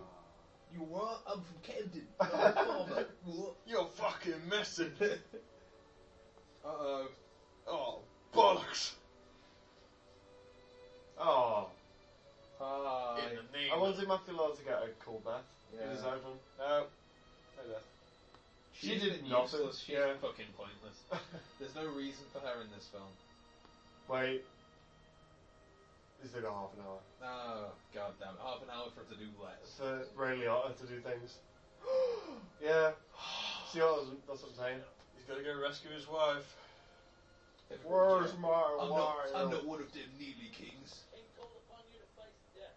Speaker 2: You what? I'm from Camden. I'm Farmer. What?
Speaker 3: You're fucking messing.
Speaker 2: Uh-oh.
Speaker 3: oh, bollocks.
Speaker 1: Oh.
Speaker 2: Hi.
Speaker 3: In the name.
Speaker 1: I wanted Matthew Lillard to get a cool bath. It was
Speaker 2: Yeah.
Speaker 1: open.
Speaker 3: Um,
Speaker 1: No. No death. She did nothing.
Speaker 2: useless. She's
Speaker 1: Yeah.
Speaker 2: fucking pointless. There's no reason for her in this film.
Speaker 1: Wait. It's been a half an hour.
Speaker 2: Oh, god damn it. Half an hour for her to do less.
Speaker 1: For Ray Liotta to do things. yeah. See what I was- that's what I'm saying?
Speaker 3: He's gotta go rescue his wife.
Speaker 2: If-
Speaker 1: Where's my
Speaker 2: I'm not, I'm
Speaker 1: wife?
Speaker 2: not one of them Neely Kings.
Speaker 5: King called upon you to face death.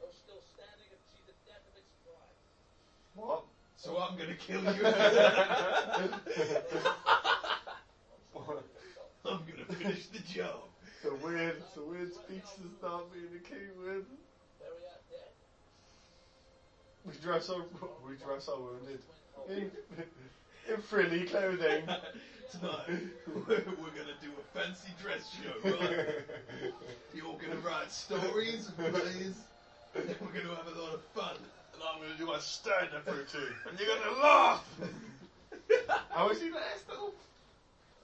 Speaker 5: Those still standing have seen the death of its bride.
Speaker 1: What?
Speaker 2: So I'm gonna kill you. I'm gonna finish the job.
Speaker 1: The weird, the weird speech to start being a king with.
Speaker 5: Bury our dead.
Speaker 1: We dress our, we dress our wounded in, in frilly clothing.
Speaker 2: Tonight, we're gonna do a fancy dress show, right? You're gonna write stories and plays, and we're gonna have a lot of fun.
Speaker 3: And I'm gonna do my stand up routine. and you're gonna laugh!
Speaker 1: How is he there still?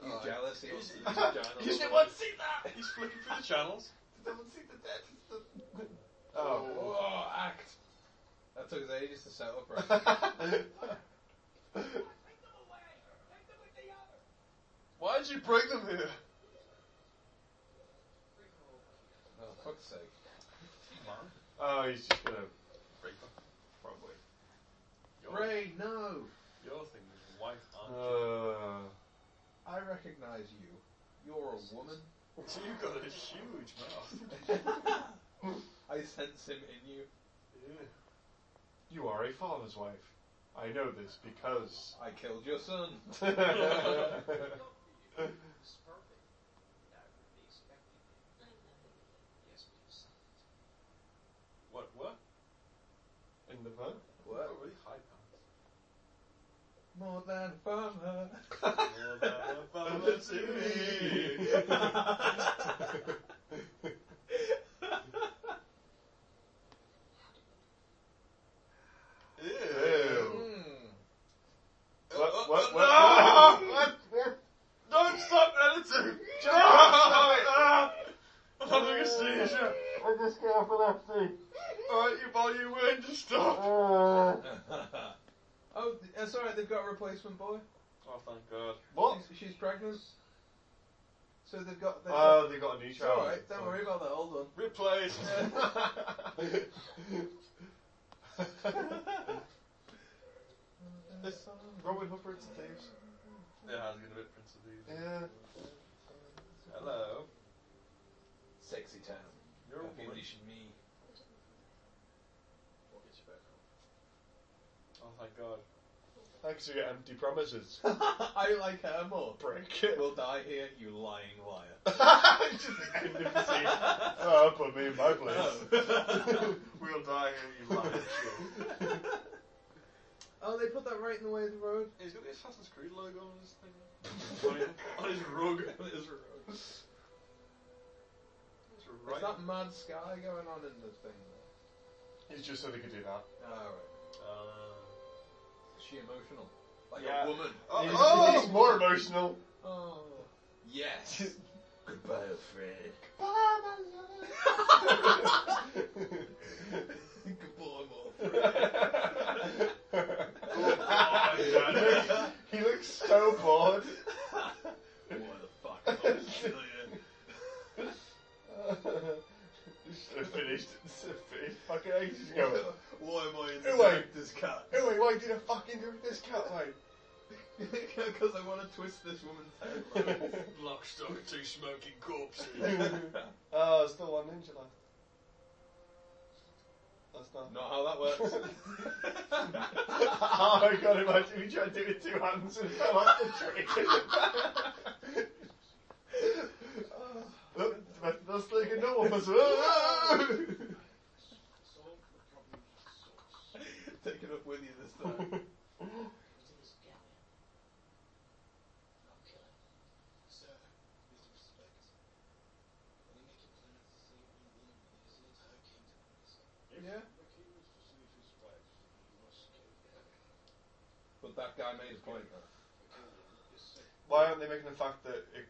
Speaker 2: You jealous? He wants to use
Speaker 1: You should
Speaker 2: your
Speaker 1: want to see that!
Speaker 3: He's flicking through the channels.
Speaker 1: Don't see the death. Oh.
Speaker 2: Oh, act! That took us ages to set up, right?
Speaker 1: I
Speaker 5: Take them away! Take them with the other!
Speaker 3: Why did you bring them here?
Speaker 2: Oh, fuck's sake.
Speaker 1: Oh, he's just gonna.
Speaker 3: Bring them. Probably. Your,
Speaker 2: Ray, no!
Speaker 3: your thing is wife, aren't
Speaker 1: Uh,
Speaker 2: I recognize you. You're a woman.
Speaker 3: you? You've got a huge mouth.
Speaker 2: I sense him in you.
Speaker 3: Yeah.
Speaker 1: you are a farmer's wife. I know this because.
Speaker 2: I killed your son.
Speaker 3: What? What?
Speaker 1: In the book?
Speaker 3: What? Really high pants.
Speaker 2: more than a farmer.
Speaker 3: Oh,
Speaker 1: Ew.
Speaker 2: Hmm.
Speaker 1: What? What? What?
Speaker 3: Uh, oh, No!
Speaker 1: what- what-
Speaker 3: Don't stop editing!
Speaker 1: Shut up!
Speaker 3: Ah! I'm having a seizure!
Speaker 1: I just got epilepsy.
Speaker 3: Alright, you ball, you win, just stop!
Speaker 1: Uh,
Speaker 2: oh, th- it's alright, they've got a replacement boy.
Speaker 3: Oh, thank god.
Speaker 1: what?
Speaker 2: She's, she's pregnant. So they've got. They've
Speaker 1: Oh, they got a new
Speaker 2: got- it's
Speaker 1: child.
Speaker 2: alright, don't worry about that, hold on.
Speaker 3: Replaced!
Speaker 1: This Robin Hood Prince of Thieves.
Speaker 3: yeah, I was gonna bit Prince of Thieves.
Speaker 1: Yeah.
Speaker 3: Hello.
Speaker 2: Sexy town.
Speaker 3: You're a woman.
Speaker 2: me.
Speaker 3: Oh, thank god.
Speaker 1: Thanks for your empty promises.
Speaker 2: I like her more.
Speaker 1: Break it.
Speaker 2: We'll die here, you lying liar.
Speaker 1: Just the end of the scene. Oh, put me in my place.
Speaker 2: oh,
Speaker 3: We'll die here, you lying shit.
Speaker 2: Oh, they put that right in the way of the road.
Speaker 3: He's got the Assassin's Creed logo on his thing. on, his, on his rug. On his rug. It's right.
Speaker 2: Is that mad sky going on in the thing? there?
Speaker 1: It's just so they could do that.
Speaker 3: Uh,
Speaker 2: Alright.
Speaker 3: Um,
Speaker 2: Is she emotional? Like
Speaker 3: Yeah.
Speaker 2: a woman.
Speaker 3: oh,
Speaker 1: He's,
Speaker 3: oh!
Speaker 1: he's more emotional.
Speaker 2: Oh.
Speaker 4: Yes.
Speaker 2: Goodbye, Fred.
Speaker 1: he looks so bored.
Speaker 4: What the fuck? I'll kill you.
Speaker 1: Should have finished. Should have finished fucking ages ago.
Speaker 4: Why am I in
Speaker 1: Who
Speaker 4: the
Speaker 1: are you?
Speaker 4: director's cut?
Speaker 1: Anyway, why did I fucking do this cat line?
Speaker 2: Because I want to twist this woman's head. Like,
Speaker 4: Lock, stock, two smoking corpses.
Speaker 2: Mm-hmm.
Speaker 1: oh, still one ninja left. That's not.
Speaker 2: not how that works.
Speaker 1: oh my god, imagine we tried to do it with two hands and fell off the tree. Look, that- that's like a normal person.
Speaker 2: Take it up with you this time. Yeah. But that guy made a point. though.
Speaker 1: Why aren't they making the fact that it,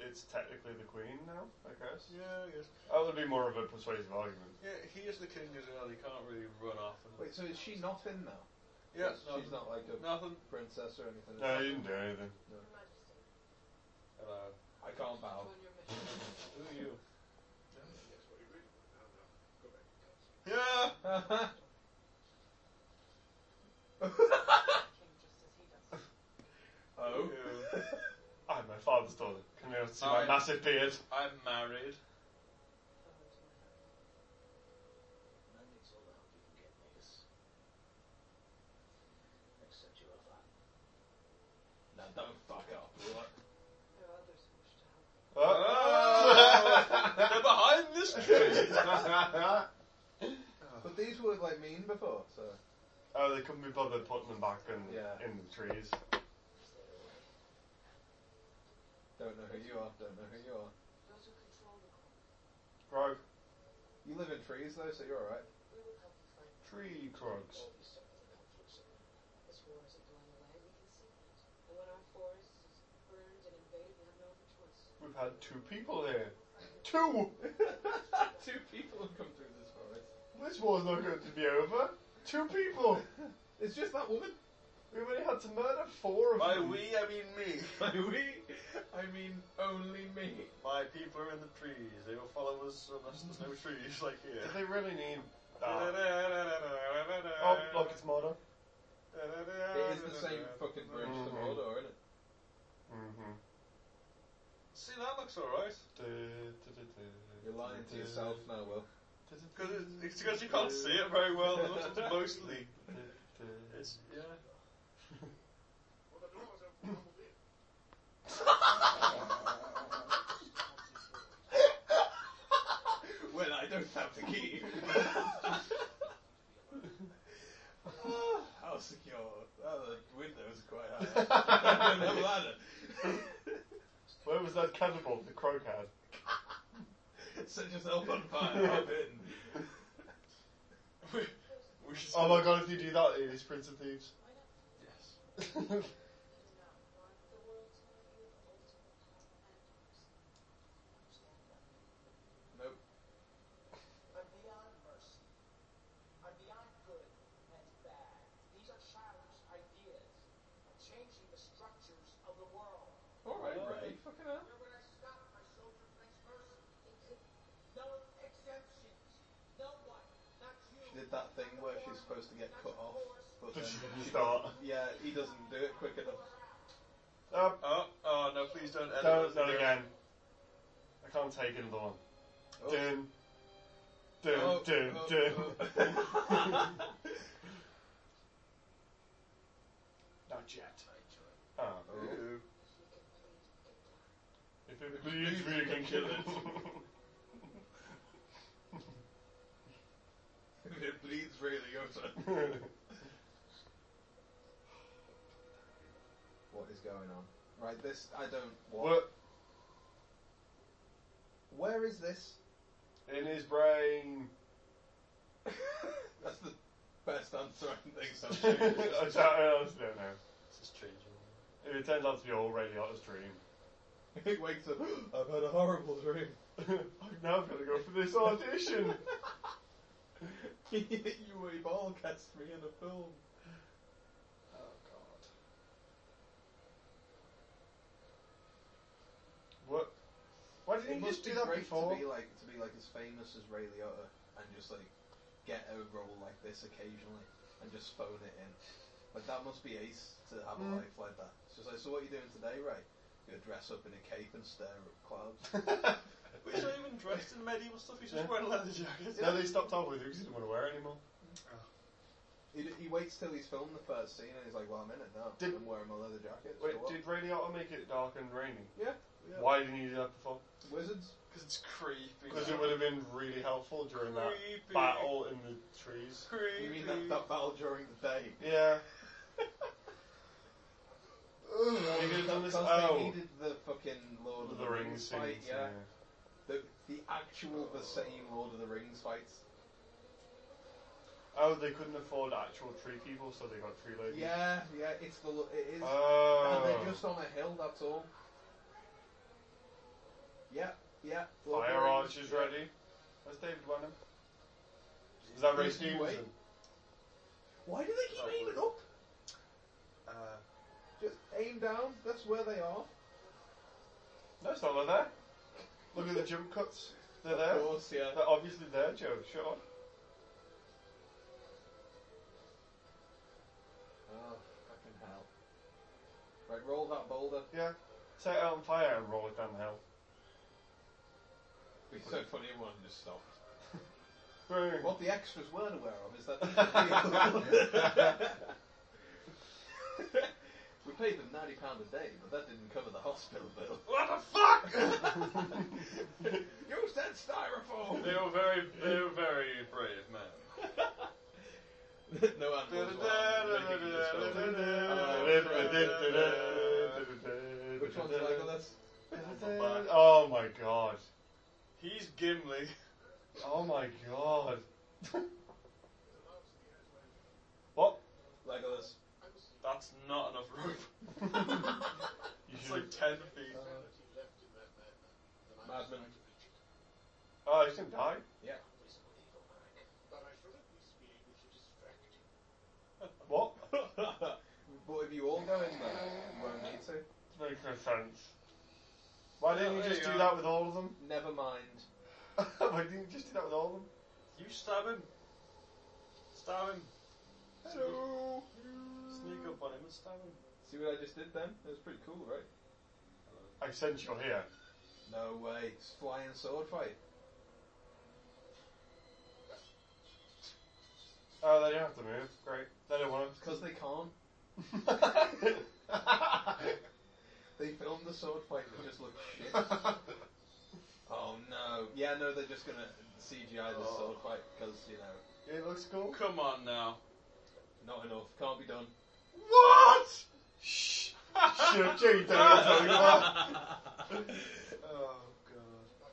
Speaker 1: it's technically the queen now, I guess?
Speaker 3: Yeah, I guess.
Speaker 1: That would be more of a persuasive argument.
Speaker 3: Yeah, he is the king as well. He can't really run off. And...
Speaker 2: Wait, so is she not in now?
Speaker 3: yeah,
Speaker 2: She's not like a
Speaker 3: nothing.
Speaker 2: princess or anything.
Speaker 1: No, he didn't do anything.
Speaker 8: Your Majesty,
Speaker 3: Hello.
Speaker 2: I can't bow.
Speaker 8: on your mission.
Speaker 3: Who are you? Yeah.
Speaker 8: King just as he does.
Speaker 2: oh.
Speaker 3: Yeah.
Speaker 1: I'm my father's daughter. Can you see
Speaker 3: Oh,
Speaker 1: my
Speaker 3: yeah.
Speaker 1: massive beard?
Speaker 3: I'm married.
Speaker 8: Follow to my house.
Speaker 2: Now don't fuck up. What?
Speaker 8: There are others who wish to help.
Speaker 3: Oh. They're behind this tree.
Speaker 2: Oh. But these were like mean before, so.
Speaker 1: oh, they couldn't be bothered putting them back in,
Speaker 2: Yeah.
Speaker 1: in the trees.
Speaker 2: Don't know who you are, don't know who you are.
Speaker 8: Those who control the court,
Speaker 1: Grog.
Speaker 2: You live in trees though, so you're alright.
Speaker 8: we will help you find them.
Speaker 1: Tree crogs.
Speaker 8: This war isn't going away, we can see that. And when our forest is burned and invaded, we have no other choice.
Speaker 1: We've had two people here. Two!
Speaker 2: Two people have come through this forest.
Speaker 1: This war's not going to be over. Two people!
Speaker 2: It's just that woman.
Speaker 1: We've only had to murder four of
Speaker 3: By
Speaker 1: them.
Speaker 3: we, I mean me.
Speaker 2: By we, I mean only me.
Speaker 3: My people are in the trees. They will follow us unless there's no trees like here.
Speaker 1: Do
Speaker 3: Ah.
Speaker 1: they really need that? Oh, look, it's Mordor.
Speaker 2: It is the same fucking bridge to
Speaker 1: Mhm.
Speaker 2: Mordor, isn't it?
Speaker 1: Mm-hmm.
Speaker 3: See, that looks alright.
Speaker 2: You're lying to yourself now, Will.
Speaker 3: Because it's because you can't see it very well. It looks mostly. It's, yeah.
Speaker 4: Well, I don't have the key. Ah, How secure? Oh, the windows are quite
Speaker 1: that cannibal the croak had.
Speaker 4: Set yourself on fire. I'm in.
Speaker 3: We should
Speaker 1: Oh my god, if you do that, it is Prince of Thieves.
Speaker 3: Yes.
Speaker 2: Nope.
Speaker 5: I'm beyond mercy. I'm beyond good and bad. These are childish ideas. I'm changing the structures of the world.
Speaker 2: Alright, Ray. Fucking hell.
Speaker 5: Where would I stop if I showed you French mercy? No exemptions. No one. Not you.
Speaker 2: She did that thing where she's supposed to get cut off, but then she,
Speaker 1: Start.
Speaker 2: yeah, he doesn't do it quick enough.
Speaker 1: Oh,
Speaker 3: Oh, oh no, please don't edit.
Speaker 1: don't,
Speaker 3: this
Speaker 1: not
Speaker 3: video.
Speaker 1: again. I can't take another one.
Speaker 2: Oh.
Speaker 1: Dun. Dun,
Speaker 2: Oh,
Speaker 1: dun,
Speaker 2: oh,
Speaker 1: dun. Not yet. Oh.
Speaker 2: Oh.
Speaker 1: If it bleeds, we can kill it.
Speaker 4: If it bleeds really gutter.
Speaker 2: What is going on? Right, this I don't. What?
Speaker 1: what?
Speaker 2: Where is this?
Speaker 1: In his brain.
Speaker 2: That's the best answer I can think
Speaker 1: I
Speaker 2: of.
Speaker 1: don't I honestly don't know.
Speaker 3: This is changing.
Speaker 1: If it turns out to be all Ray Liotta's dream.
Speaker 2: He wakes up. I've had a horrible dream.
Speaker 1: I'm now gonna go for this audition.
Speaker 2: you have all cast me in a film.
Speaker 1: oh god. What? Why
Speaker 2: It
Speaker 1: didn't you
Speaker 2: must
Speaker 1: just
Speaker 2: be
Speaker 1: do that
Speaker 2: great
Speaker 1: before?
Speaker 2: to be like to be like as famous as Ray Liotta and just like get a role like this occasionally and just phone it in. Like that must be ace to have a
Speaker 1: Mm.
Speaker 2: life like that. It's just like so what are you doing today, Ray? You're gonna dress up in a cape and stare at clouds.
Speaker 3: But he's not even dressed in medieval stuff. He's just
Speaker 1: Yeah.
Speaker 3: wearing a leather jacket.
Speaker 1: No, they stopped off with it because he didn't want to wear it anymore.
Speaker 2: He, d- he waits till he's filmed the first scene and he's like, well, I'm in it now.
Speaker 1: Did-
Speaker 2: I'm wearing my leather jacket. so
Speaker 1: Wait,
Speaker 2: what?
Speaker 1: did Ray Liotta make it dark and rainy?
Speaker 2: Yeah, yeah.
Speaker 1: Why didn't you do that before?
Speaker 2: Wizards?
Speaker 3: Because it's creepy.
Speaker 1: Because it would have been really helpful during that
Speaker 3: Creepy.
Speaker 1: battle in the trees.
Speaker 3: creepy.
Speaker 2: You mean that, that battle during the day?
Speaker 1: Yeah.
Speaker 2: Because-
Speaker 1: could have done this-
Speaker 2: because
Speaker 1: oh.
Speaker 2: they needed the fucking Lord of
Speaker 1: The rings
Speaker 2: fight,
Speaker 1: scenes,
Speaker 2: yeah. The, the actual, the same Lord of the Rings fights.
Speaker 1: Oh, they couldn't afford actual tree people, so they got tree ladies.
Speaker 2: Yeah, yeah, it's the lo- it is. And
Speaker 1: Oh.
Speaker 2: they're just on a hill. That's all. Yeah, yeah. Lord of the
Speaker 1: Fire
Speaker 2: Rings,
Speaker 1: Archer's
Speaker 2: yeah.
Speaker 1: ready. That's David Wenham. Is that Ray
Speaker 2: Who's he
Speaker 1: Stevenson?
Speaker 2: wait? Why do they keep
Speaker 3: Oh,
Speaker 2: aiming
Speaker 3: well.
Speaker 2: up?
Speaker 3: Uh,
Speaker 2: Just aim down. That's where they are.
Speaker 1: No, it's not. They're there. Look at the jump cuts. They're there.
Speaker 2: Of course, yeah.
Speaker 1: They're obviously there, Joe. Sure.
Speaker 2: Oh, fucking hell! Right, roll that boulder.
Speaker 1: Yeah. Set it on fire and roll it down the hill.
Speaker 4: It'd be so funny if one just stopped.
Speaker 1: Boom.
Speaker 2: What the extras weren't aware of is that we paid them ninety pound a day, but that didn't cover the hospital bill.
Speaker 4: What the fuck?
Speaker 2: Use that styrofoam.
Speaker 3: they were very, they were very brave men.
Speaker 2: no animals. were harmed making this film. Which one's like on this?
Speaker 1: Oh my god.
Speaker 3: He's Gimli.
Speaker 1: Oh my god. what?
Speaker 2: Like on this.
Speaker 3: That's not enough room.
Speaker 1: You
Speaker 3: It's
Speaker 1: should.
Speaker 3: like ten feet.
Speaker 2: Madman.
Speaker 1: oh, he's gonna die. What?
Speaker 2: but if you all go in there, you won't need to.
Speaker 1: Makes no sense. Why didn't
Speaker 3: Oh,
Speaker 1: you
Speaker 3: there
Speaker 1: just
Speaker 3: you
Speaker 1: do
Speaker 3: are.
Speaker 1: that with all of them?
Speaker 2: Never mind.
Speaker 1: Why didn't you just do that with all of them?
Speaker 3: You stab him. Stab him.
Speaker 2: Hello.
Speaker 3: Sneak up on him and stab him.
Speaker 2: See what I just did then? It was pretty cool, right?
Speaker 1: I sense you're here.
Speaker 2: No way. It's flying sword fight.
Speaker 1: Oh, they don't have to move. Great. They don't want
Speaker 2: Because they can't.
Speaker 1: to.
Speaker 2: They filmed the sword fight that just looked shit. oh no. Oh. Yeah, no, they're just gonna CGI the sword fight because, you know,
Speaker 1: it looks cool.
Speaker 3: Oh, Come on now.
Speaker 2: not enough. Can't be done.
Speaker 3: What?
Speaker 1: Shit, Jay, don't know what I'm talking about.
Speaker 3: Oh god.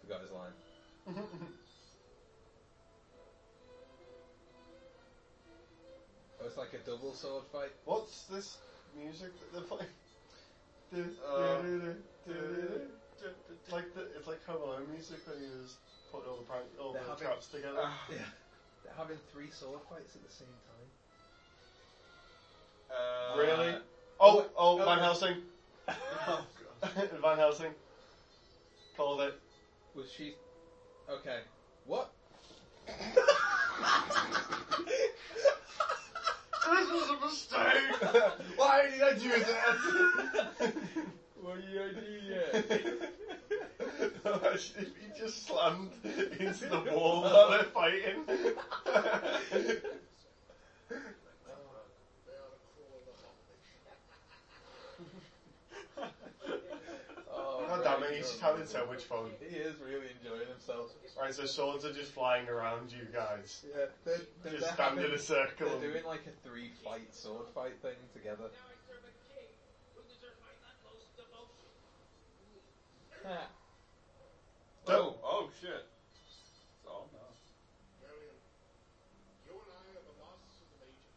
Speaker 2: Forgot his line. Oh, it's like a double sword fight.
Speaker 1: What's this music that they're playing? Du- du-
Speaker 3: Uh,
Speaker 1: du- du- du- du- du- It's like the it's like Home Alone music when he was putting all the prank all the
Speaker 2: They're having-
Speaker 1: traps together.
Speaker 2: Yeah. They're having three sword fights at the same time.
Speaker 3: Uh,
Speaker 1: Really? Oh, oh,
Speaker 2: oh.
Speaker 1: Van Helsing.
Speaker 3: Oh god.
Speaker 1: Van Helsing. Called it.
Speaker 2: Was she? Okay. What?
Speaker 3: This was a mistake!
Speaker 2: Why did I do that? what did I do
Speaker 1: he just slammed into the wall while they're fighting.
Speaker 2: Oh,
Speaker 1: God damn it, he's just having so much fun.
Speaker 2: He is really enjoying himself.
Speaker 1: Right, so swords are just flying around you guys.
Speaker 2: Yeah, they're, they're,
Speaker 1: Just
Speaker 2: they're
Speaker 1: stand
Speaker 2: having-
Speaker 1: in a circle.
Speaker 2: They're
Speaker 1: and-
Speaker 2: doing like a three fight sword fight thing together.
Speaker 5: Now I serve a king who deserves my utmost devotion.
Speaker 3: Oh, oh shit. Oh no.
Speaker 9: Marion, you and I are the masters of the major.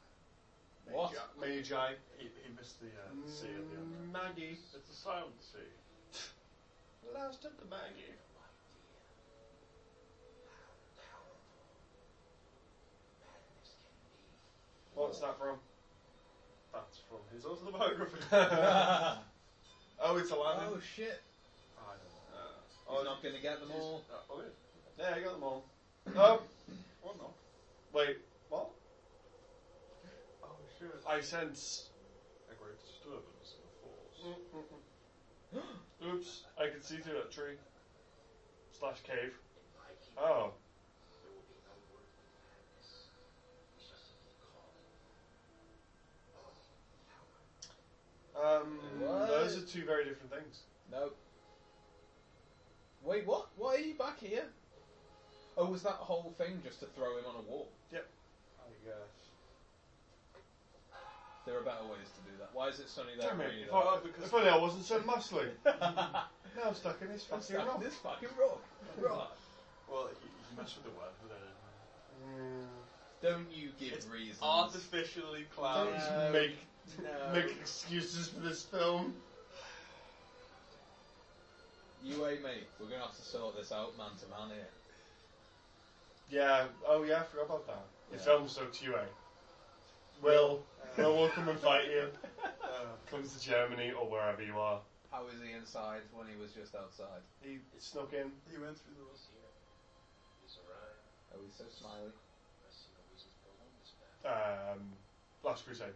Speaker 2: What?
Speaker 1: Magi.
Speaker 3: He, he missed the uh, C at the end.
Speaker 1: Maggie.
Speaker 3: It's a silent C.
Speaker 1: Last of the Maggie. What's that from?
Speaker 3: That's from his autobiography.
Speaker 1: Oh, it's Aladdin.
Speaker 2: Oh shit!
Speaker 3: I don't know.
Speaker 2: Oh, not gonna get them all.
Speaker 3: Uh, oh, yeah.
Speaker 1: Yeah, I got them all. Um,
Speaker 3: Or not.
Speaker 1: wait, what?
Speaker 3: Oh, shit.
Speaker 1: I sense.
Speaker 3: A great disturbance in the force.
Speaker 1: Mm-hmm. Oops, I can see through that tree. Slash cave. Oh. Um,
Speaker 2: What?
Speaker 1: those are two very different things.
Speaker 2: Nope. Wait, what? Why are you back here? Oh, was that whole thing just to throw him on a wall?
Speaker 3: I guess.
Speaker 2: There are better ways to do that. Why is it sunny there?
Speaker 1: Damn it!
Speaker 2: rainy
Speaker 1: If,
Speaker 2: there?
Speaker 1: I, if only I wasn't so muscly. now I'm stuck in this
Speaker 2: I'm
Speaker 1: fucking
Speaker 2: stuck in
Speaker 1: rock.
Speaker 2: this fucking rock. rock.
Speaker 3: Well, he, he messed with the word, but then uh,
Speaker 1: Mm,
Speaker 2: Don't you give
Speaker 3: It's
Speaker 2: reasons.
Speaker 3: artificially
Speaker 1: don't
Speaker 3: clouds.
Speaker 2: No,
Speaker 1: make
Speaker 2: no.
Speaker 1: make excuses for this film.
Speaker 2: You ain't mate. We're gonna have to sort this out man to man here.
Speaker 1: Yeah. Oh yeah, I forgot about that. The
Speaker 2: Yeah.
Speaker 1: film sucks you out. Will Will will come and fight you.
Speaker 3: Uh,
Speaker 1: Comes to Germany or wherever you are.
Speaker 2: How is he inside when he was just outside?
Speaker 1: He snuck in.
Speaker 3: he went through the rust.
Speaker 2: Oh, he's so smiley.
Speaker 1: Um, Last Crusade.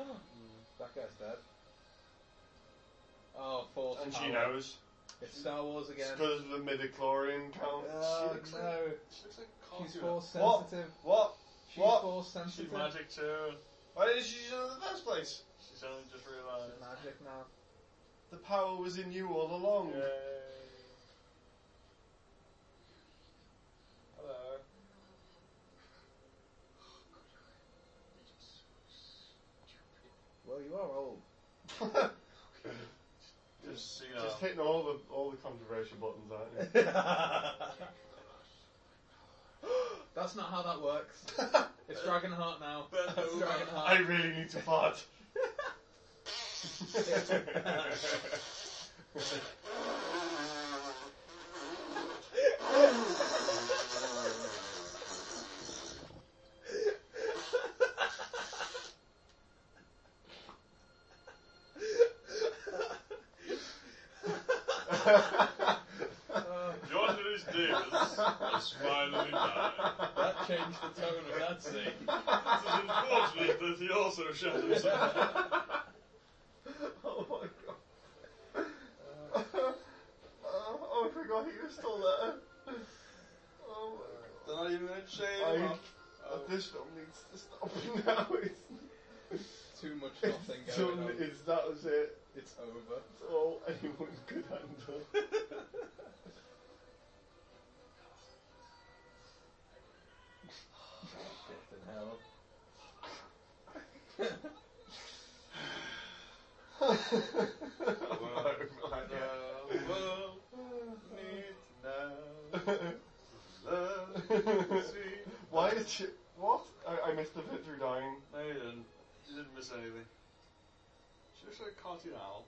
Speaker 2: Mm. That guy's dead. Oh, false
Speaker 1: and
Speaker 2: power.
Speaker 1: she knows.
Speaker 2: It's Star Wars
Speaker 1: It's
Speaker 2: again.
Speaker 1: because of the midichlorian count.
Speaker 2: Oh,
Speaker 3: She looks
Speaker 2: no.
Speaker 3: She looks like
Speaker 2: She's
Speaker 3: Cargill.
Speaker 2: force
Speaker 1: What?
Speaker 2: sensitive.
Speaker 1: What?
Speaker 2: She's
Speaker 1: What?
Speaker 2: force
Speaker 3: She's
Speaker 2: sensitive.
Speaker 3: magic too.
Speaker 1: Why did she do it in the first place?
Speaker 3: She's only just
Speaker 2: She's
Speaker 3: realised.
Speaker 2: magic now.
Speaker 1: The power was in you all along.
Speaker 3: Hello.
Speaker 2: Well, you are old.
Speaker 3: Just, you know.
Speaker 1: Just hitting all the all the controversial buttons,
Speaker 2: Oh,
Speaker 1: aren't you?
Speaker 2: That's not how that works. It's Dragonheart now.
Speaker 3: Bend
Speaker 2: It's
Speaker 3: over.
Speaker 1: I
Speaker 2: Dragonheart.
Speaker 1: really need to fart.
Speaker 7: John and his dearest has finally died.
Speaker 2: that changed the tone of that scene.
Speaker 7: It is unfortunate that he also shot himself.
Speaker 1: oh my god. oh, I forgot he was still there. Oh
Speaker 3: They're not even in shame.
Speaker 1: my god.
Speaker 3: Oh,
Speaker 1: I, this film needs to stop now. It's,
Speaker 2: Too much
Speaker 1: it's
Speaker 2: nothing going
Speaker 1: done.
Speaker 2: on.
Speaker 1: It's, that was it.
Speaker 2: It's over.
Speaker 1: It's all anyone could handle.
Speaker 2: Shit in hell. well,
Speaker 1: Like that.
Speaker 2: the world needs now love, sweet.
Speaker 1: Why is she? What? I, I missed the bit through dying.
Speaker 3: No, you didn't. You didn't miss anything. She looks like a cartoon owl.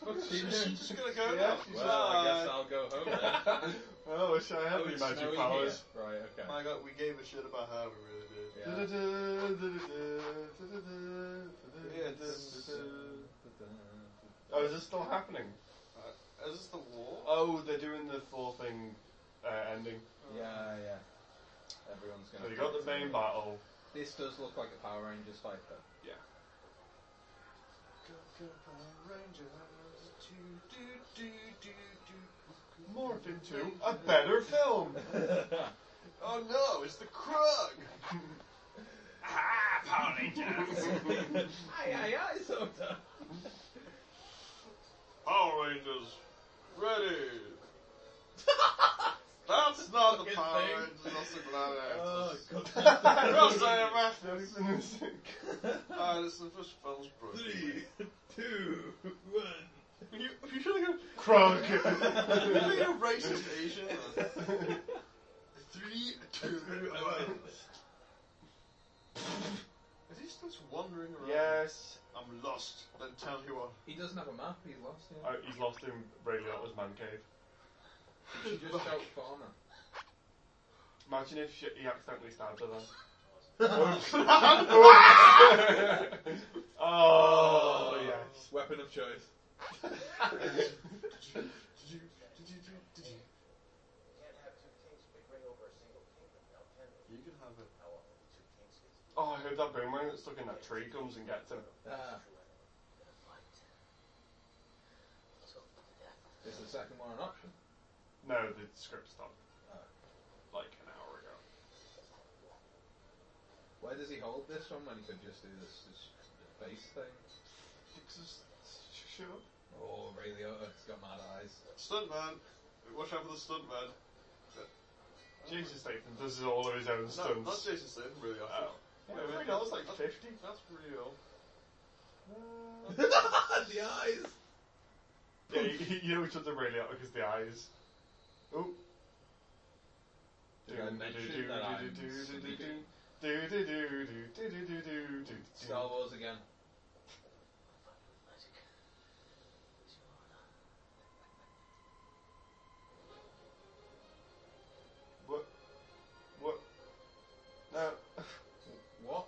Speaker 2: What's she
Speaker 3: She's
Speaker 2: doing?
Speaker 3: just gonna go
Speaker 1: Yeah,
Speaker 3: now.
Speaker 1: she's
Speaker 2: Well, I guess
Speaker 3: Bye.
Speaker 2: I'll go home then.
Speaker 1: Oh, I wish I had
Speaker 2: Oh,
Speaker 1: the
Speaker 2: it's
Speaker 1: magic
Speaker 2: snowy
Speaker 1: powers.
Speaker 2: here. Right, okay.
Speaker 3: My god, we gave a shit about her, we really did.
Speaker 2: Yeah.
Speaker 1: Du-du-du, du-du-du, du-du-du, du-du-du,
Speaker 3: It's-
Speaker 1: du-du-du. Oh, is this still happening?
Speaker 3: Is this the war?
Speaker 1: Oh, they're doing the full thing uh, ending.
Speaker 2: Yeah, yeah. Everyone's
Speaker 1: So
Speaker 2: gonna.
Speaker 1: you got the main battle.
Speaker 2: This does look like a Power Rangers fight, though.
Speaker 1: Morph into a better film.
Speaker 3: Oh no, it's the Krug!
Speaker 4: Ah, Power Rangers!
Speaker 2: Aye, aye, aye, Soda.
Speaker 7: Power Rangers.
Speaker 3: Ready! That's not eh? the
Speaker 2: Fucking
Speaker 3: Power
Speaker 2: thing.
Speaker 3: Rangers, that's the Gladiators. Crossover!
Speaker 2: God.
Speaker 1: That's
Speaker 3: Alright, it's Ah, the first film's broken.
Speaker 4: Three, two, one.
Speaker 3: You, you should have
Speaker 1: Krug.
Speaker 3: gone, you're a racist Asian. Three, two, one. Is he still wandering around?
Speaker 1: yes.
Speaker 3: I'm lost. Then tell you what.
Speaker 2: He doesn't have a map. He's lost. Yeah.
Speaker 1: Oh, he's lost in Ray Liotta's man cave.
Speaker 2: He should just shout farmer.
Speaker 1: Imagine if she, he accidentally stabbed her then. oh, yes.
Speaker 2: Weapon of choice.
Speaker 3: Did you, did you, did you, did you?
Speaker 5: Can't have two kings big over a single kingdom, now can we?
Speaker 3: You can have it.
Speaker 5: How often do two kings get
Speaker 1: Oh, I heard that boomerang that's stuck in that tree comes and gets him.
Speaker 2: Ah,
Speaker 5: in a fight? So, yeah.
Speaker 2: is the second one an option?
Speaker 1: No, the script stopped. Like an hour ago.
Speaker 2: Why does he hold this one when he could just do this, this face thing?
Speaker 1: Sure.
Speaker 2: Oh, Ray Liotta, it's got mad eyes.
Speaker 3: Stuntman. Watch out for the stuntman.
Speaker 1: Jason Statham does all of his own
Speaker 3: No, not
Speaker 1: stunts.
Speaker 3: Jason Statham, really. I
Speaker 1: Oh.
Speaker 3: think.
Speaker 1: Yeah, I think that was like 50.
Speaker 3: That's real.
Speaker 2: the eyes!
Speaker 1: Yeah, you, you know which ones are really out because the eyes. Oh, Ooh.
Speaker 2: Did I mention that I'm sleeping? Star Wars again.
Speaker 1: What? What? No.
Speaker 2: What?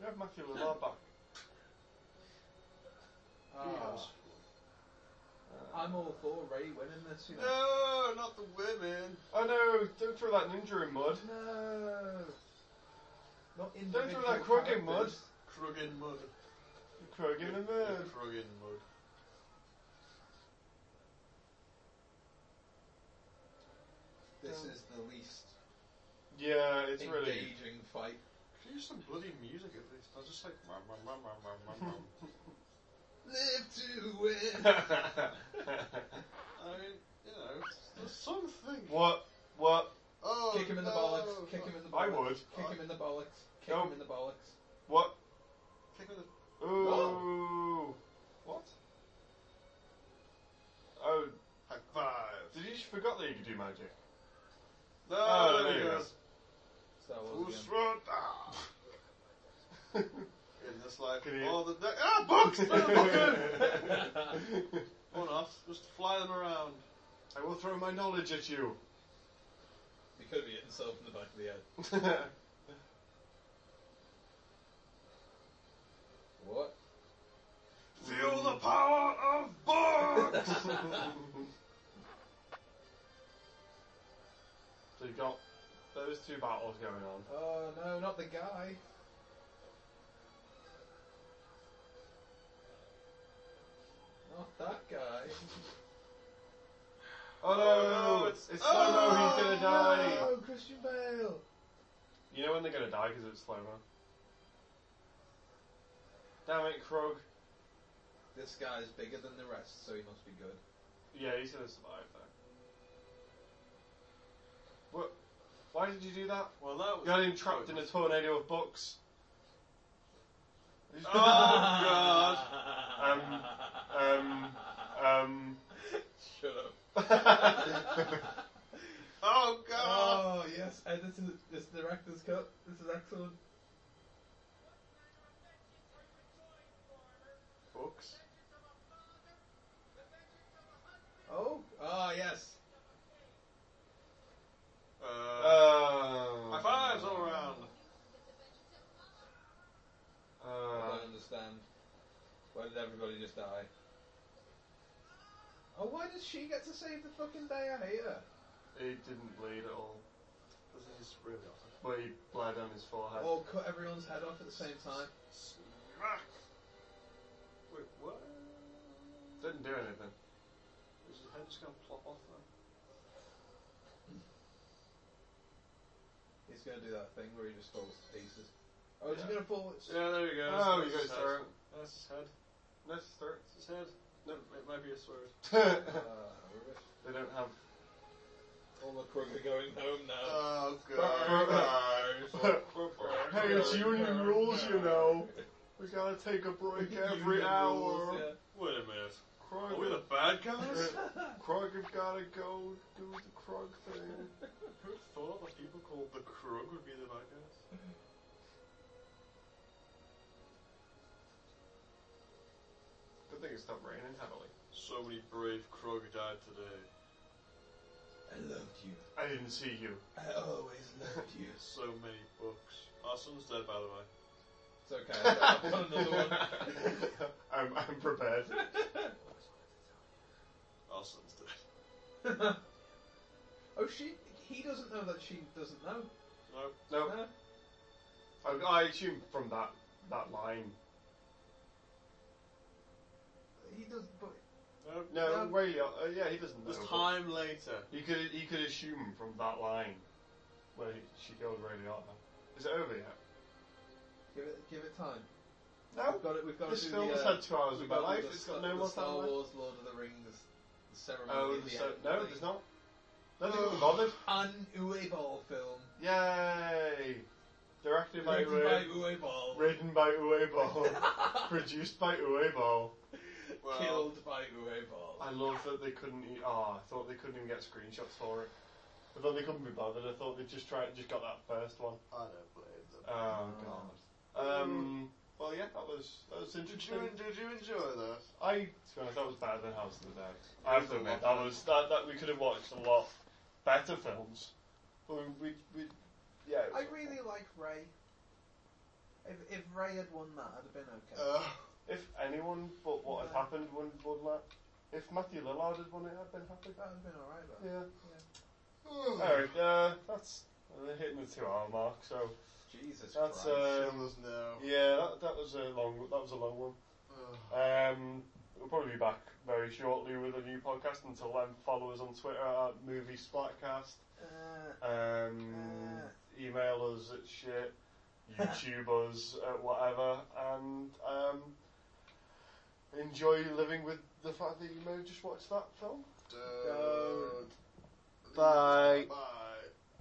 Speaker 1: You have Matthew Lamar back.
Speaker 2: Ah. I'm all for Ray winning this, you know.
Speaker 3: No, not the women.
Speaker 1: Oh no! Don't throw that ninja in mud.
Speaker 2: No! Not in
Speaker 1: Don't throw that crook in mud.
Speaker 3: Krug in mud.
Speaker 1: Krug in the mud.
Speaker 3: Krug in mud.
Speaker 2: This is the least
Speaker 1: Yeah, it's really.
Speaker 2: engaging fight.
Speaker 3: Can you use some bloody music at least? I was just like, rum, rum, rum, rum, rum, rum, rum.
Speaker 2: Live to win!
Speaker 3: I mean, you know, there's something.
Speaker 1: what? What?
Speaker 3: Oh,
Speaker 2: Kick him in the
Speaker 3: no.
Speaker 2: bollocks, kick him in the
Speaker 1: I
Speaker 2: bollocks.
Speaker 1: would.
Speaker 2: Kick him in the bollocks, kick
Speaker 1: No.
Speaker 2: him in the bollocks.
Speaker 1: What?
Speaker 3: Kick him in the.
Speaker 1: Ooh. What? Oh,
Speaker 3: High five.
Speaker 1: did you just forgot that you could do magic?
Speaker 3: No,
Speaker 1: Oh,
Speaker 3: there
Speaker 1: there
Speaker 3: he
Speaker 1: you
Speaker 3: goes.
Speaker 2: Star Wars
Speaker 3: Full
Speaker 2: again.
Speaker 3: throttle. In this life,
Speaker 1: Can you-
Speaker 3: all the day. Ah, books! One off, just fly them around.
Speaker 1: I will throw my knowledge at you.
Speaker 2: He could have hit himself in the back of the head. What?
Speaker 3: Feel the power of books!
Speaker 2: Oh,
Speaker 1: So you got those two battles going on.
Speaker 2: Oh no, not the guy. Not that guy.
Speaker 1: Oh no!
Speaker 3: no,
Speaker 1: it's
Speaker 3: it's-
Speaker 1: it's
Speaker 3: oh,
Speaker 1: slow mo. He's gonna die.
Speaker 2: No, Christian Bale.
Speaker 1: You know when they're gonna die because it's slow mo. Damn it, Krog.
Speaker 2: This guy's bigger than the rest, so he must be good.
Speaker 3: Yeah, he's gonna survive that.
Speaker 1: What? Why did you do that?
Speaker 3: Well, that was.
Speaker 1: You had him trapped in a tornado of books.
Speaker 3: Oh god!
Speaker 1: Um, um, um. Uh,
Speaker 2: Shut up.
Speaker 3: Oh god!
Speaker 2: Oh yes, and this is this is director's cut. This is excellent.
Speaker 1: Books?
Speaker 2: Oh, ah yes.
Speaker 3: Uh,
Speaker 1: Uh,
Speaker 7: Oh.
Speaker 3: high fives all around.
Speaker 2: I
Speaker 1: Uh,
Speaker 2: don't understand. Why did everybody just die? Oh, why does she get to save the fucking day? I hate her.
Speaker 1: he didn't bleed at all,
Speaker 3: This is just really awesome.
Speaker 1: but he bled on his forehead.
Speaker 2: Oh, cut everyone's head off at the same time.
Speaker 3: Smack. Wait, what?
Speaker 1: Didn't do anything.
Speaker 3: Is his head just gonna plop off then?
Speaker 2: He's gonna do that thing where he just falls to pieces. Oh, he's gonna fall.
Speaker 3: Yeah, there you go.
Speaker 1: Oh,
Speaker 3: That's
Speaker 1: you
Speaker 3: his
Speaker 1: guys
Speaker 3: head.
Speaker 1: are.
Speaker 3: That's his head.
Speaker 1: Let's start.
Speaker 3: That's his head. No, it might be a sword.
Speaker 2: Uh,
Speaker 1: they don't have.
Speaker 2: all the crooks are going home now.
Speaker 3: Oh
Speaker 1: hey, it's union rules, you know. We gotta take a break every hour.
Speaker 7: Wait a minute.
Speaker 1: Krog,
Speaker 7: Are we the bad guys?
Speaker 1: Krog have gotta go do the Krog thing.
Speaker 3: Who thought the people called the Krug would be the bad guys?
Speaker 1: Good thing it stopped raining heavily.
Speaker 7: So many brave Krog died today.
Speaker 2: I loved you.
Speaker 1: I didn't see you.
Speaker 2: I always loved you.
Speaker 7: So many books. Our son's dead, by the way.
Speaker 2: It's okay. I've got another one.
Speaker 1: I'm, I'm prepared.
Speaker 7: Our son's dead.
Speaker 2: oh, she. He doesn't know that she doesn't know.
Speaker 7: No.
Speaker 1: No,
Speaker 2: No.
Speaker 1: I, I assume from that that line.
Speaker 2: He doesn't. But
Speaker 7: No.
Speaker 1: No,
Speaker 2: No.
Speaker 1: way. Uh, yeah, he doesn't know.
Speaker 7: There's
Speaker 1: but
Speaker 7: time later.
Speaker 1: You could you could assume from that line where he- she killed Radiata. Is it over yet?
Speaker 2: give it. Give it time.
Speaker 1: No.
Speaker 2: We've got it. We've got
Speaker 1: This
Speaker 2: to do the.
Speaker 1: film has
Speaker 2: uh,
Speaker 1: had two hours of
Speaker 2: we've
Speaker 1: my
Speaker 2: got
Speaker 1: life.
Speaker 2: the
Speaker 1: It's
Speaker 2: Star-
Speaker 1: got no
Speaker 2: the
Speaker 1: more
Speaker 2: Star
Speaker 1: time left.
Speaker 2: Wars, Lord of the Rings, the ceremony.
Speaker 1: Oh,
Speaker 2: at the
Speaker 1: so,
Speaker 2: end
Speaker 1: no,
Speaker 2: thing.
Speaker 1: there's not. No, they were bothered.
Speaker 2: An Uwe Ball film.
Speaker 1: Yay! Directed by
Speaker 2: Directed
Speaker 1: Uwe,
Speaker 2: by Uwe Ball.
Speaker 1: written by Uwe Ball, produced by Uwe Ball.
Speaker 7: Well,
Speaker 2: Killed by Uwe Ball.
Speaker 1: I love that they couldn't. E- oh, I thought they couldn't even get screenshots for it. I thought they couldn't be bothered. I thought they just tried, just got that first one.
Speaker 3: I don't blame them.
Speaker 1: Oh god. Um. Well, yeah, that was that was
Speaker 3: Did
Speaker 1: interesting.
Speaker 3: you, did you enjoy that?
Speaker 1: I to be honest, that was better than House of the Dead. I have to admit, that was that, that we could have watched a lot better films. But we, we, we yeah. it
Speaker 2: I
Speaker 1: was-
Speaker 2: really like Ray. If, if Ray had won that, I'd have been okay.
Speaker 1: Uh,
Speaker 3: Uh,
Speaker 1: If anyone but what had
Speaker 2: Yeah.
Speaker 1: happened would won that, if Matthew Lillard had won it, I'd been happy.
Speaker 2: that would have been alright, but.
Speaker 1: Yeah. Alright, uh, that's uh, hitting the two-hour mark. So
Speaker 2: Jesus
Speaker 1: that's
Speaker 2: Christ.
Speaker 1: um,
Speaker 3: Shameless now.
Speaker 1: yeah, that, that was a long that was a long one.
Speaker 3: Ugh.
Speaker 1: Um, we'll probably be back very shortly with a new podcast. Until then, follow us on Twitter at Movie Splatcast.
Speaker 2: Uh,
Speaker 1: Um, email us at shit, YouTube us at whatever, and um, enjoy living with the fact that you may have just watched that film.
Speaker 3: Don't.
Speaker 1: Bye.
Speaker 3: Bye.